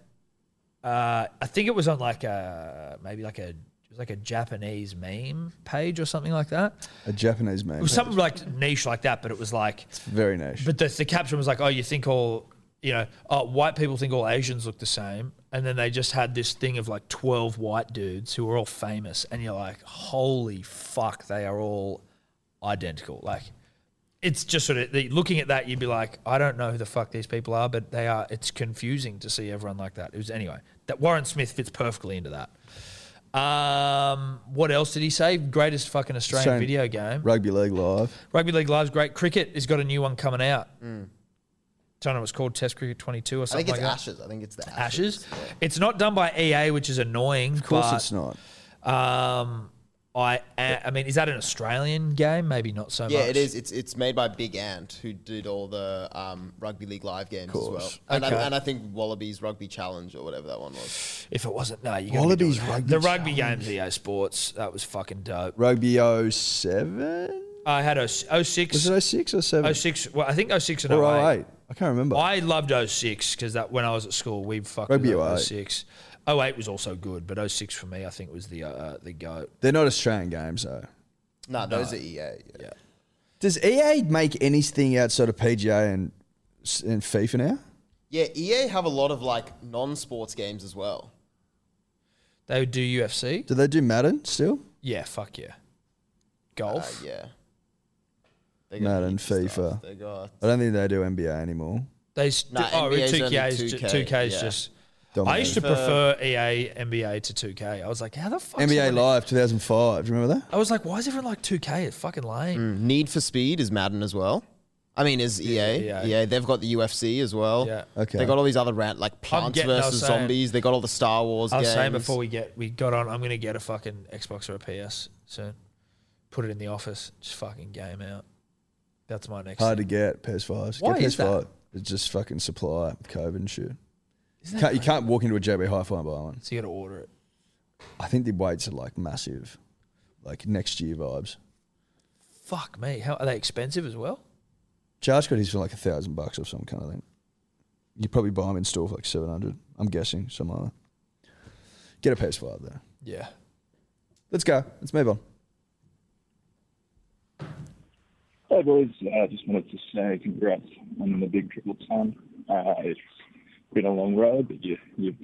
[SPEAKER 1] uh, I think it was on like a maybe like a it was like a Japanese meme page or something like that.
[SPEAKER 2] A Japanese man.
[SPEAKER 1] It was something like niche like that, but it was like
[SPEAKER 2] Very niche.
[SPEAKER 1] But the, the caption was like, "Oh, you think all you know? Oh, white people think all Asians look the same." And then they just had this thing of like twelve white dudes who were all famous, and you're like, "Holy fuck, they are all identical." Like, it's just sort of the, looking at that, you'd be like, "I don't know who the fuck these people are," but they are. It's confusing to see everyone like that. It was anyway that Warren Smith fits perfectly into that. Um, what else did he say? Greatest fucking Australian
[SPEAKER 2] Same.
[SPEAKER 1] video game.
[SPEAKER 2] Rugby League Live.
[SPEAKER 1] Rugby League Live's great. Cricket has got a new one coming out. Don't know what it's called, Test Cricket 22 or
[SPEAKER 3] I
[SPEAKER 1] something
[SPEAKER 3] think it's
[SPEAKER 1] like
[SPEAKER 3] Ashes. I think it's the
[SPEAKER 1] that. Ashes. It's not done by EA, which is annoying.
[SPEAKER 2] Of course it's not.
[SPEAKER 1] Um, I, I mean, is that an Australian game? Maybe not so
[SPEAKER 3] Yeah,
[SPEAKER 1] much.
[SPEAKER 3] it is. It's it's made by Big Ant, who did all the um, rugby league live games as well,
[SPEAKER 1] course.
[SPEAKER 3] and,
[SPEAKER 1] Okay.
[SPEAKER 3] I, and I think Wallabies Rugby Challenge or whatever that one was.
[SPEAKER 1] If it wasn't, no, you gotta be doing
[SPEAKER 2] Wallabies
[SPEAKER 1] that.
[SPEAKER 2] Rugby
[SPEAKER 1] The rugby
[SPEAKER 2] Challenge.
[SPEAKER 1] games, EA Sports. That was fucking dope.
[SPEAKER 2] Rugby 07?
[SPEAKER 1] I had oh a 06.
[SPEAKER 2] Was it 06 or 07?
[SPEAKER 1] 06 well, I think 06 and
[SPEAKER 2] or
[SPEAKER 1] 08.
[SPEAKER 2] 08? I can't remember.
[SPEAKER 1] I loved 06 because that when I was at school we fucking
[SPEAKER 2] Rugby
[SPEAKER 1] loved
[SPEAKER 2] 08.
[SPEAKER 1] 06. 08 was also good, but 06 for me I think was the uh, the goat.
[SPEAKER 2] They're not Australian games, though.
[SPEAKER 3] Nah, those are EA. Yeah.
[SPEAKER 2] Does EA make anything outside of PGA and, and FIFA now?
[SPEAKER 3] Yeah, EA have a lot of like non-sports games as well.
[SPEAKER 1] They would do UFC.
[SPEAKER 2] Do they do Madden still?
[SPEAKER 1] Yeah, fuck yeah.
[SPEAKER 3] Uh,
[SPEAKER 1] Golf.
[SPEAKER 3] yeah. They got
[SPEAKER 2] Madden,
[SPEAKER 3] heaps of stuff.
[SPEAKER 2] FIFA.
[SPEAKER 3] They got
[SPEAKER 2] I don't think they do NBA anymore.
[SPEAKER 1] They st-
[SPEAKER 3] Nah,
[SPEAKER 1] oh,
[SPEAKER 3] NBA 's
[SPEAKER 1] 2Ks,
[SPEAKER 3] only
[SPEAKER 1] 2K,
[SPEAKER 3] 2K,
[SPEAKER 1] 2Ks
[SPEAKER 3] yeah. Uh,
[SPEAKER 1] just. I
[SPEAKER 2] Dominated.
[SPEAKER 1] used to prefer E EA NBA to 2K. I was like, how the fuck?
[SPEAKER 2] NBA Live 2005. Do you remember that?
[SPEAKER 1] I was like, why is everyone like 2K? It's fucking lame.
[SPEAKER 3] Mm, Need for Speed is Madden as well. I mean, is EA?
[SPEAKER 1] EA.
[SPEAKER 3] Yeah, they've got the UFC as well.
[SPEAKER 1] E Yeah.
[SPEAKER 2] Okay.
[SPEAKER 3] They got all these other rant like Plants
[SPEAKER 1] getting- I was
[SPEAKER 3] versus
[SPEAKER 1] saying-
[SPEAKER 3] Zombies. They got all the Star Wars
[SPEAKER 1] I was
[SPEAKER 3] games.
[SPEAKER 1] saying before we get we got on, I'm gonna get a fucking Xbox or a PS soon. Put it in the office, just fucking game out. That's my next.
[SPEAKER 2] Hard
[SPEAKER 1] thing.
[SPEAKER 2] to get PS5s.
[SPEAKER 1] Why
[SPEAKER 2] get
[SPEAKER 1] is
[SPEAKER 2] PS5.
[SPEAKER 1] that?
[SPEAKER 2] It's just fucking supply, COVID and shit. Can't, you can't walk into a JB Hi-Fi and buy one.
[SPEAKER 1] So you got to order it.
[SPEAKER 2] I think the weights are like massive, like next year vibes.
[SPEAKER 1] Fuck me. How are they expensive as well?
[SPEAKER 2] Charge got his for like a thousand bucks or some kind of thing. You probably buy them in store for like seven hundred. I'm guessing something like that. Get a PS5 though.
[SPEAKER 1] Yeah.
[SPEAKER 2] Let's go. Let's move on.
[SPEAKER 10] Hey boys, I uh, just wanted to say congrats on the big triple ton. Uh, it's
[SPEAKER 11] been a long road, but you, you've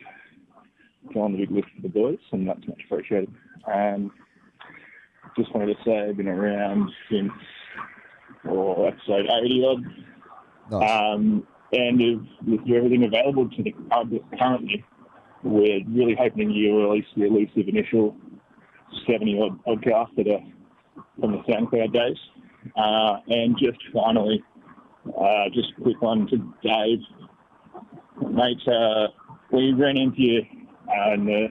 [SPEAKER 11] gone a big lift for the boys, and that's much appreciated. Um, just wanted to say I've been around since oh, episode 80 odd. Um, and if, if you everything available to the club currently, we're really hoping you release the elusive initial 70 odd podcast that are from the SoundCloud days. Uh, and just finally, uh, just a quick one to Dave. Mate, uh, we ran into you uh, in the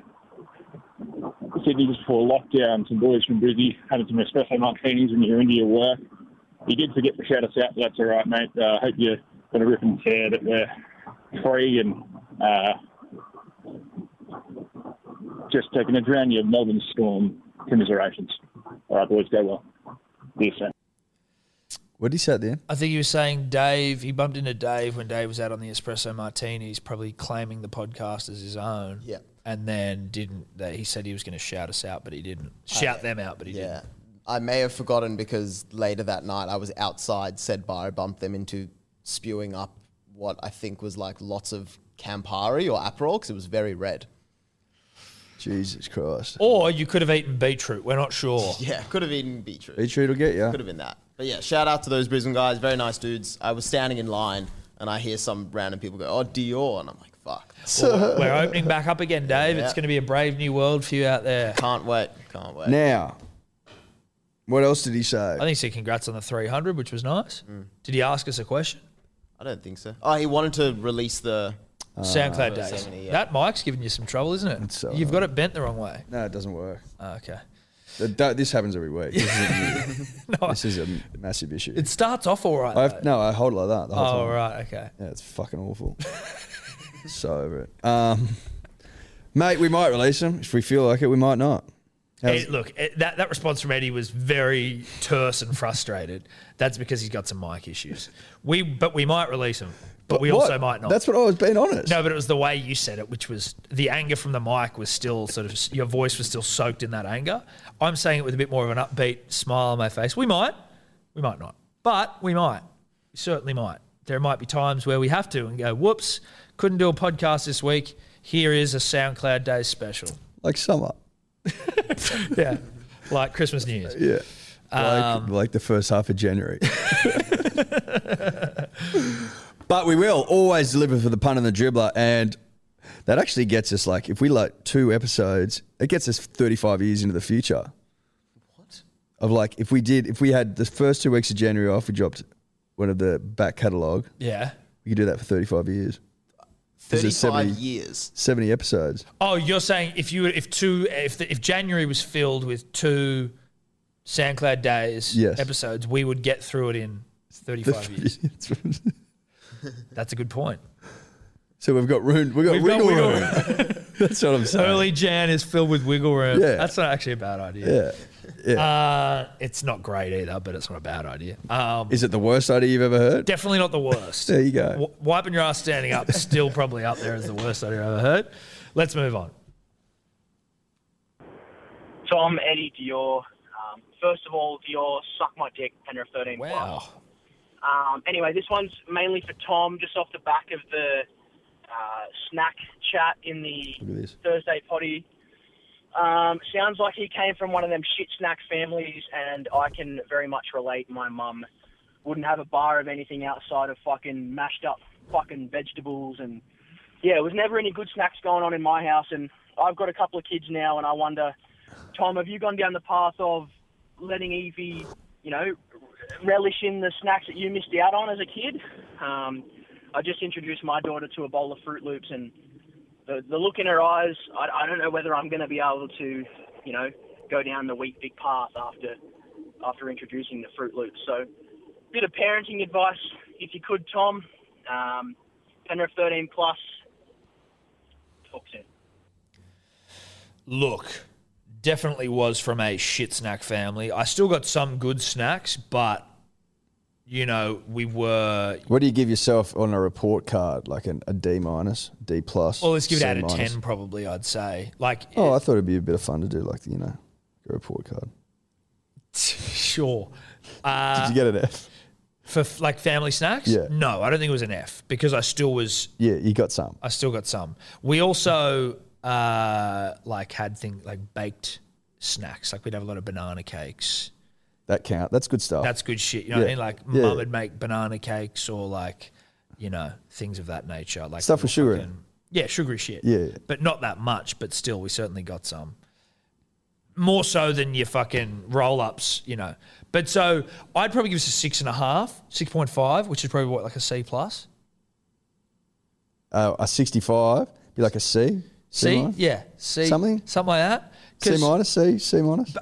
[SPEAKER 11] Sydney just before lockdown. Some boys from Brizzy having some espresso martinis when you were into your work. You did forget to shout us out, but that's all right, mate. I uh, hope you're going to rip and tear that we're free and uh, just taking a drown your Melbourne Storm commiserations. All right, boys, go well. See you soon.
[SPEAKER 2] What did he say at the end?
[SPEAKER 1] I think he was saying Dave. He bumped into Dave when Dave was out on the espresso martinis, probably claiming the podcast as his own.
[SPEAKER 3] Yeah.
[SPEAKER 1] And then didn't. That he said he was going to shout us out, but he didn't.
[SPEAKER 3] Uh,
[SPEAKER 1] Shout them out, but he
[SPEAKER 3] yeah.
[SPEAKER 1] didn't.
[SPEAKER 3] I may have forgotten because later that night I was outside said bar, bumped them into spewing up what I think was like lots of Campari or Aperol because it was very red.
[SPEAKER 2] Jesus Christ.
[SPEAKER 1] Or you could have eaten beetroot. We're not sure.
[SPEAKER 3] Yeah, could have eaten beetroot.
[SPEAKER 2] Beetroot will get you.
[SPEAKER 3] Could have been that. But yeah, shout out to those Brisbane guys. Very nice dudes. I was standing in line and I hear some random people go, oh, Dior. And I'm like, fuck. (laughs)
[SPEAKER 1] Well, we're opening back up again, Dave.
[SPEAKER 3] Yeah.
[SPEAKER 1] It's going to be a brave new world for you out there.
[SPEAKER 3] Can't wait. Can't wait.
[SPEAKER 2] Now, what else did he say?
[SPEAKER 1] I think he said congrats on the 300, which was nice. Did he ask us a question?
[SPEAKER 3] Mm. I don't think so. Oh, he wanted to release the
[SPEAKER 2] Uh,
[SPEAKER 1] SoundCloud
[SPEAKER 3] the
[SPEAKER 1] days.
[SPEAKER 3] 70, yeah.
[SPEAKER 1] That mic's giving you some trouble, isn't it?
[SPEAKER 2] so
[SPEAKER 1] You've got it bent the wrong way. Oh,
[SPEAKER 2] No, it doesn't work.
[SPEAKER 1] okay.
[SPEAKER 2] Th- th- This happens every week. This
[SPEAKER 1] (laughs)
[SPEAKER 2] is, a, this is a m- massive issue.
[SPEAKER 1] It starts off all right,
[SPEAKER 2] I've, no, I hold it like that. The whole
[SPEAKER 1] Oh,
[SPEAKER 2] time.
[SPEAKER 1] right, okay.
[SPEAKER 2] Yeah, it's fucking awful. (laughs) so over it. Um, mate, we might release him if we feel like it. We might not. How's-
[SPEAKER 1] Ed- look, Ed- that, that response from Eddie was very terse and frustrated. That's because he's got some mic issues. We but we might release him, but, we
[SPEAKER 2] what?
[SPEAKER 1] also might not.
[SPEAKER 2] That's what I was being honest.
[SPEAKER 1] No, but it was the way you said it, which was the anger from the mic was still sort of your voice was still soaked in that anger. I'm saying it with a bit more of an upbeat smile on my face. We might, we might not, but we might. We certainly might. There might be times where we have to and go, whoops, couldn't do a podcast this week. Here is a SoundCloud Days special.
[SPEAKER 2] Like summer.
[SPEAKER 1] (laughs) yeah. Like Christmas New Year's.
[SPEAKER 2] Yeah.
[SPEAKER 1] Um,
[SPEAKER 2] like, like the first half of
[SPEAKER 1] (laughs)
[SPEAKER 2] January. (laughs) but we will always deliver for the pun and the dribbler. And that actually gets us, like, if we like two episodes, it gets us 35 years into the future. What? Of like, if we did, if we had the first two weeks of January off, we dropped one of the back catalogue.
[SPEAKER 1] Yeah.
[SPEAKER 2] We could do that for 35 years.
[SPEAKER 1] 35
[SPEAKER 3] years.
[SPEAKER 2] 70 episodes.
[SPEAKER 1] Oh, you're saying if you if two if the, if January was filled with two SoundCloud days
[SPEAKER 2] Yes.
[SPEAKER 1] episodes, we would get through it in 35
[SPEAKER 2] (laughs)
[SPEAKER 1] years. That's a good point.
[SPEAKER 2] so we've got room. We've got
[SPEAKER 1] We've got
[SPEAKER 2] wiggle
[SPEAKER 1] wiggle
[SPEAKER 2] room.
[SPEAKER 1] (laughs)
[SPEAKER 2] That's what I'm saying.
[SPEAKER 1] Early Jan is filled with wiggle room.
[SPEAKER 2] (laughs)
[SPEAKER 1] (laughs)
[SPEAKER 2] Yeah.
[SPEAKER 1] That's not actually a bad idea.
[SPEAKER 2] Yeah. Yeah.
[SPEAKER 1] Uh, it's not great either, but it's not a bad idea. Um,
[SPEAKER 2] Is it the worst idea you've ever heard?
[SPEAKER 1] Definitely not the worst.
[SPEAKER 2] There you (laughs) go.
[SPEAKER 1] W- wiping your ass standing up, is still probably up there as the worst idea I've ever heard. Let's move on.
[SPEAKER 13] Tom, Eddie, Dior. Um, first of all, Dior, suck my dick, Penrith 13 Wow. Um, anyway, this one's mainly for Tom, just off the back of the uh, snack chat in
[SPEAKER 2] Look at
[SPEAKER 13] the
[SPEAKER 2] this.
[SPEAKER 13] Thursday potty. Um, sounds like he came from one of them shit snack families, and I can very much relate. My mum wouldn't have a bar of anything outside of fucking mashed up fucking vegetables and yeah, there was never any good snacks going on in my house, and I've got a couple of kids now, and I wonder, Tom, have you gone down the path of letting Evie, you know, relish in the snacks that you missed out on as a kid? Um, I just introduced my daughter to a bowl of Fruit Loops, and the, the look in her eyes, I, I don't know whether I'm going to be able to, you know, go down the wheat big path after after introducing the Fruit Loops. So, bit of parenting advice, if you could, Tom. Um, Penrith 13 plus. Talk soon.
[SPEAKER 1] look, definitely was from a shit snack family. I still got some good snacks, but you know, we were
[SPEAKER 2] What do you give yourself on a report card? Like an, a D minus, D plus?
[SPEAKER 1] well, let's give it
[SPEAKER 2] C
[SPEAKER 1] out of
[SPEAKER 2] minus?
[SPEAKER 1] ten probably, I'd say. Like (laughs)
[SPEAKER 2] Oh, I thought it'd be a bit of fun to do, like you know, a report card.
[SPEAKER 1] sure. Uh,
[SPEAKER 2] Did you get an F?
[SPEAKER 1] for f- like family snacks?
[SPEAKER 2] Yeah.
[SPEAKER 1] No, I don't think it was an F because I still was
[SPEAKER 2] Yeah, you got some.
[SPEAKER 1] I still got some. We also uh, like had things like baked snacks. Like we'd have a lot of banana cakes.
[SPEAKER 2] That count. That's good stuff.
[SPEAKER 1] That's good shit. You know what I
[SPEAKER 2] Yeah.
[SPEAKER 1] mean? Like
[SPEAKER 2] Yeah.
[SPEAKER 1] mum would make banana cakes or like, you know, things of that nature. Like
[SPEAKER 2] stuff with sugar. in.
[SPEAKER 1] Yeah, sugary shit.
[SPEAKER 2] Yeah.
[SPEAKER 1] But not that much, but still we certainly got some. More so than your fucking roll ups, you know. But so I'd probably give us a six and a half, six point five, which is probably what, like a C plus?
[SPEAKER 2] Uh, a 65, be like a C.
[SPEAKER 1] C?
[SPEAKER 2] minus?
[SPEAKER 1] Yeah. C.
[SPEAKER 2] Something?
[SPEAKER 1] Something like that.
[SPEAKER 2] C
[SPEAKER 1] 'Cause
[SPEAKER 2] minus, C, C minus.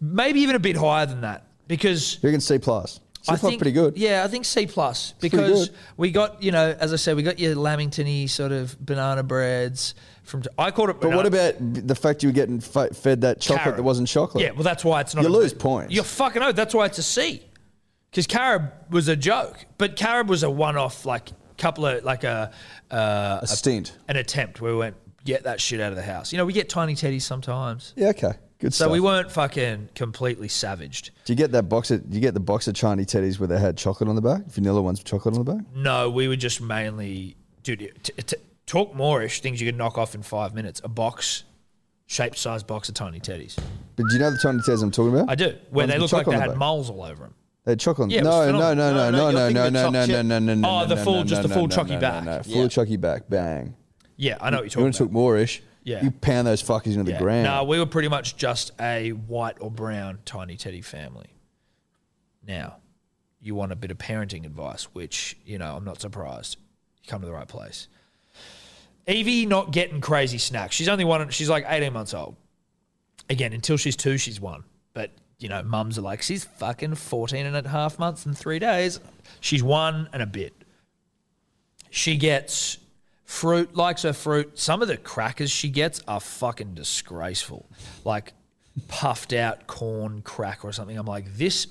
[SPEAKER 1] Maybe even a bit higher than that because
[SPEAKER 2] you reckon C plus. C
[SPEAKER 1] I
[SPEAKER 2] plus
[SPEAKER 1] think,
[SPEAKER 2] pretty good.
[SPEAKER 1] Yeah, I think C plus
[SPEAKER 2] pretty
[SPEAKER 1] because
[SPEAKER 2] good.
[SPEAKER 1] we got you know, as I said, we got your Lamingtony sort of banana breads from. I called it.
[SPEAKER 2] But what about b- the fact you were getting f- fed that chocolate
[SPEAKER 1] Carrot.
[SPEAKER 2] that wasn't chocolate?
[SPEAKER 1] Yeah, well, that's why it's not.
[SPEAKER 2] You
[SPEAKER 1] a-
[SPEAKER 2] lose points.
[SPEAKER 1] You're fucking out. That's why it's a C. Because Carib was a joke, but Carib was a one-off, like couple of like a uh,
[SPEAKER 2] A stint.
[SPEAKER 1] an attempt where we went get that shit out of the house. You know, we get tiny teddies sometimes.
[SPEAKER 2] Yeah, okay. Good
[SPEAKER 1] so
[SPEAKER 2] stuff.
[SPEAKER 1] we weren't fucking completely savaged.
[SPEAKER 2] do you get that box? Of, do you get the box of Chinese teddies where they had chocolate on the back? Vanilla ones with chocolate on the back.
[SPEAKER 1] No, we were just mainly, dude. T- t- talk Moorish things you could knock off in five minutes. A box, shaped size box of tiny teddies.
[SPEAKER 2] But do you know the Chinese teddies I'm talking about?
[SPEAKER 1] I do. Where
[SPEAKER 2] Ones
[SPEAKER 1] they
[SPEAKER 2] with
[SPEAKER 1] look like
[SPEAKER 2] chocolate
[SPEAKER 1] they
[SPEAKER 2] on the
[SPEAKER 1] had
[SPEAKER 2] back.
[SPEAKER 1] moles all over them.
[SPEAKER 2] They had chocolate. on-
[SPEAKER 1] Yeah, it was
[SPEAKER 2] no, no, no, no,
[SPEAKER 1] phenomenal.
[SPEAKER 2] no,
[SPEAKER 1] No, no,
[SPEAKER 2] no,
[SPEAKER 1] you're
[SPEAKER 2] no,
[SPEAKER 1] thinking
[SPEAKER 2] no,
[SPEAKER 1] of
[SPEAKER 2] no,
[SPEAKER 1] choc
[SPEAKER 2] no,
[SPEAKER 1] chip.
[SPEAKER 2] no, no, no.
[SPEAKER 1] Oh, the
[SPEAKER 2] no,
[SPEAKER 1] full-
[SPEAKER 2] no,
[SPEAKER 1] just the
[SPEAKER 2] no,
[SPEAKER 1] full
[SPEAKER 2] no,
[SPEAKER 1] chocky
[SPEAKER 2] no, no,
[SPEAKER 1] back.
[SPEAKER 2] no.
[SPEAKER 1] Yeah.
[SPEAKER 2] Full chucky back, bang.
[SPEAKER 1] Yeah, I know what
[SPEAKER 2] You
[SPEAKER 1] you're
[SPEAKER 2] wouldn't
[SPEAKER 1] talking
[SPEAKER 2] took
[SPEAKER 1] about.
[SPEAKER 2] Moorish.
[SPEAKER 1] Yeah.
[SPEAKER 2] You pound those fuckers into the ground.
[SPEAKER 1] No, we were pretty much just a white or brown tiny teddy family. Now, you want a bit of parenting advice, which, you know, I'm not surprised. You come to the right place. Evie not getting crazy snacks. She's only one, she's like 18 months old. Again, until she's two, she's one. But, you know, mums are like, she's fucking 14 and a half months and three days. She's one and a bit. She gets fruit, likes her fruit. Some of the crackers she gets are fucking disgraceful. Like puffed out corn crack or something. I'm like, this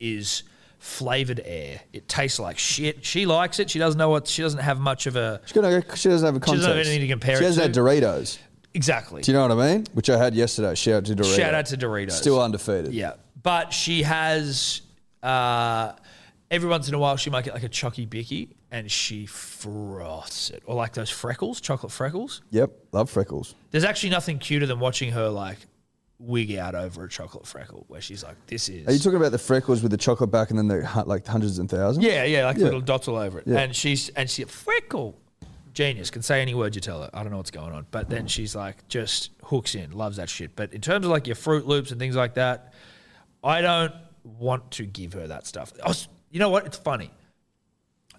[SPEAKER 1] is flavored air. It tastes like shit. She likes it. She doesn't know what, she doesn't have much of a.
[SPEAKER 2] She's gonna go- She doesn't have a
[SPEAKER 1] She
[SPEAKER 2] context.
[SPEAKER 1] doesn't have anything to compare
[SPEAKER 2] She
[SPEAKER 1] it
[SPEAKER 2] hasn't had
[SPEAKER 1] to.
[SPEAKER 2] Doritos.
[SPEAKER 1] Exactly.
[SPEAKER 2] Do you know what I mean? Which I had yesterday. Shout out to Doritos.
[SPEAKER 1] Shout out to Doritos.
[SPEAKER 2] Still undefeated.
[SPEAKER 1] Yeah, but she has. Uh, every once in a while, she might get like a chocky bicky, and she froths it, or like those freckles, chocolate freckles.
[SPEAKER 2] Yep. Love freckles.
[SPEAKER 1] There's actually nothing cuter than watching her like wig out over a chocolate freckle, where she's like, "This is."
[SPEAKER 2] Are you talking about the freckles with the chocolate back and then the hu- like hundreds and thousands?
[SPEAKER 1] Yeah, yeah, like little dots all over it.
[SPEAKER 2] Yeah.
[SPEAKER 1] And she's and she freckle genius can say any word you tell her. I don't know what's going on, but then she's like just hooks in, loves that shit. But in terms of like your Fruit Loops and things like that, I don't want to give her that stuff. I was, you know what? It's funny.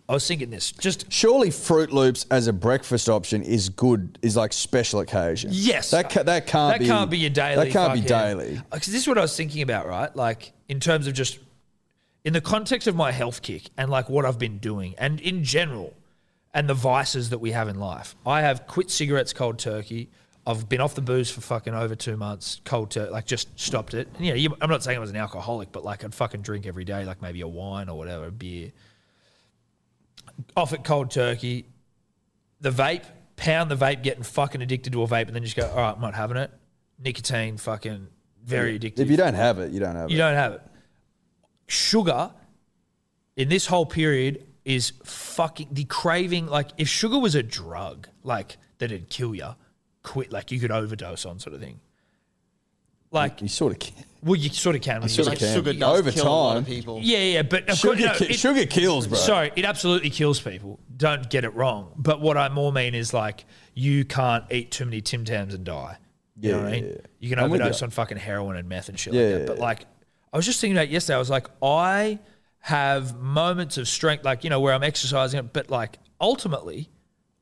[SPEAKER 1] I was thinking this. Just
[SPEAKER 2] Surely Fruit Loops as a breakfast option is good. Is like special occasion.
[SPEAKER 1] Yes.
[SPEAKER 2] That ca- that can't
[SPEAKER 1] that
[SPEAKER 2] be
[SPEAKER 1] can't be your daily.
[SPEAKER 2] That can't be
[SPEAKER 1] fucking- Uh,
[SPEAKER 2] daily.
[SPEAKER 1] 'Cause this is what I was thinking about, right? Like in terms of just in the context of my health kick and like what I've been doing and in general and the vices that we have in life. I have quit cigarettes cold turkey. I've been off the booze for fucking over two months, cold turkey, like just stopped it. And, you know, you, I'm not saying I was an alcoholic, but like I'd fucking drink every day, like maybe a wine or whatever, a beer. Off it cold turkey, the vape, pound the vape, getting fucking addicted to a vape, and then just go, all right, I'm not having it. Nicotine, fucking very addictive.
[SPEAKER 2] If you don't have it, you don't have
[SPEAKER 1] You
[SPEAKER 2] it.
[SPEAKER 1] don't have it. Sugar in this whole period is fucking the craving. Like, if sugar was a drug, like that'd kill you, quit, like you could overdose on, sort of thing. Like,
[SPEAKER 2] you sort of can.
[SPEAKER 1] Well, you sort of can. When
[SPEAKER 2] sort
[SPEAKER 1] you
[SPEAKER 2] of can. Sugar does Over kill a lot of time-
[SPEAKER 1] people.
[SPEAKER 2] people.
[SPEAKER 1] Yeah, yeah, but of
[SPEAKER 2] Sugar
[SPEAKER 1] course, no,
[SPEAKER 2] ki- sugar kills, bro.
[SPEAKER 1] Sorry, it absolutely kills people. Don't get it wrong. But what I more mean is like you can't eat too many Tim Tams and die. You know
[SPEAKER 2] Yeah,
[SPEAKER 1] what I
[SPEAKER 2] yeah,
[SPEAKER 1] mean?
[SPEAKER 2] yeah.
[SPEAKER 1] You can
[SPEAKER 2] I'm with
[SPEAKER 1] overdose
[SPEAKER 2] you.
[SPEAKER 1] on fucking heroin and meth and shit
[SPEAKER 2] Yeah,
[SPEAKER 1] like that.
[SPEAKER 2] yeah,
[SPEAKER 1] but
[SPEAKER 2] yeah.
[SPEAKER 1] like, I was just thinking about it yesterday. I was like, I have moments of strength, like you know, where I'm exercising, but like ultimately,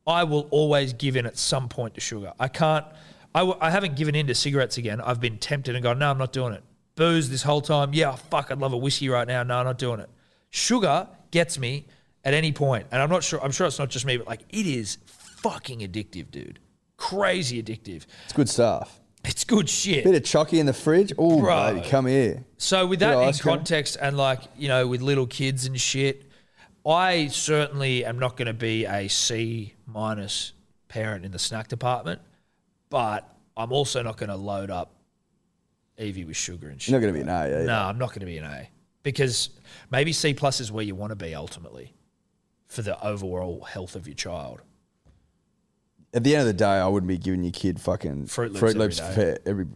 [SPEAKER 1] I will always give in at some point to sugar. I can't. I, w- I haven't given in to cigarettes again. I've been tempted and gone, no, I'm not doing it. Booze this whole time. Yeah, fuck, I'd love a whiskey right now. No, I'm not doing it. Sugar gets me at any point, and I'm not sure. I'm sure it's not just me, but like it is fucking addictive, dude. Crazy addictive.
[SPEAKER 2] It's good stuff.
[SPEAKER 1] It's good shit.
[SPEAKER 2] Bit of chocky in the fridge. Oh,
[SPEAKER 1] Bro.
[SPEAKER 2] baby, come here.
[SPEAKER 1] So with
[SPEAKER 2] Bit
[SPEAKER 1] that
[SPEAKER 2] of
[SPEAKER 1] in
[SPEAKER 2] ice cream.
[SPEAKER 1] context, and like you know, with little kids and shit, I certainly am not going to be a C minus parent in the snack department, but I'm also not going to load up Evie with sugar and shit.
[SPEAKER 2] You're not gonna be an A, are you?
[SPEAKER 1] No, I'm not going to be an A. because maybe C plus is where you want to be ultimately for the overall health of your child.
[SPEAKER 2] At the end of the day, I wouldn't be giving your kid fucking
[SPEAKER 1] Fruit Loops
[SPEAKER 2] Fruit
[SPEAKER 1] every
[SPEAKER 2] Loops
[SPEAKER 1] day.
[SPEAKER 2] for every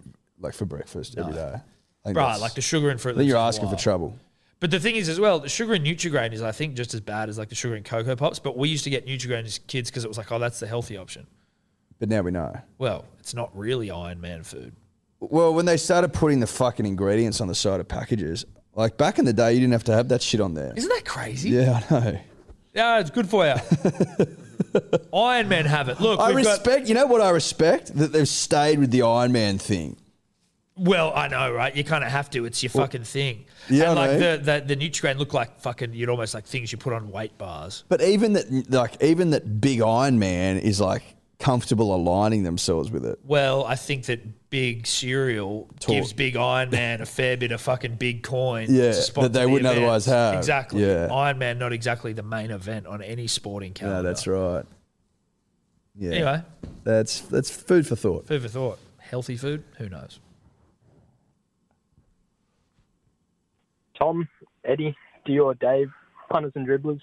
[SPEAKER 2] like for breakfast every
[SPEAKER 1] No.
[SPEAKER 2] day.
[SPEAKER 1] Right,
[SPEAKER 2] that's-
[SPEAKER 1] like the sugar in Fruit
[SPEAKER 2] I think you're
[SPEAKER 1] Loops is
[SPEAKER 2] asking for
[SPEAKER 1] wild.
[SPEAKER 2] trouble.
[SPEAKER 1] But the thing is, as well, the sugar in Nutrigrain is, I think, just as bad as like the sugar in Cocoa Pops. But we used to get Nutrigrain as kids because it was like, oh, that's the healthy option.
[SPEAKER 2] But now we know.
[SPEAKER 1] Well, it's not really Iron Man food.
[SPEAKER 2] Well, when they started putting the fucking ingredients on the side of packages, like back in the day, you didn't have to have that shit on there.
[SPEAKER 1] Isn't that crazy?
[SPEAKER 2] Yeah, I know.
[SPEAKER 1] Yeah, it's good for you. (laughs) Iron Man have it. Look,
[SPEAKER 2] I
[SPEAKER 1] we've got-
[SPEAKER 2] respect. you know what I respect that they've stayed with the Iron Man thing.
[SPEAKER 1] Well, I know, right? You kind of have to. It's your fucking thing.
[SPEAKER 2] Yeah,
[SPEAKER 1] and
[SPEAKER 2] I
[SPEAKER 1] like
[SPEAKER 2] know.
[SPEAKER 1] the the, the Nutrigrain look like fucking. You'd almost like things you put on weight bars.
[SPEAKER 2] But even that, like even that big Iron Man is like comfortable aligning themselves with it.
[SPEAKER 1] Well, I think that big cereal
[SPEAKER 2] Talk.
[SPEAKER 1] gives Big Iron Man a fair bit of fucking big coin.
[SPEAKER 2] Yeah,
[SPEAKER 1] to sponsor
[SPEAKER 2] that they
[SPEAKER 1] the
[SPEAKER 2] wouldn't
[SPEAKER 1] event.
[SPEAKER 2] otherwise have.
[SPEAKER 1] Exactly.
[SPEAKER 2] Yeah.
[SPEAKER 1] Iron Man not exactly the main event on any sporting
[SPEAKER 2] No,
[SPEAKER 1] calendar.
[SPEAKER 2] that's right. Yeah.
[SPEAKER 1] Anyway.
[SPEAKER 2] that's that's food for thought.
[SPEAKER 1] Food for thought. Healthy food? Who knows?
[SPEAKER 14] Tom, Eddie, Dior, Dave, punters and dribblers.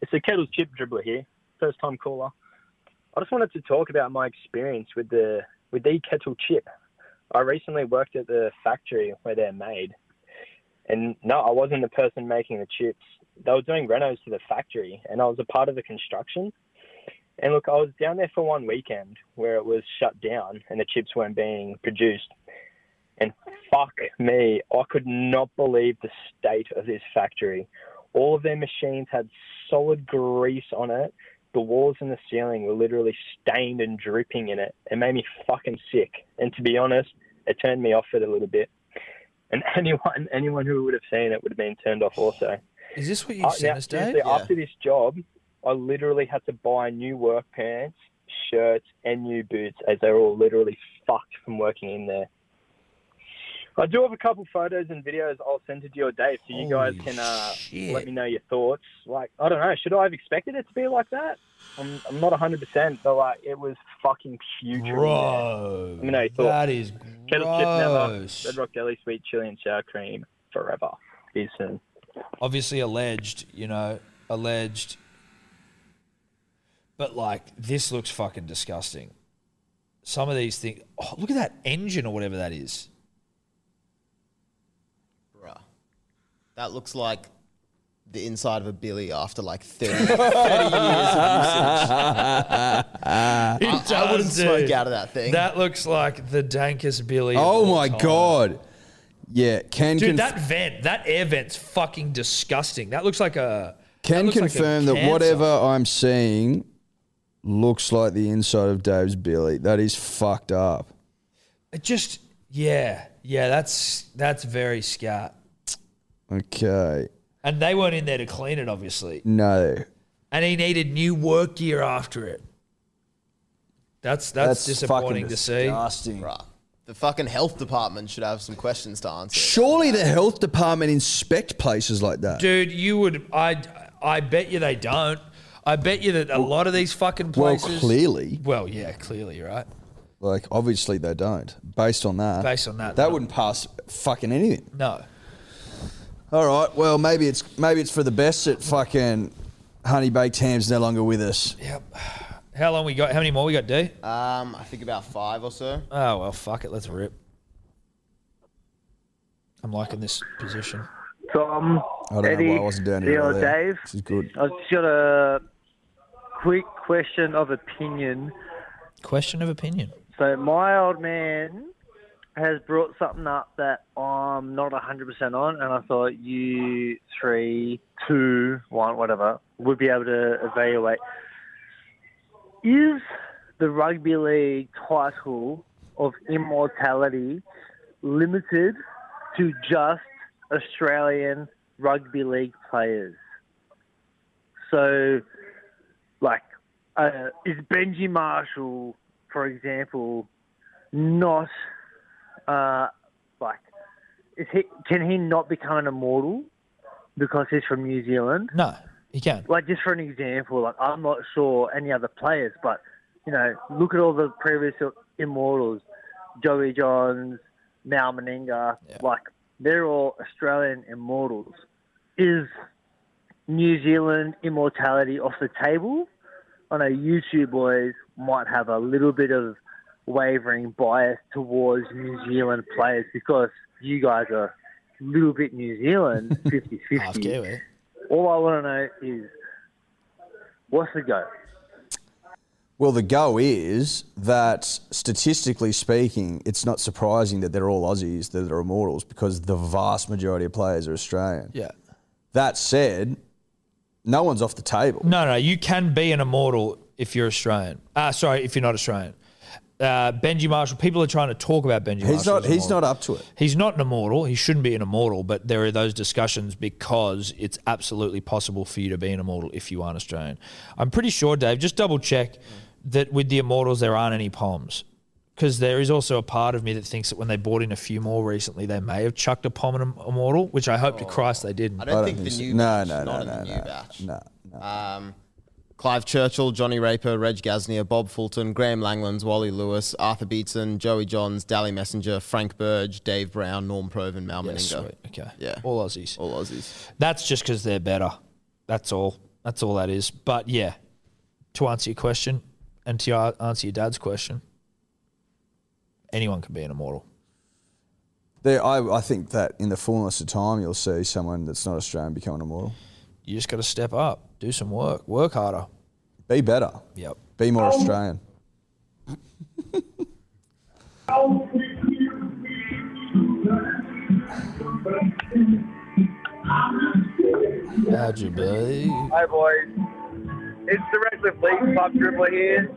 [SPEAKER 14] It's the Kettles Chip Dribbler here, first time caller. I just wanted to talk about my experience with the with the kettle chip. I recently worked at the factory where they're made, and no, I wasn't the person making the chips. They were doing renos to the factory, and I was a part of the construction. And look, I was down there for one weekend where it was shut down and the chips weren't being produced. And fuck me, I could not believe the state of this factory. All of their machines had solid grease on it. The walls and the ceiling were literally stained and dripping in it. It made me fucking sick. And to be honest, it turned me off it a little bit. And (laughs) anyone anyone who would have seen it would have been turned off also.
[SPEAKER 1] Is this what you
[SPEAKER 14] Uh,
[SPEAKER 1] sent
[SPEAKER 14] now,
[SPEAKER 1] us, Dave?
[SPEAKER 14] seriously, After this job, I literally had to buy new work pants, shirts, and new boots as they were all literally fucked from working in there. I do have a couple photos and videos I'll send to you or Dave so you guys can uh, let me know your thoughts. Like, I don't know, should I have expected it to be like that? I'm, I'm not 100%, but like, it was fucking putrid. in
[SPEAKER 1] Bro,
[SPEAKER 14] there. Let me know your thoughts.
[SPEAKER 1] that is
[SPEAKER 14] Kettle chip never.
[SPEAKER 1] gross.
[SPEAKER 14] Red Rock Deli sweet chili and sour cream forever. Peace soon.
[SPEAKER 1] obviously alleged, you know, alleged. But like this looks fucking disgusting. Some of these things. Oh, look at that engine or whatever that is.
[SPEAKER 3] That looks like the inside of a billy after like 30, (laughs) 30 years of usage. I,
[SPEAKER 1] (laughs) It
[SPEAKER 3] I wouldn't
[SPEAKER 1] does, dude.
[SPEAKER 3] smoke out of that thing.
[SPEAKER 1] That looks like the dankest Billy. of
[SPEAKER 2] Oh
[SPEAKER 1] all
[SPEAKER 2] my
[SPEAKER 1] time.
[SPEAKER 2] god. Yeah, Ken
[SPEAKER 1] Dude,
[SPEAKER 2] conf-
[SPEAKER 1] that vent, that air vent's fucking disgusting. That looks like a.
[SPEAKER 2] can
[SPEAKER 1] looks like a
[SPEAKER 2] confirm that
[SPEAKER 1] cancer.
[SPEAKER 2] whatever I'm seeing looks like the inside of Dave's Billy. That is fucked up.
[SPEAKER 1] It just, yeah, yeah. That's that's very scat.
[SPEAKER 2] Okay.
[SPEAKER 1] And they weren't in there to clean it, obviously.
[SPEAKER 2] No.
[SPEAKER 1] and he needed new work gear after it. That's that's, disappointing to see.
[SPEAKER 3] Bruh. The fucking health department should have some questions to answer.
[SPEAKER 2] Surely the health department inspect places like that.
[SPEAKER 1] Dude, you would I I bet you they don't. I bet you that a lot of these fucking
[SPEAKER 2] well,
[SPEAKER 1] places
[SPEAKER 2] clearly.
[SPEAKER 1] Well, yeah, clearly, right?
[SPEAKER 2] Like obviously they don't. Based on that.
[SPEAKER 1] Based on that,
[SPEAKER 2] That
[SPEAKER 1] no.
[SPEAKER 2] wouldn't pass fucking anything.
[SPEAKER 1] No.
[SPEAKER 2] All right. Well, maybe it's maybe it's for the best that fucking honey baked ham's no longer with us.
[SPEAKER 1] Yep. How long we got? How many more we got, D?
[SPEAKER 3] Um, I think about five or so.
[SPEAKER 1] Oh well, fuck it, let's rip. I'm liking this position.
[SPEAKER 15] Tom,
[SPEAKER 2] I don't know
[SPEAKER 15] Eddie,
[SPEAKER 2] why I wasn't down here
[SPEAKER 15] Theo,
[SPEAKER 2] earlier.
[SPEAKER 15] Dave.
[SPEAKER 2] This is good.
[SPEAKER 15] I've just got a quick question of opinion.
[SPEAKER 1] Question of opinion.
[SPEAKER 15] So my old man has brought something up that I'm not 100% on, and I thought you three, two, one, whatever, would be able to evaluate. Is the rugby league title of immortality limited to just Australian rugby league players? So, like, uh, is Benji Marshall, for example, not uh, like is he? Can he not become an immortal because he's from New Zealand?
[SPEAKER 1] No, he can.
[SPEAKER 15] Like just for an example, like I'm not sure any other players, but you know, look at all the previous immortals, Joey Johns, Mal Meninga, like they're all Australian immortals. Is New Zealand immortality off the table? I know you two boys might have a little bit of wavering bias towards New Zealand players because you guys are a little bit New Zealand 50 50. All I want to know is what's the go?
[SPEAKER 2] Well, the go is that statistically speaking, it's not surprising that they're all Aussies that are immortals because the vast majority of players are Australian.
[SPEAKER 1] Yeah.
[SPEAKER 2] That said, no one's off the table.
[SPEAKER 1] No, no, you can be an immortal if you're Australian. Uh, sorry, if you're not Australian. Uh, Benji Marshall. People are trying to talk about Benji.
[SPEAKER 2] He's
[SPEAKER 1] Marshall
[SPEAKER 2] not.
[SPEAKER 1] as
[SPEAKER 2] He's
[SPEAKER 1] immortal.
[SPEAKER 2] not up to it.
[SPEAKER 1] He's not an immortal. He shouldn't be an immortal. But there are those discussions because it's absolutely possible for you to be an immortal if you aren't Australian. I'm pretty sure, Dave. Just double check that with the immortals there aren't any palms. Because there is also a part of me that thinks that when they bought in a few more recently, they may have chucked a palm in an immortal, which I hope to Christ they didn't.
[SPEAKER 3] Oh. I don't, think, the new batch. No, not in the new batch.
[SPEAKER 2] No.
[SPEAKER 3] Um, Clive Churchill, Johnny Raper, Reg Gaznia, Bob Fulton, Graham Langlands, Wally Lewis, Arthur Beetson, Joey Johns, Dally Messenger, Frank Burge, Dave Brown, Norm Proven, Mal
[SPEAKER 1] Yeah,
[SPEAKER 3] Meninga.
[SPEAKER 1] sweet. Okay.
[SPEAKER 3] Yeah.
[SPEAKER 1] All Aussies.
[SPEAKER 3] All Aussies.
[SPEAKER 1] That's just because they're better. That's all. That's all that is. But yeah, to answer your question and to a- answer your dad's question, anyone can be an immortal.
[SPEAKER 2] There, I, I think that in the fullness of time, you'll see someone that's not Australian become an immortal.
[SPEAKER 1] You just got to step up, do some work, work harder.
[SPEAKER 2] Be better.
[SPEAKER 1] Yep.
[SPEAKER 2] Be more Australian.
[SPEAKER 1] How'd you be?
[SPEAKER 16] Hi boys. It's the Redcliffe League Club dribbler here.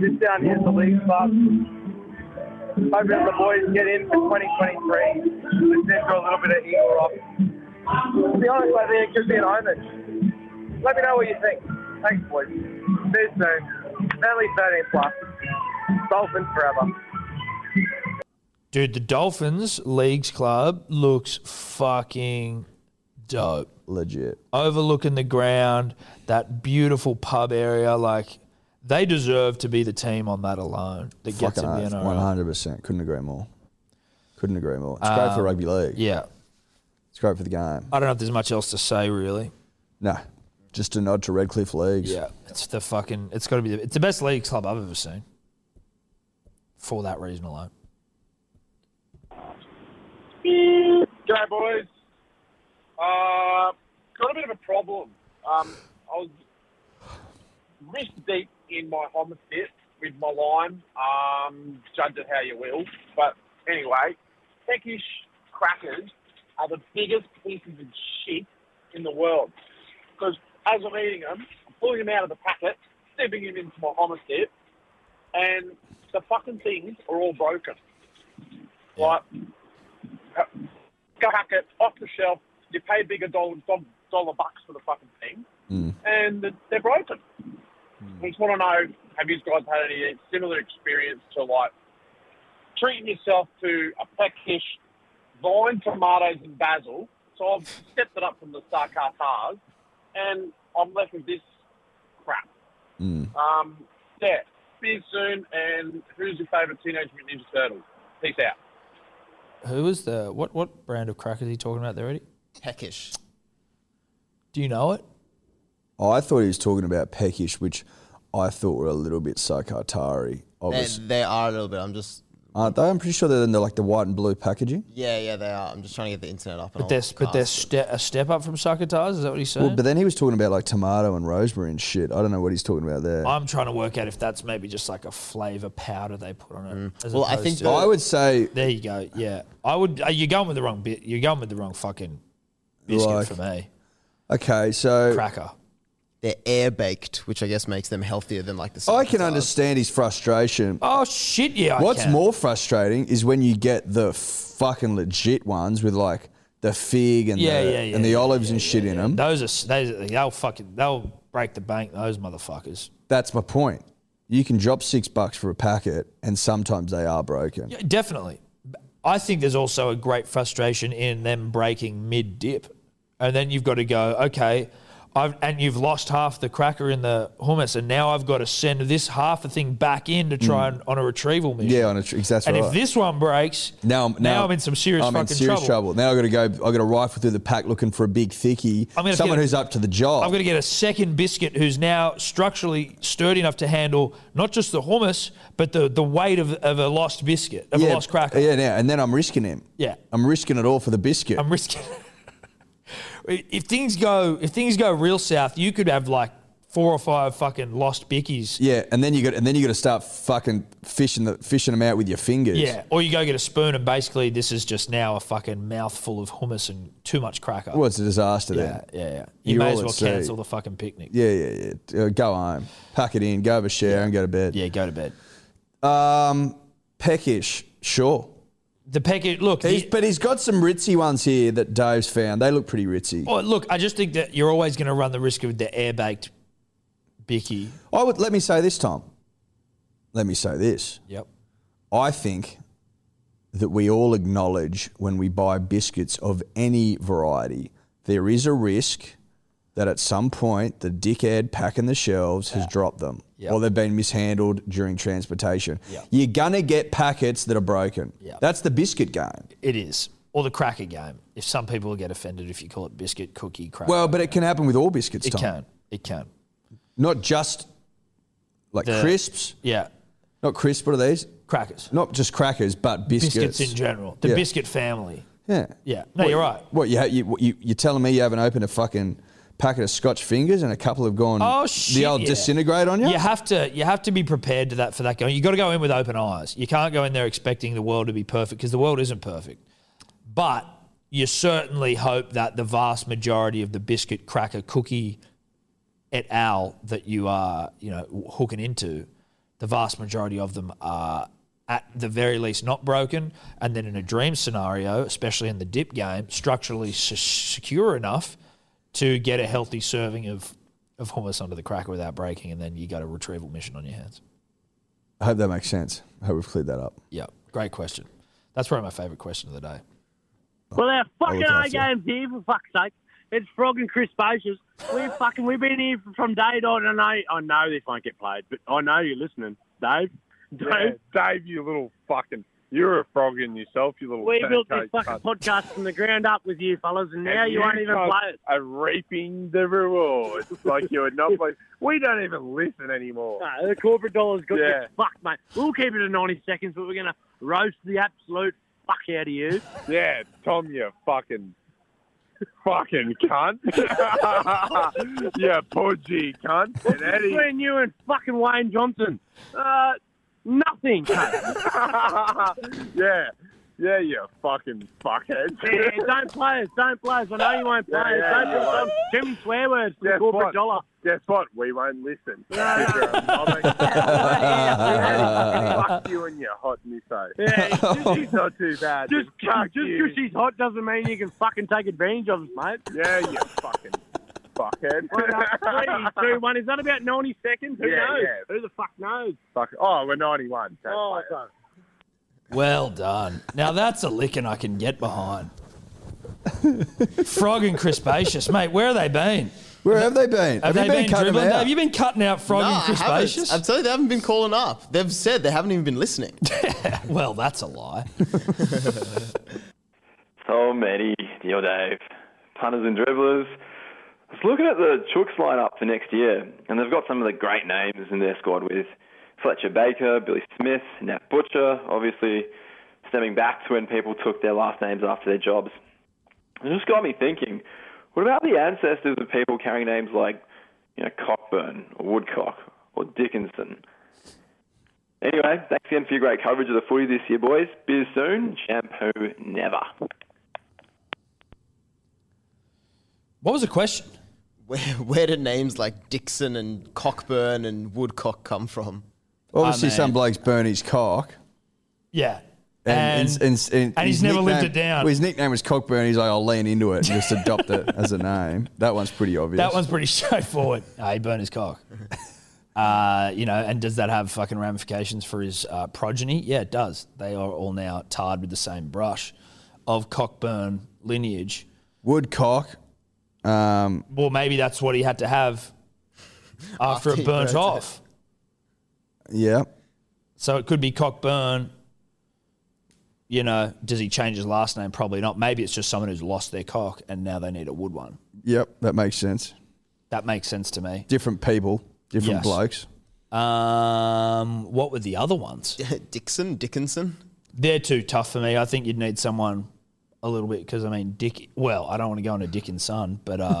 [SPEAKER 16] Just down here at the League Club. Hoping that the boys get in for 2023. Listen to a little bit of Eagle Rock. To be honest, I think it could be an omen. Let me know what you think. Thanks, boys. See you soon. Only 13 plus. Dolphins forever.
[SPEAKER 1] Dude, the Dolphins Leagues Club looks fucking dope.
[SPEAKER 2] Legit.
[SPEAKER 1] Overlooking the ground, that beautiful pub area. Like, they deserve to be the team on that alone that gets in
[SPEAKER 2] Fucking
[SPEAKER 1] the
[SPEAKER 2] oath.
[SPEAKER 1] NRL.
[SPEAKER 2] 100%. Couldn't agree more. Couldn't agree more. It's great for
[SPEAKER 1] Um,
[SPEAKER 2] rugby league.
[SPEAKER 1] Yeah.
[SPEAKER 2] It's great for the game.
[SPEAKER 1] I don't know if there's much else to say, really.
[SPEAKER 2] No. Just a nod to Redcliffe Leagues.
[SPEAKER 1] Yeah, it's the fucking. It's got to be. The, it's the best league club I've ever seen. For that reason alone.
[SPEAKER 16] G'day, boys. Uh, got a bit of a problem. Um, I was wrist deep in my homer fist with my line. Um, judge it how you will. But anyway, Techish crackers are the biggest pieces of shit in the world. Because as I'm eating them, I'm pulling them out of the packet, dipping them into my homer dip, and the fucking things are all broken. Like, go hack it off the shelf. You pay bigger dollar, dol- dollar bucks for the fucking thing, and they're broken. I just want to know: Have you guys had any similar experience to like treating yourself to a peckish vine, tomatoes, and basil? So I've stepped it up from the star tartars, and I'm left with this crap. Um, yeah, see you soon. And who's your favourite Teenage Mutant Ninja Turtle? Peace out.
[SPEAKER 1] Who is the what? What brand of crack is he talking about there, Eddie?
[SPEAKER 3] Peckish.
[SPEAKER 1] Do you know it?
[SPEAKER 2] Oh, I thought he was talking about Peckish, which I thought were a little bit Sakatari.
[SPEAKER 3] They,
[SPEAKER 2] Obviously.
[SPEAKER 3] they are a little bit. I'm just.
[SPEAKER 2] Aren't they? I'm pretty sure they're in the, like the white and blue packaging.
[SPEAKER 3] Yeah, yeah, they are. I'm just trying to get the internet up. And
[SPEAKER 1] But they're
[SPEAKER 3] I'll
[SPEAKER 1] but
[SPEAKER 3] cast
[SPEAKER 1] they're
[SPEAKER 3] it.
[SPEAKER 1] ste- a step up from Sakatars. Is that what he's saying?
[SPEAKER 2] Well, but then he was talking about like tomato and rosemary and shit. I don't know what he's talking about there.
[SPEAKER 1] I'm trying to work out if that's maybe just like a flavor powder they put on it. as
[SPEAKER 2] Mm. Well, I
[SPEAKER 1] opposed
[SPEAKER 2] think
[SPEAKER 1] to-
[SPEAKER 2] I would say-
[SPEAKER 1] there you go. Yeah, I would. Uh, you're going with the wrong bit. You're going with the wrong fucking biscuit
[SPEAKER 2] Like-
[SPEAKER 1] for me.
[SPEAKER 2] Okay, so
[SPEAKER 1] cracker.
[SPEAKER 3] They're air baked, which I guess makes them healthier than like the.
[SPEAKER 2] I can understand his frustration.
[SPEAKER 1] Oh shit! Yeah. I
[SPEAKER 2] What's
[SPEAKER 1] can.
[SPEAKER 2] more frustrating is when you get the fucking legit ones with like the fig and
[SPEAKER 1] Yeah,
[SPEAKER 2] the,
[SPEAKER 1] yeah, yeah,
[SPEAKER 2] and the
[SPEAKER 1] yeah,
[SPEAKER 2] olives and shit in them.
[SPEAKER 1] Those are s- those. are- They'll fucking they'll break the bank. Those motherfuckers.
[SPEAKER 2] That's my point. You can drop six bucks for a packet, and sometimes they are broken.
[SPEAKER 1] Yeah, definitely. I think there's also a great frustration in them breaking mid dip. And then you've got to go, okay, I've, and you've lost half the cracker in the hummus, and now I've got to send this half a thing back in to try
[SPEAKER 2] Mm.
[SPEAKER 1] and on a retrieval mission.
[SPEAKER 2] Yeah, on a, tr- exactly.
[SPEAKER 1] and
[SPEAKER 2] right.
[SPEAKER 1] if this one breaks,
[SPEAKER 2] now, I'm-
[SPEAKER 1] now I'm in some serious
[SPEAKER 2] I'm in
[SPEAKER 1] fucking
[SPEAKER 2] serious
[SPEAKER 1] trouble.
[SPEAKER 2] trouble. Now I got to go. I got to rifle through the pack looking for a big thickie,
[SPEAKER 1] I'm gonna
[SPEAKER 2] someone
[SPEAKER 1] get-
[SPEAKER 2] who's up to the job.
[SPEAKER 1] I've got to get a second biscuit who's now structurally sturdy enough to handle not just the hummus, but the, the weight of, of a lost biscuit, of a
[SPEAKER 2] yeah,
[SPEAKER 1] lost cracker.
[SPEAKER 2] Yeah, now and then I'm risking him.
[SPEAKER 1] Yeah.
[SPEAKER 2] I'm risking it all for the biscuit.
[SPEAKER 1] I'm risking. (laughs) if things go if things go real south, you could have like four or five fucking lost bickies.
[SPEAKER 2] yeah, and then you got and then you got to start fucking fishing the fishing them out with your fingers.
[SPEAKER 1] Yeah, or you go get a spoon and basically this is just now a fucking mouthful of hummus and too much cracker.
[SPEAKER 2] Well, it's a disaster then.
[SPEAKER 1] Yeah, yeah, yeah. You
[SPEAKER 2] You're
[SPEAKER 1] may
[SPEAKER 2] all
[SPEAKER 1] as well
[SPEAKER 2] at sea.
[SPEAKER 1] cancel the fucking picnic.
[SPEAKER 2] Yeah, yeah, yeah. Uh, Go home, pack it in, go have a share, and go to bed. Yeah,
[SPEAKER 1] go to bed.
[SPEAKER 2] Um, Peckish, sure.
[SPEAKER 1] The Peckish, look,
[SPEAKER 2] he's, but he's got some ritzy ones here that Dave's found. They look pretty ritzy.
[SPEAKER 1] Well, Oh, look, I just think that you're always going to run the risk of the air baked bicky.
[SPEAKER 2] I would let me say this, Tom. Let me say this.
[SPEAKER 1] Yep.
[SPEAKER 2] I think that we all acknowledge when we buy biscuits of any variety, there is a risk that at some point the dickhead packing the shelves has dropped them
[SPEAKER 1] Yeah.
[SPEAKER 2] or they've been mishandled during transportation.
[SPEAKER 1] Yeah.
[SPEAKER 2] You're going to get packets that are broken. That's the biscuit game.
[SPEAKER 1] It is. Or the cracker game. If some people get offended if you call it biscuit, cookie, cracker.
[SPEAKER 2] Well, but it can happen with all biscuits,
[SPEAKER 1] it
[SPEAKER 2] Tom.
[SPEAKER 1] can. It can.
[SPEAKER 2] Not just like
[SPEAKER 1] The-
[SPEAKER 2] crisps.
[SPEAKER 1] Yeah.
[SPEAKER 2] Not crisps, what are these?
[SPEAKER 1] Crackers.
[SPEAKER 2] Not just crackers, but biscuits.
[SPEAKER 1] in general. The
[SPEAKER 2] Yeah.
[SPEAKER 1] biscuit family.
[SPEAKER 2] Yeah.
[SPEAKER 1] Yeah. No,
[SPEAKER 2] What-
[SPEAKER 1] you're right.
[SPEAKER 2] What you, ha- you what, you you're telling me you haven't opened a fucking packet of Scotch fingers and a couple have gone
[SPEAKER 1] Oh shit!
[SPEAKER 2] the old
[SPEAKER 1] yeah.
[SPEAKER 2] disintegrate on you?
[SPEAKER 1] You have to you have to be prepared to that for that game. You got to go in with open eyes. You can't go in there expecting the world to be perfect because the world isn't perfect. But you certainly hope that the vast majority of the biscuit cracker cookie et al that you are you know w- hooking into, the vast majority of them are at the very least not broken, and then in a dream scenario, especially in the dip game, structurally s secure enough to get a healthy serving of of hummus under the cracker without breaking, and then you got a retrieval mission on your hands.
[SPEAKER 2] I hope that makes sense. I hope we've cleared that up.
[SPEAKER 1] Yeah, great question. That's probably my favorite question of the day.
[SPEAKER 17] Well, our fucking
[SPEAKER 1] All
[SPEAKER 17] our
[SPEAKER 1] the
[SPEAKER 17] game's here for fuck's sake. It's Frog and Crispaceous. We fucking we've been here from day dot, and I I know this won't get played, but I know you're listening, Dave. Dave,
[SPEAKER 16] Dave, Dave, you little fucking, you're a frog in yourself, you little.
[SPEAKER 17] we built this
[SPEAKER 16] turncoat
[SPEAKER 17] fucking
[SPEAKER 16] cunt.
[SPEAKER 17] podcast from the ground up with you fellas,
[SPEAKER 16] And
[SPEAKER 17] and now you, won't even
[SPEAKER 16] cunts
[SPEAKER 17] play it.
[SPEAKER 16] Are reaping the rewards like you are
[SPEAKER 17] (laughs)
[SPEAKER 16] not like we don't even listen anymore.
[SPEAKER 17] No, the corporate dollar's got
[SPEAKER 16] Yeah.
[SPEAKER 17] yeah. fucked, mate. We'll keep it at 90 seconds, but we're gonna roast the absolute fuck out of you.
[SPEAKER 16] (laughs) Yeah, Tom, you fucking fucking cunt. (laughs) yeah, pudgy cunt.
[SPEAKER 17] What's
[SPEAKER 16] And Eddie,
[SPEAKER 17] between you and fucking Wayne Johnson? Uh, nothing.
[SPEAKER 16] yeah, yeah, you fucking fuckhead.
[SPEAKER 17] Yeah, don't play us, don't play us. I know you won't play
[SPEAKER 16] Yeah,
[SPEAKER 17] us.
[SPEAKER 16] yeah,
[SPEAKER 17] don't
[SPEAKER 16] you
[SPEAKER 17] put us
[SPEAKER 16] won't.
[SPEAKER 17] on too many swear words for the
[SPEAKER 16] Guess
[SPEAKER 17] corporate
[SPEAKER 16] what?
[SPEAKER 17] dollar.
[SPEAKER 16] Guess what? We won't
[SPEAKER 17] (laughs)
[SPEAKER 16] listen.
[SPEAKER 17] Yeah.
[SPEAKER 16] Fuck you and your hot miso. (laughs)
[SPEAKER 17] Yeah.
[SPEAKER 16] She's not too bad.
[SPEAKER 17] Just
[SPEAKER 16] fuck
[SPEAKER 17] just
[SPEAKER 16] you.
[SPEAKER 17] because she's hot doesn't mean you can fucking take advantage of us, mate.
[SPEAKER 16] Yeah, you fucking fuckhead.
[SPEAKER 17] Three, two, one. Is that about 90 seconds? Who
[SPEAKER 16] Yeah,
[SPEAKER 17] knows?
[SPEAKER 16] yeah.
[SPEAKER 17] Who the fuck knows?
[SPEAKER 16] Fuck. Oh, we're 91. Don't
[SPEAKER 17] Oh,
[SPEAKER 16] play it.
[SPEAKER 17] so.
[SPEAKER 1] Well done. Now that's a licking I can get behind. Frog and Crispaceous, mate. Where have they been?
[SPEAKER 2] Where have they been?
[SPEAKER 1] Have, they, been,
[SPEAKER 3] cutting them
[SPEAKER 1] dribbling?
[SPEAKER 3] out?
[SPEAKER 1] Have you been cutting out Frog
[SPEAKER 3] No,
[SPEAKER 1] and
[SPEAKER 3] I haven't.
[SPEAKER 1] Crispaceous?
[SPEAKER 3] I'm telling you, they haven't been calling up. They've said they haven't even been
[SPEAKER 1] (laughs)
[SPEAKER 3] listening.
[SPEAKER 1] well, that's a lie.
[SPEAKER 18] So many, deal Dave. Punters and dribblers. I was looking at the Chooks lineup for next year, and they've got some of the great names in their squad with Fletcher Baker, Billy Smith, Nat Butcher, obviously stemming back to when people took their last names after their jobs. It just got me thinking, what about the ancestors of people carrying names like, you know, Cockburn or Woodcock or Dickinson? Anyway, thanks again for your great coverage of the footy this year, boys. Beers soon, shampoo never.
[SPEAKER 1] What was the question?
[SPEAKER 3] Where, where do names like Dixon and Cockburn and Woodcock come from?
[SPEAKER 2] Obviously,
[SPEAKER 1] Oh,
[SPEAKER 2] some bloke's burn his cock.
[SPEAKER 1] Yeah.
[SPEAKER 2] And, and-
[SPEAKER 1] And-
[SPEAKER 2] and
[SPEAKER 1] and he's
[SPEAKER 2] his
[SPEAKER 1] never lived
[SPEAKER 2] nickname-
[SPEAKER 1] it down.
[SPEAKER 2] well, his nickname was Cockburn. He's like, I'll lean into it and just adopt
[SPEAKER 1] (laughs)
[SPEAKER 2] it as a name. That one's pretty obvious.
[SPEAKER 1] That one's pretty (laughs) straightforward. Uh, he burned his (laughs) cock. Uh, you know, and does that have fucking ramifications for his uh, progeny? Yeah, it does. They are all now tarred with the same brush of Cockburn lineage.
[SPEAKER 2] Woodcock,
[SPEAKER 5] Um,
[SPEAKER 1] Well, maybe that's what he had to have (laughs) after
[SPEAKER 5] After
[SPEAKER 1] it
[SPEAKER 5] he
[SPEAKER 1] burnt
[SPEAKER 5] burnt it.
[SPEAKER 1] off.
[SPEAKER 5] yeah.
[SPEAKER 1] So it could be Cockburn. You know, does he change his last name? Probably not. Maybe it's just someone who's lost their cock and now they need a wood one.
[SPEAKER 2] Yep, that makes sense.
[SPEAKER 1] That makes sense to me.
[SPEAKER 2] Different people, different
[SPEAKER 1] Yes.
[SPEAKER 2] blokes.
[SPEAKER 1] Um, what were the
[SPEAKER 2] (laughs)
[SPEAKER 1] other ones?
[SPEAKER 3] Dixon, Dickinson.
[SPEAKER 1] They're too tough for me. I think you'd need someone a little bit because I mean, Dick. Well, I don't want to go into Dick and Son, but uh,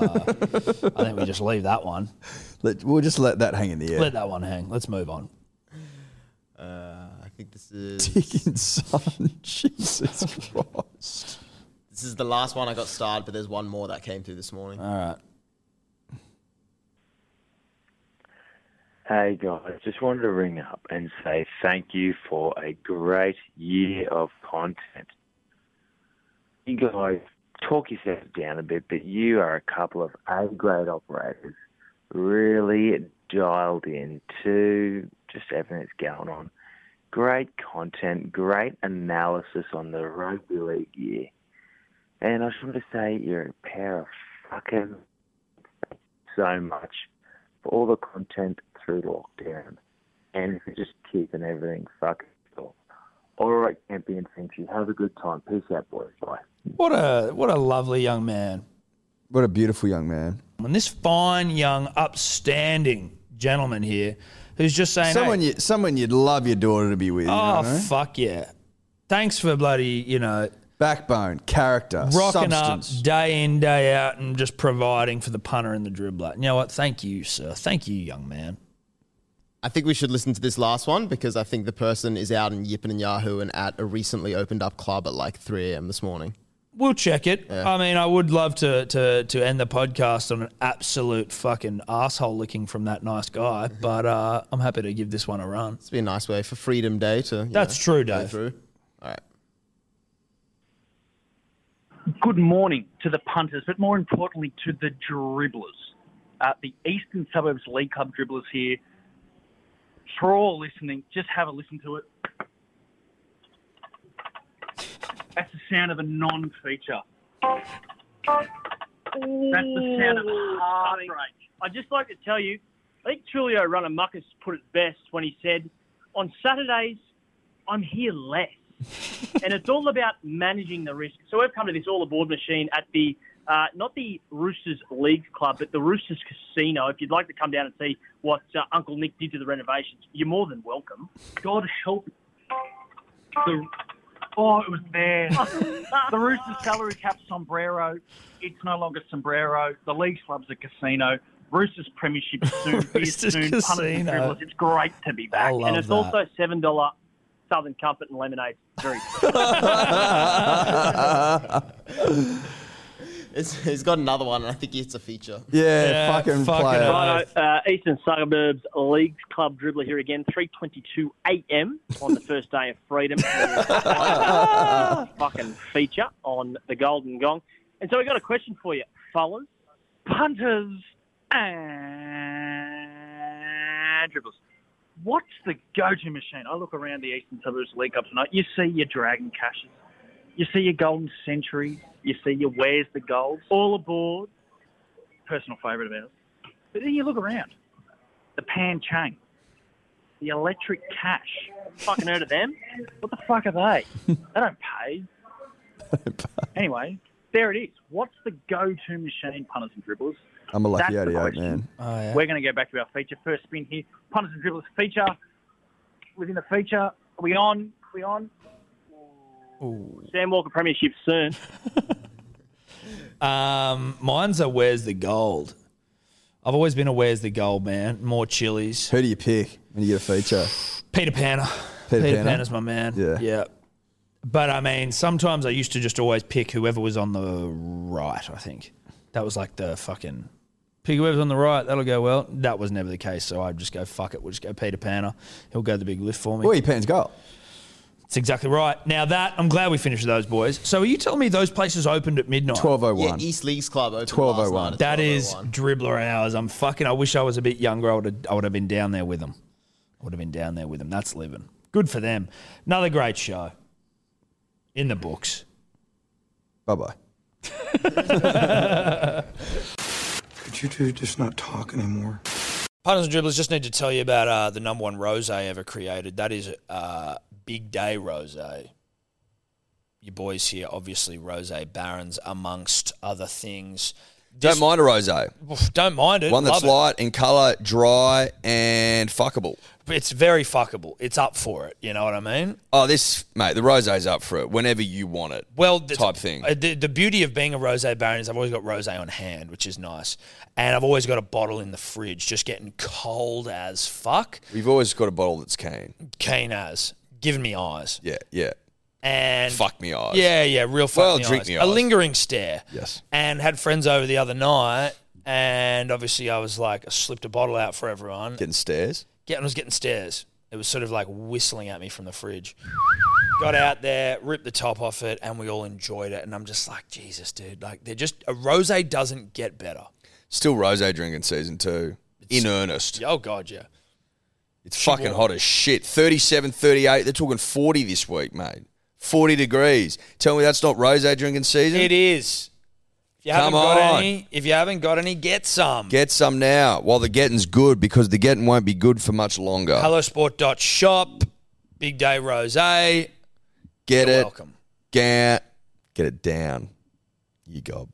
[SPEAKER 1] I think we just leave that one.
[SPEAKER 2] Let, we'll just let that hang in the air. (laughs)
[SPEAKER 1] Let that one hang. Let's move on.
[SPEAKER 3] Uh, I think this is
[SPEAKER 2] Dickinson. (laughs) Jesus Christ.
[SPEAKER 3] This is the last one I got started, but there's one more that came through this morning.
[SPEAKER 1] All right.
[SPEAKER 19] Hey guys, just wanted to ring up and say thank you for a great year of content. You guys talk yourself down a bit, but you are a couple of A grade operators, really dialed in to just everything that's going on. Great content, great analysis on the rugby league year. And I just want to say you're a pair of fucking so much for all the content through lockdown and for just keeping everything fucking cool. All right, champion, thank you. Have a good time. Peace out, boys. Bye.
[SPEAKER 1] What a what a lovely young man.
[SPEAKER 2] What a beautiful young man.
[SPEAKER 1] And this fine young, upstanding gentleman here, who's just saying, hey,
[SPEAKER 2] Someone, you, someone you'd love your daughter to be with.
[SPEAKER 1] Oh
[SPEAKER 2] you know? eh?
[SPEAKER 1] fuck yeah! Thanks for bloody you know
[SPEAKER 2] backbone, character,
[SPEAKER 3] uh,
[SPEAKER 1] rocking
[SPEAKER 2] substance.
[SPEAKER 1] up day in day out and just providing for the punter and the dribbler. You know what? Thank you, sir. Thank you, young man.
[SPEAKER 3] I think we should listen to this last one because I think the person is out in Yippin and Yahoo and at a recently opened up club at like 3 a.m. this morning.
[SPEAKER 1] We'll check it.
[SPEAKER 3] Yeah.
[SPEAKER 1] I mean, I would love to to to end the podcast on an absolute fucking asshole licking from that
[SPEAKER 3] (laughs)
[SPEAKER 1] nice guy, but uh, I'm happy to give this one a run.
[SPEAKER 3] It's been a nice way for Freedom Day to. you
[SPEAKER 1] That's
[SPEAKER 3] know,
[SPEAKER 1] true,
[SPEAKER 3] go
[SPEAKER 1] Dave.
[SPEAKER 3] Through. All right.
[SPEAKER 20] good morning to the punters, but more importantly to the dribblers. Uh, the Eastern Suburbs League Club dribblers here. For all listening, just have a listen to it. That's the sound of a non feature.
[SPEAKER 21] That's
[SPEAKER 20] That's the sound of heartbreak.
[SPEAKER 21] I'd just like to tell you, I think Trulio Runamuckus put it best when he said, on Saturdays, I'm here less.
[SPEAKER 1] (laughs)
[SPEAKER 21] and it's all about managing the risk. So we've come to this all aboard machine at the, uh, not the Roosters League Club, but the Roosters Casino. If you'd like to come down and see what uh, Uncle Nick did to the renovations, you're more than welcome. God help the
[SPEAKER 20] Oh, it was (laughs) there. the Roosters salary cap sombrero. It's no longer sombrero. The league club's a casino. Roosters premiership soon. beer
[SPEAKER 1] (laughs) Roosters
[SPEAKER 20] soon. punters and
[SPEAKER 1] casino.
[SPEAKER 20] dribblers. It's great to be back.
[SPEAKER 1] love
[SPEAKER 20] and it's
[SPEAKER 1] that.
[SPEAKER 20] also seven dollar Southern Comfort and lemonade. Very.
[SPEAKER 3] It's, he's got another one, and I think it's a feature.
[SPEAKER 20] Righto, uh, Eastern Suburbs League Club dribbler here again, 3:22 a.m. on the first day of freedom. fucking feature on the Golden Gong, and so we got a question for you, fellas, punters and dribblers. What's the go-to machine? I look around the Eastern Suburbs League Cup tonight. You see your Dragon Cashes, you see your Golden Century, you see your Where's the Gold? All aboard personal favourite of ours. But then you look around. The Pan Chang. The Electric Cash. Fucking heard of them? What the fuck are they? They don't pay. Anyway, there it is. What's the go-to machine, punters and dribblers?
[SPEAKER 2] I'm a lucky
[SPEAKER 20] That's the
[SPEAKER 2] 88
[SPEAKER 20] question.
[SPEAKER 2] man.
[SPEAKER 1] Oh,
[SPEAKER 20] We're going to go back to our feature. First spin here. Punters and dribblers feature. Within the feature, are we on? Are we on? Sam Walker
[SPEAKER 1] (laughs)
[SPEAKER 20] Premiership soon.
[SPEAKER 1] Um, mine's a where's the gold. I've always been a where's the gold man. More chilies.
[SPEAKER 2] Who do you pick when you get a feature?
[SPEAKER 1] Peter Panner.
[SPEAKER 2] Peter
[SPEAKER 1] Peter,
[SPEAKER 2] Panner?
[SPEAKER 1] Panner's my man.
[SPEAKER 2] Yeah.
[SPEAKER 1] Yeah. But I mean, sometimes I used to just always pick whoever was on the right, I think. That was like the fucking pick whoever's on the right, that'll go well. That was never the case, so I'd just go fuck it, we'll just go Peter Panner. He'll go the big lift for me.
[SPEAKER 2] Where your pants go?
[SPEAKER 1] That's exactly right. Now that I'm glad we finished with those boys. So are you telling me those places opened at midnight?
[SPEAKER 2] Twelve oh one.
[SPEAKER 3] Yeah, East Leagues Club opened
[SPEAKER 1] Twelve oh
[SPEAKER 3] last night
[SPEAKER 1] one.
[SPEAKER 3] at
[SPEAKER 1] That is dribbler hours. I'm fucking. I wish I was a bit younger. I would have. I would have been down there with them. I would have been down there with them. That's living. Good for them. Another great show. In the books.
[SPEAKER 2] Bye bye.
[SPEAKER 9] Could you two just not talk anymore?
[SPEAKER 1] (laughs) Punters and dribblers just need to tell you about uh, the number one rose ever created. That is uh, Big Day Rose. Your boys here, obviously, Rose Barons, amongst other things.
[SPEAKER 2] Don't mind a rosé.
[SPEAKER 1] Oof, Don't mind it.
[SPEAKER 2] One that's
[SPEAKER 1] Love it.
[SPEAKER 2] light in color, dry, and fuckable.
[SPEAKER 1] It's very fuckable. It's up for it. You know what I mean?
[SPEAKER 2] Oh, this mate, the rosé's up for it whenever you want it.
[SPEAKER 1] Well, the,
[SPEAKER 2] type thing.
[SPEAKER 1] uh, The, the beauty of being a rosé baron is I've always got rosé on hand, which is nice, and I've always got a bottle in the fridge, just getting cold as fuck,
[SPEAKER 2] We've always got a bottle that's cane.
[SPEAKER 1] keen as, giving me eyes,
[SPEAKER 2] Yeah, yeah.
[SPEAKER 1] and
[SPEAKER 2] fuck me eyes.
[SPEAKER 1] Yeah, yeah, real fuck
[SPEAKER 2] Well,
[SPEAKER 1] me
[SPEAKER 2] drink
[SPEAKER 1] eyes.
[SPEAKER 2] me
[SPEAKER 1] A
[SPEAKER 2] eyes.
[SPEAKER 1] lingering stare.
[SPEAKER 2] Yes.
[SPEAKER 1] And had friends over the other night, and obviously I was like, I slipped a bottle out for everyone.
[SPEAKER 2] Getting stares.
[SPEAKER 1] Getting I was getting stares. It was sort of like whistling at me from the fridge. Got out there, ripped the top off it, and we all enjoyed it. And I'm just like, Jesus, dude, like they're just a rose doesn't get better.
[SPEAKER 2] Still rosé drinking season two. in earnest.
[SPEAKER 1] Oh god, yeah.
[SPEAKER 2] It's fucking hot as shit. 37, 38. They're talking 40 this week, mate. 40 degrees. Tell me that's not rosé drinking season.
[SPEAKER 1] It is. If you haven't
[SPEAKER 2] Come
[SPEAKER 1] got
[SPEAKER 2] on.
[SPEAKER 1] any, if you haven't got any, get some.
[SPEAKER 2] Get some now while the getting's good because the getting won't be good for much longer.
[SPEAKER 1] Hellosport.shop, big day rose.
[SPEAKER 2] Get
[SPEAKER 1] You're
[SPEAKER 2] it.
[SPEAKER 1] welcome.
[SPEAKER 2] Get, get it down. You gob.